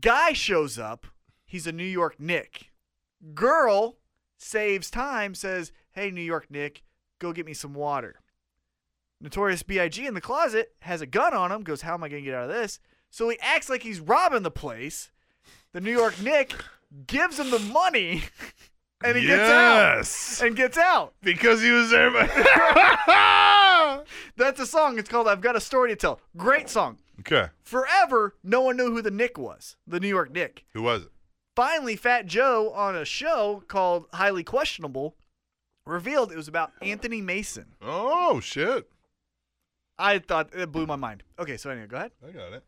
D: Guy shows up. He's a New York Nick. Girl saves time, says, Hey, New York Nick, go get me some water. Notorious B.I.G. in the closet has a gun on him, goes, How am I going to get out of this? So he acts like he's robbing the place. The New York Nick gives him the money [laughs] and he
C: yes.
D: gets out. And gets out.
C: because he was there. [laughs] By-
D: That's a song. It's called I've Got a Story to Tell. Great song.
C: okay.
D: Forever, no one knew who the Nick was, the New York Nick.
C: Who was it?
D: finally fat joe on a show called highly questionable revealed it was about anthony mason
C: Oh shit!
D: i thought it blew my mind okay so anyway go ahead
C: I got it.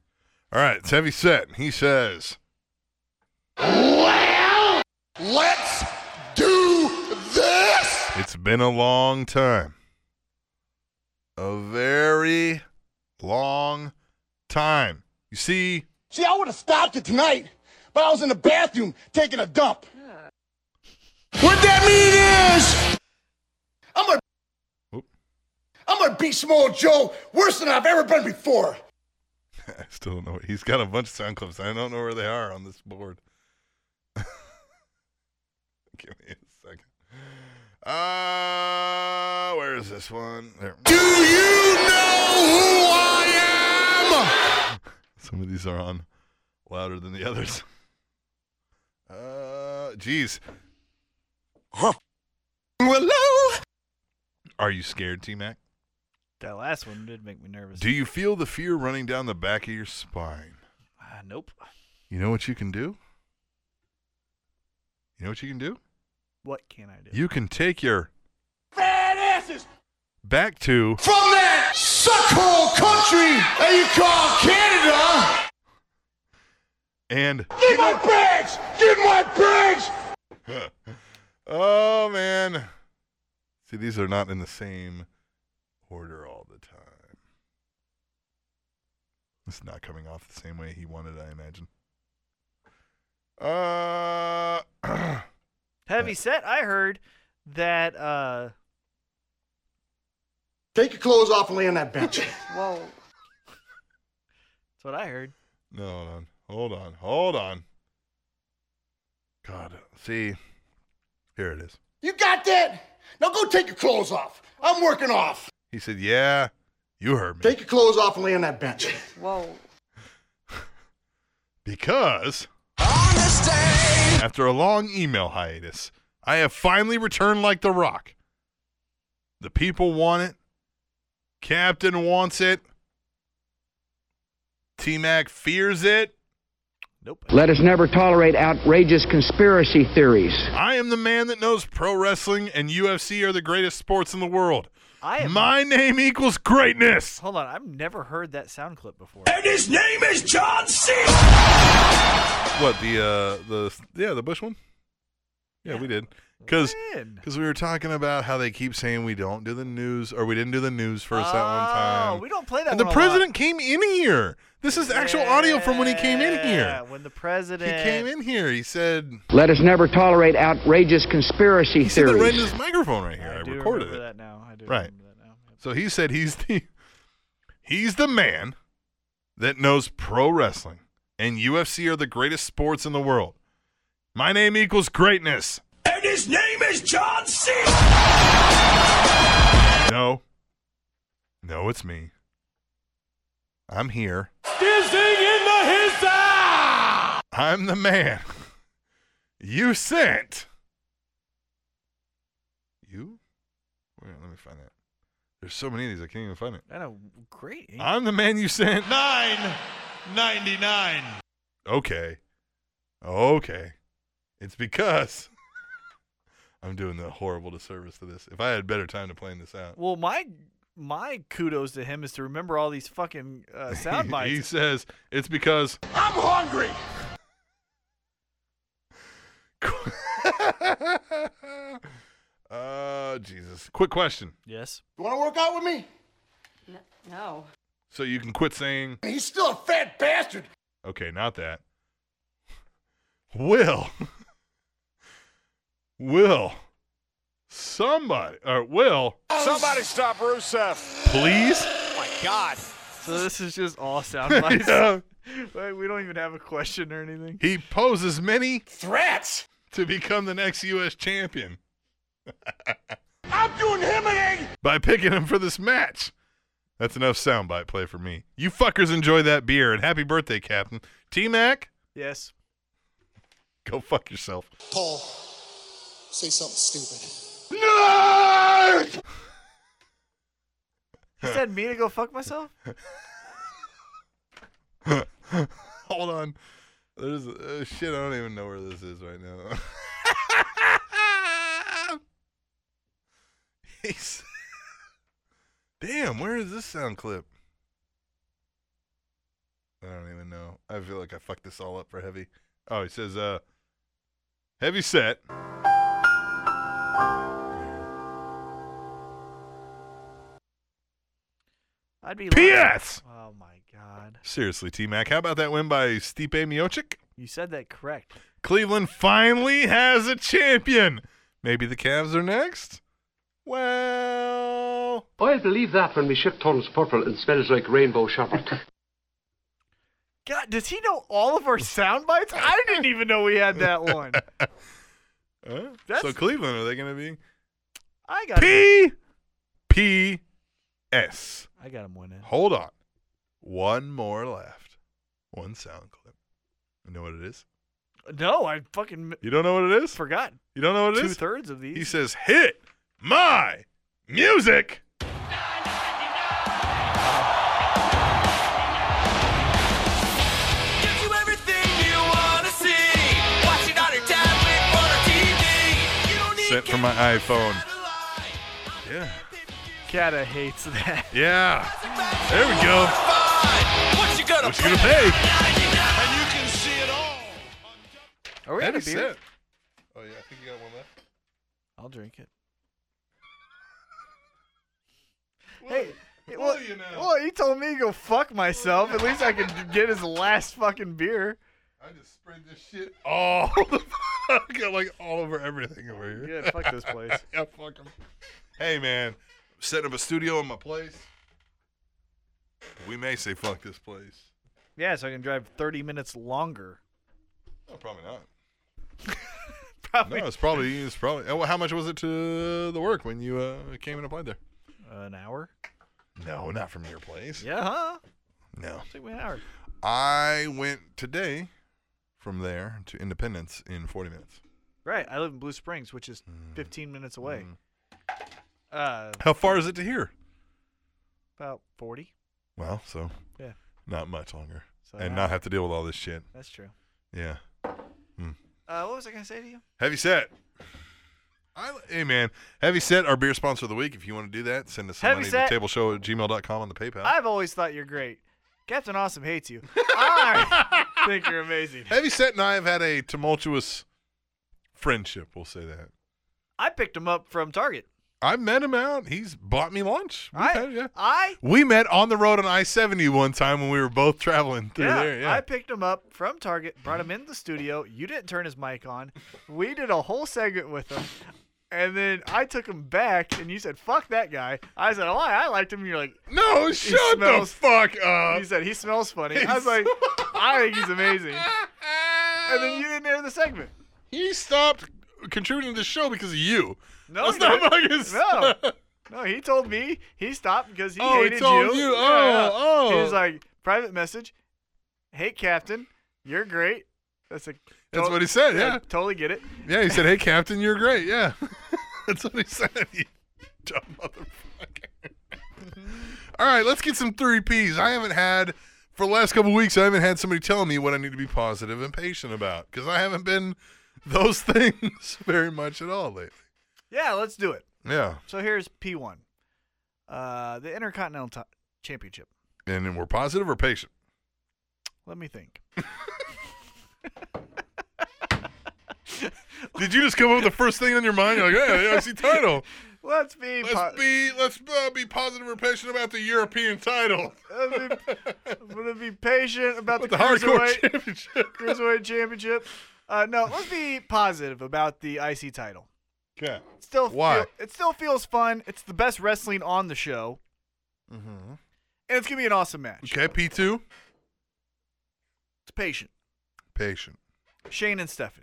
C: All right, it's heavy set. He says,
F: Well, let's do this.
C: "It's been a long time, a very long time." You see,
F: See, I would have stopped it tonight, but I was in the bathroom taking a dump. What that mean is, I'm gonna,
C: Oop.
F: I'm gonna beat Small Joe worse than I've ever been before.
C: [laughs] I still don't know. what- He's got a bunch of sound clips. I don't know where they are on this board. [laughs] Give me a second. Uh, where is this one? There.
F: Do you know who I
C: Some of these are on louder than the others. [laughs] Uh, jeez.
F: am? Hello.
C: Are you scared, T Mac?
D: that last one did make me nervous
C: Do you feel the fear running down the back of your spine?
D: Ah, nope
C: You know what you can do? You know what you can do?
D: what can i do
C: You can take your
F: Fat asses
C: back to
F: from that suckhole country that you call Canada.
C: and
F: Get my bags! Get my bags!
C: [laughs] oh man. See, these are not in the same order all the time. It's not coming off the same way he wanted, I imagine. Uh [clears throat]
D: heavy set i heard that uh
F: Take your clothes off and lay on that [laughs] bench.
D: that's what i heard
C: no, hold on. Hold on. Hold on. God, see. Here it is.
F: you got that? Now go take your clothes off. I'm working off.
C: He said, "Yeah, you heard me."
F: Take your clothes off and lay on that bench.
C: Because after a long email hiatus, I have finally returned like the rock. The people want it. Captain wants it. T Mac fears it.
D: nope
G: Let us never tolerate outrageous conspiracy theories.
C: I am the man that knows pro wrestling and UFC are the greatest sports in the world.
D: i am
C: My name equals greatness.
D: hold on i've never heard that sound clip before
C: What the uh the yeah the Bush one? Yeah, we did because
D: When?
C: because we were talking about how they keep saying we don't do the news or we didn't do the news first that one
D: Oh,
C: time.
D: we don't play that
C: And the
D: one a lot.
C: president came in here. This is actual audio from when he came in
D: Yeah,
C: here.
D: when the
C: He
D: president
C: came in here. He said
G: Let us never tolerate outrageous conspiracy
C: he said that right in
G: theories.
C: his microphone right here. I,
D: do
C: recorded
D: remember
C: it.
D: that now. I do
C: Right.
D: remember that now.
C: So he said he's the he's the man that knows pro wrestling and UFC are the greatest sports in the world. My name equals greatness. And his name is John C. No. No, it's me. I'm here. Dizzing in the hizza! I'm the man. You sent. You? Wait, let me find that. There's so many of these I can't even find it.
D: I know. Great.
C: I'm the man you sent. Nine ninety nine. Okay. Okay. It's because [laughs] I'm doing the horrible disservice to this. If I had better time to plan this out.
D: Well, my my kudos to him is to remember all these fucking
C: [laughs]
D: uh, sound bites.
C: he says it's because [laughs]
F: I'm hungry.
C: uh Jesus. Quick question.
D: yes.
F: You wanna work out with me?
H: No.
C: So you can quit saying
F: He's still a fat bastard.
C: Okay, not that. Will. Will. Somebody. Or Will.
F: Somebody stop Rusev.
C: Please.
D: Oh So this is just all sound
C: [laughs]
D: bites. [laughs]
C: Yeah.
D: Like, We don't even have a question
C: [laughs]
D: or anything.
C: He poses many
F: Threats?
C: to become the next U.S. champion
F: I'm doing him an egg.
C: by picking him for this match. That's enough soundbite play for me. You fuckers enjoy that beer and happy birthday, Captain. T Mac,
D: Yes.
C: go fuck yourself.
I: Paul, say something stupid.
D: He said me to go fuck myself?
C: [laughs] Hold on. There's uh, shit. I don't even know where this is right now. [laughs] He's. Damn, where is this sound clip? I don't even know. I feel like I fucked this all up for Heavy. Oh, he says, uh, Heavy set.
D: I'd be
C: P.S.
D: lying. Oh my god.
C: Seriously, T Mac, how about that win by Stipe Miocic?
D: You said that correct.
C: Cleveland finally has a champion. Maybe the Cavs are next? Well,
J: I believe that when my ship turns purple and smells like rainbow shepherd.
D: God, does he know
C: [laughs]
D: all of our sound bites? I didn't even know we had that one.
C: huh?
D: That's-
C: so Cleveland, are they going to be?
D: I got him.
C: P P S.
D: I got him winning.
C: Hold on. One more left. One sound clip. You know what it is?
D: No, I fucking m-
C: You don't know what it is?
D: forgot.
C: You don't know what it
D: Two
C: is?
D: thirds of these.
C: He says, hit my music.
B: Gives you everything you wanna see. Watch it on your tablet or TV. You don't need
C: Sent from my iPhone.
B: satellite.
C: Yeah.
D: Kata hates that.
C: Yeah. There we go.
B: Fine. What you gonna
C: What you gonna pay?
D: [laughs] Are we out
C: Heavy
D: of beer?
C: set. Oh yeah, I think you got one left.
D: I'll drink it. Hey, well,
C: you now?
D: well, he told me to go fuck myself. At least I could get his last fucking beer.
C: I just spread this shit [laughs] all the fuck, [laughs] got like all over everything over here.
D: Yeah, fuck this place.
C: [laughs] Yeah, fuck 'em. Hey man, setting up a studio in my place. We may say fuck this place.
D: [laughs] Yeah, so I can drive 30 minutes longer. [laughs]
C: No, probably not.
D: Probably
C: No, it's probably it's probably. Oh, how much was it to the work when you uh, came and applied there?
D: an hour.
C: No, not from your place.
D: Yeah, huh?
C: No,
D: Took me an hour.
C: I went today from there to Independence in 40 minutes.
D: Right. I live in Blue Springs, which is 15 minutes away. Uh,
C: Mm. How far is it to here?
D: about 40.
C: Well, so
D: Yeah.
C: not much longer,
D: So
C: and
D: now-
C: not have to deal with all this shit.
D: That's true.
C: Yeah.
D: Uh, what was I gonna say to you?
C: Heavy set. I, hey, man. Heavy set, our beer sponsor of the week. If you want to do that, send us some
D: Heavy
C: money
D: Set.
C: to tableshow at gmail.com on the PayPal.
D: I've always thought you're great. Captain Awesome hates [laughs] you. I think you're amazing.
C: Heavy set and I have had a tumultuous friendship, we'll say that.
D: I picked him up from Target.
C: I met him out. He's bought me lunch. We've
D: I,
C: had- yeah.
D: I,
C: We met on the road on I 70 one time when we were both traveling through
D: yeah,
C: there. Yeah.
D: I picked him up from Target, brought him in the studio. You didn't turn his mic on. We did a whole segment with him. And then I took him back, and you said, fuck that guy. I said, oh, I I liked him. You're like,
C: no, shut
D: smells-
C: the fuck up.
D: you said, he smells
C: [laughs]
D: funny. I was like, I think he's amazing. And then you didn't air the segment.
C: he stopped contributing to the show because of you.
D: No,
C: That's not
D: no.
C: fucking-
D: No. No, he told me he stopped because he
C: Oh, he
D: hated
C: told
D: you.
C: you. Oh, oh.
D: He's like private message. Hey, Captain, you're great. That's a.
C: That's what he said, yeah.
D: totally get it.
C: Yeah, he said, "Hey, Captain, you're great." Yeah, [laughs] that's what he said. You dumb motherfucker. All right, let's get some three Ps. I haven't had for the last couple weeks. I haven't had somebody telling me what I need to be positive and patient about because I haven't been those [laughs] things very much at all lately.
D: Yeah, let's do it.
C: Yeah,
D: So here's P1, uh, the Intercontinental Ti- Championship.
C: and then we're positive or patient.
D: Let me think.
C: Did you just come up with the first thing on your mind? You're like, "Yeah, yeah, I see title.
D: Let's be.
C: Let's
D: po-
C: be let's uh, be positive or patient about the European title."
D: let's be- I'm gonna be patient
C: [laughs]
D: about
C: With
D: the,
C: the hardcore
D: cruiserweight,
C: championship.
D: cruiserweight championship. Uh, no, let's be positive about the IC title.
C: Okay.
D: still
C: Why?
D: feel- it still feels fun. It's the best wrestling on the show, and it's gonna be an awesome match.
C: Mm-hmm. Okay. P two.
D: It's patient.
C: Patient.
D: Shane and Stephanie.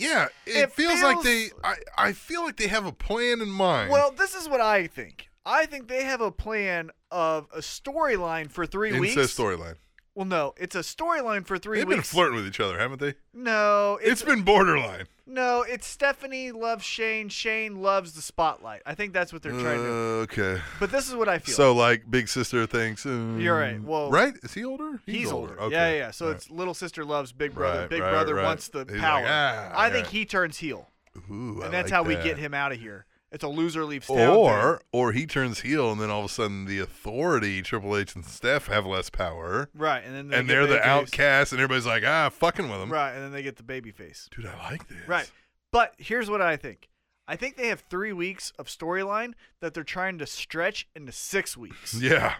C: Yeah, it,
D: It
C: feels, like they.
D: feels-
C: I, I feel like they have a plan in mind.
D: Well, this is what I think. I think they have a plan of a storyline for three
C: Incest
D: weeks.
C: storyline.
D: Well, no, it's a storyline for 3
C: They've been
D: weeks.
C: flirting with each other, haven't they?
D: no, it's,
C: it's been borderline.
D: no, it's Stephanie loves Shane. Shane loves the spotlight. I think that's what they're trying to.
C: Uh, okay.
D: But this is what I feel.
C: So like big sister thinks. uh,
D: You're right. Well-
C: right? Is he older?
D: He's, older.
C: Okay.
D: Yeah, yeah. So
C: All
D: it's little sister loves big brother.
C: Right,
D: big
C: right,
D: brother
C: right.
D: wants the
C: He's like,
D: power.
C: "Ah,
D: I think
C: yeah."
D: he turns heel,
C: right. Ooh, I
D: and
C: like
D: that's how we
C: that.
D: get him out of here. It's a loser leaves town.
C: Or or he turns heel, and then all of a sudden the authority, Triple H and Steph, have less power,
D: thing. right, and then they
C: and
D: get
C: they're the
D: babyface.
C: outcast, and everybody's like, ah, fucking with them.
D: Right, and then they get the baby face.
C: Dude, I like this.
D: Right, but here's what I think. I think they have three weeks of storyline that they're trying to stretch into six weeks.
C: [laughs] Yeah.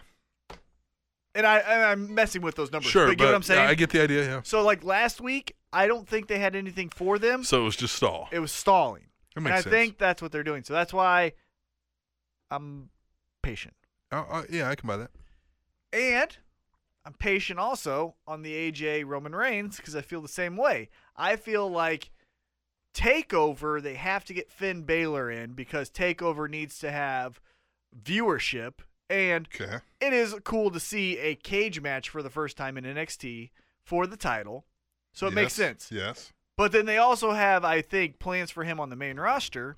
D: And I and I'm messing with those numbers.
C: Sure.
D: but you know what I'm saying?
C: I get the idea. Yeah.
D: so like last week, I don't think they had anything for them.
C: So it was just stall.
D: it was stalling.
C: That
D: And
C: makes
D: I
C: sense.
D: think that's what they're doing. So that's why I'm patient.
C: Oh, oh, yeah, I can buy that.
D: And I'm patient also on the AJ Roman Reigns because I feel the same way. I feel like Takeover, they have to get Finn Balor in because Takeover needs to have viewership. And
C: Okay.
D: it is cool to see a cage match for the first time in NXT for the title. So it makes
C: Yes,
D: sense.
C: Yes.
D: But then they also have, I think, plans for him on the main roster.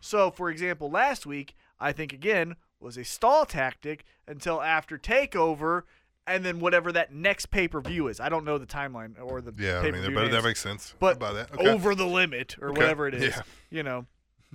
D: So, for example, last week, I think again was a stall tactic until after takeover, and then whatever that next pay per view is. I don't know the timeline or the
C: Yeah. I mean,
D: pay-per-view
C: they're better. That
D: names,
C: makes sense.
D: but
C: buy that. Okay.
D: over the limit or
C: Okay.
D: whatever it is.
C: Yeah.
D: You know,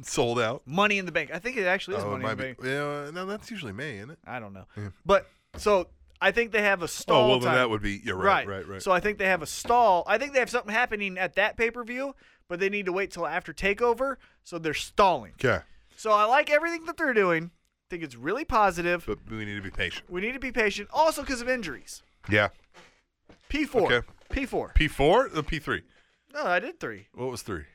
C: sold out.
D: money in the bank. I think it actually is
C: Oh, it
D: money in
C: might
D: the
C: be.
D: bank.
C: Yeah, no, that's usually May, isn't it?
D: I don't know,
C: Yeah.
D: but so I think they have a stall.
C: oh well, then
D: time.
C: that would be. Yeah, right, right, right.
D: So I think they have a stall. I think they have something happening at that pay per view, but they need to wait till after takeover. So they're stalling.
C: okay,
D: So I like everything that they're doing. I think it's really positive.
C: but we need to be patient.
D: We need to be patient, also because of injuries.
C: Yeah.
D: P4.
C: Okay.
D: P4.
C: P four or P three?
D: No, I did three.
C: What was three?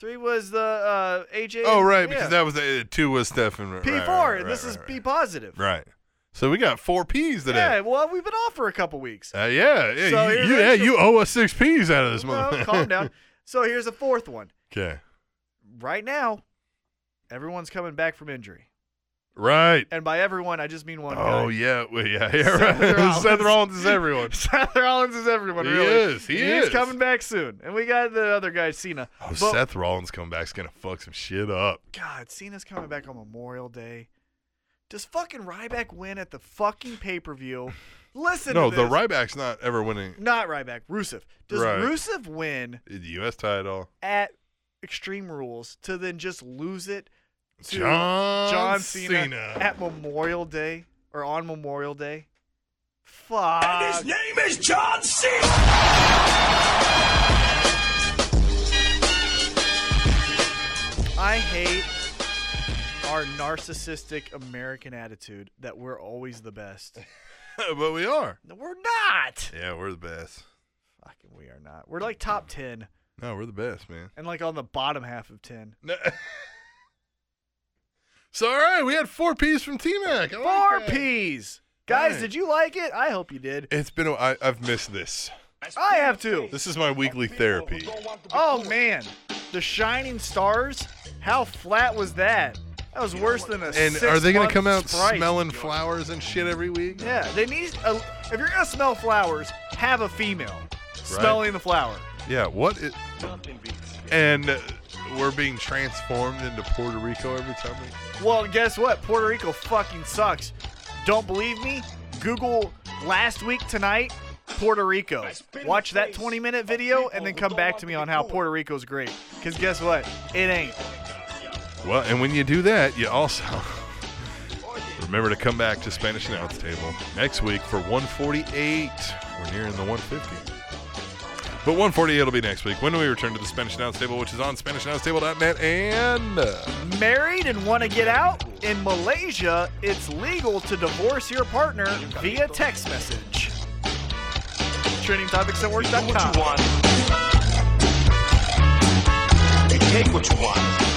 D: Three was the uh, AJ.
C: Oh right,
D: yeah.
C: because that was uh, two was Stefan. Right,
D: P4.
C: right, right, right,
D: this
C: right,
D: is
C: right.
D: B positive.
C: Right. So we got four P's
D: Yeah,
C: today.
D: well, we've been off for a
C: [laughs]
D: couple weeks.
C: Yeah. Uh, yeah. Yeah.
D: So
C: you,
D: here's
C: you- yeah.
D: extra-
C: You owe us six P's out of this
D: No,
C: month.
D: calm down. So here's a fourth one.
C: [laughs] Okay.
D: Right now, everyone's coming back from injury.
C: Right.
D: And by everyone, I just mean one guy.
C: Oh yeah. Well, yeah. [laughs] Yeah.
D: Seth
C: Right. Seth
D: Rollins.
C: Rollins is
D: [laughs]
C: everyone.
D: Seth Rollins is everyone,
C: He
D: really.
C: is, he
D: He's
C: is.
D: coming back soon. And we got the other guy, Cena.
C: Oh,
D: But-
C: Seth Rollins comeback's gonna fuck some shit up.
D: God, Cena's coming back on Memorial Day. Does fucking Ryback win at the fucking pay per view?
C: [laughs]
D: Listen
C: No,
D: to
C: the
D: this.
C: Ryback's not ever winning
D: Not Ryback, Rusev. Does
C: Right.
D: Rusev win
C: the U.S. title.
D: at Extreme Rules to then just lose it to
C: John,
D: John Cena, at Memorial Day or on Memorial Day? Fuck.
B: name is John Cena.
D: I hate our narcissistic American attitude that we're always
C: [laughs]
D: the best.
C: [laughs] but we are.
D: No, we're not.
C: Yeah, we're the best.
D: Fucking, we are not. We're like top 10
C: No, we're the best, man.
D: and like on the bottom half of 10.
C: No. [laughs] so all right, we had four P's from T Mac.
D: Four P's. Guys,
C: Right.
D: did you like it? I hope you did.
C: It's been. A, I, I've missed this.
D: I have too.
C: This is my weekly therapy.
D: Oh man, the shining stars. How flat was that? That was worse than a.
C: And are they gonna
D: six-month
C: come out
D: Sprite.
C: smelling flowers and shit every week?
D: Yeah, they need. A, if you're gonna smell flowers, have a female smelling the flower.
C: Yeah. What is? And uh, we're being transformed into Puerto Rico every time we.
D: Well, guess what? Puerto Rico fucking sucks. Don't believe me? Google last week tonight, Puerto Rico. Watch that 20 minute video and then come back to me on how Puerto Rico's great. Because guess what? It ain't.
C: Well, and when you do that, you also [laughs] remember to come back to Spanish Announce Table next week for 148. We're nearing the 150. But 148 will be next week when we return to the Spanish Announce Table, which is on SpanishAnnounceTable.net. And uh,
D: Married and want to get out? In Malaysia, it's legal to divorce your partner via text message. TrainingTopicsNetwork.com.
B: They take what you want.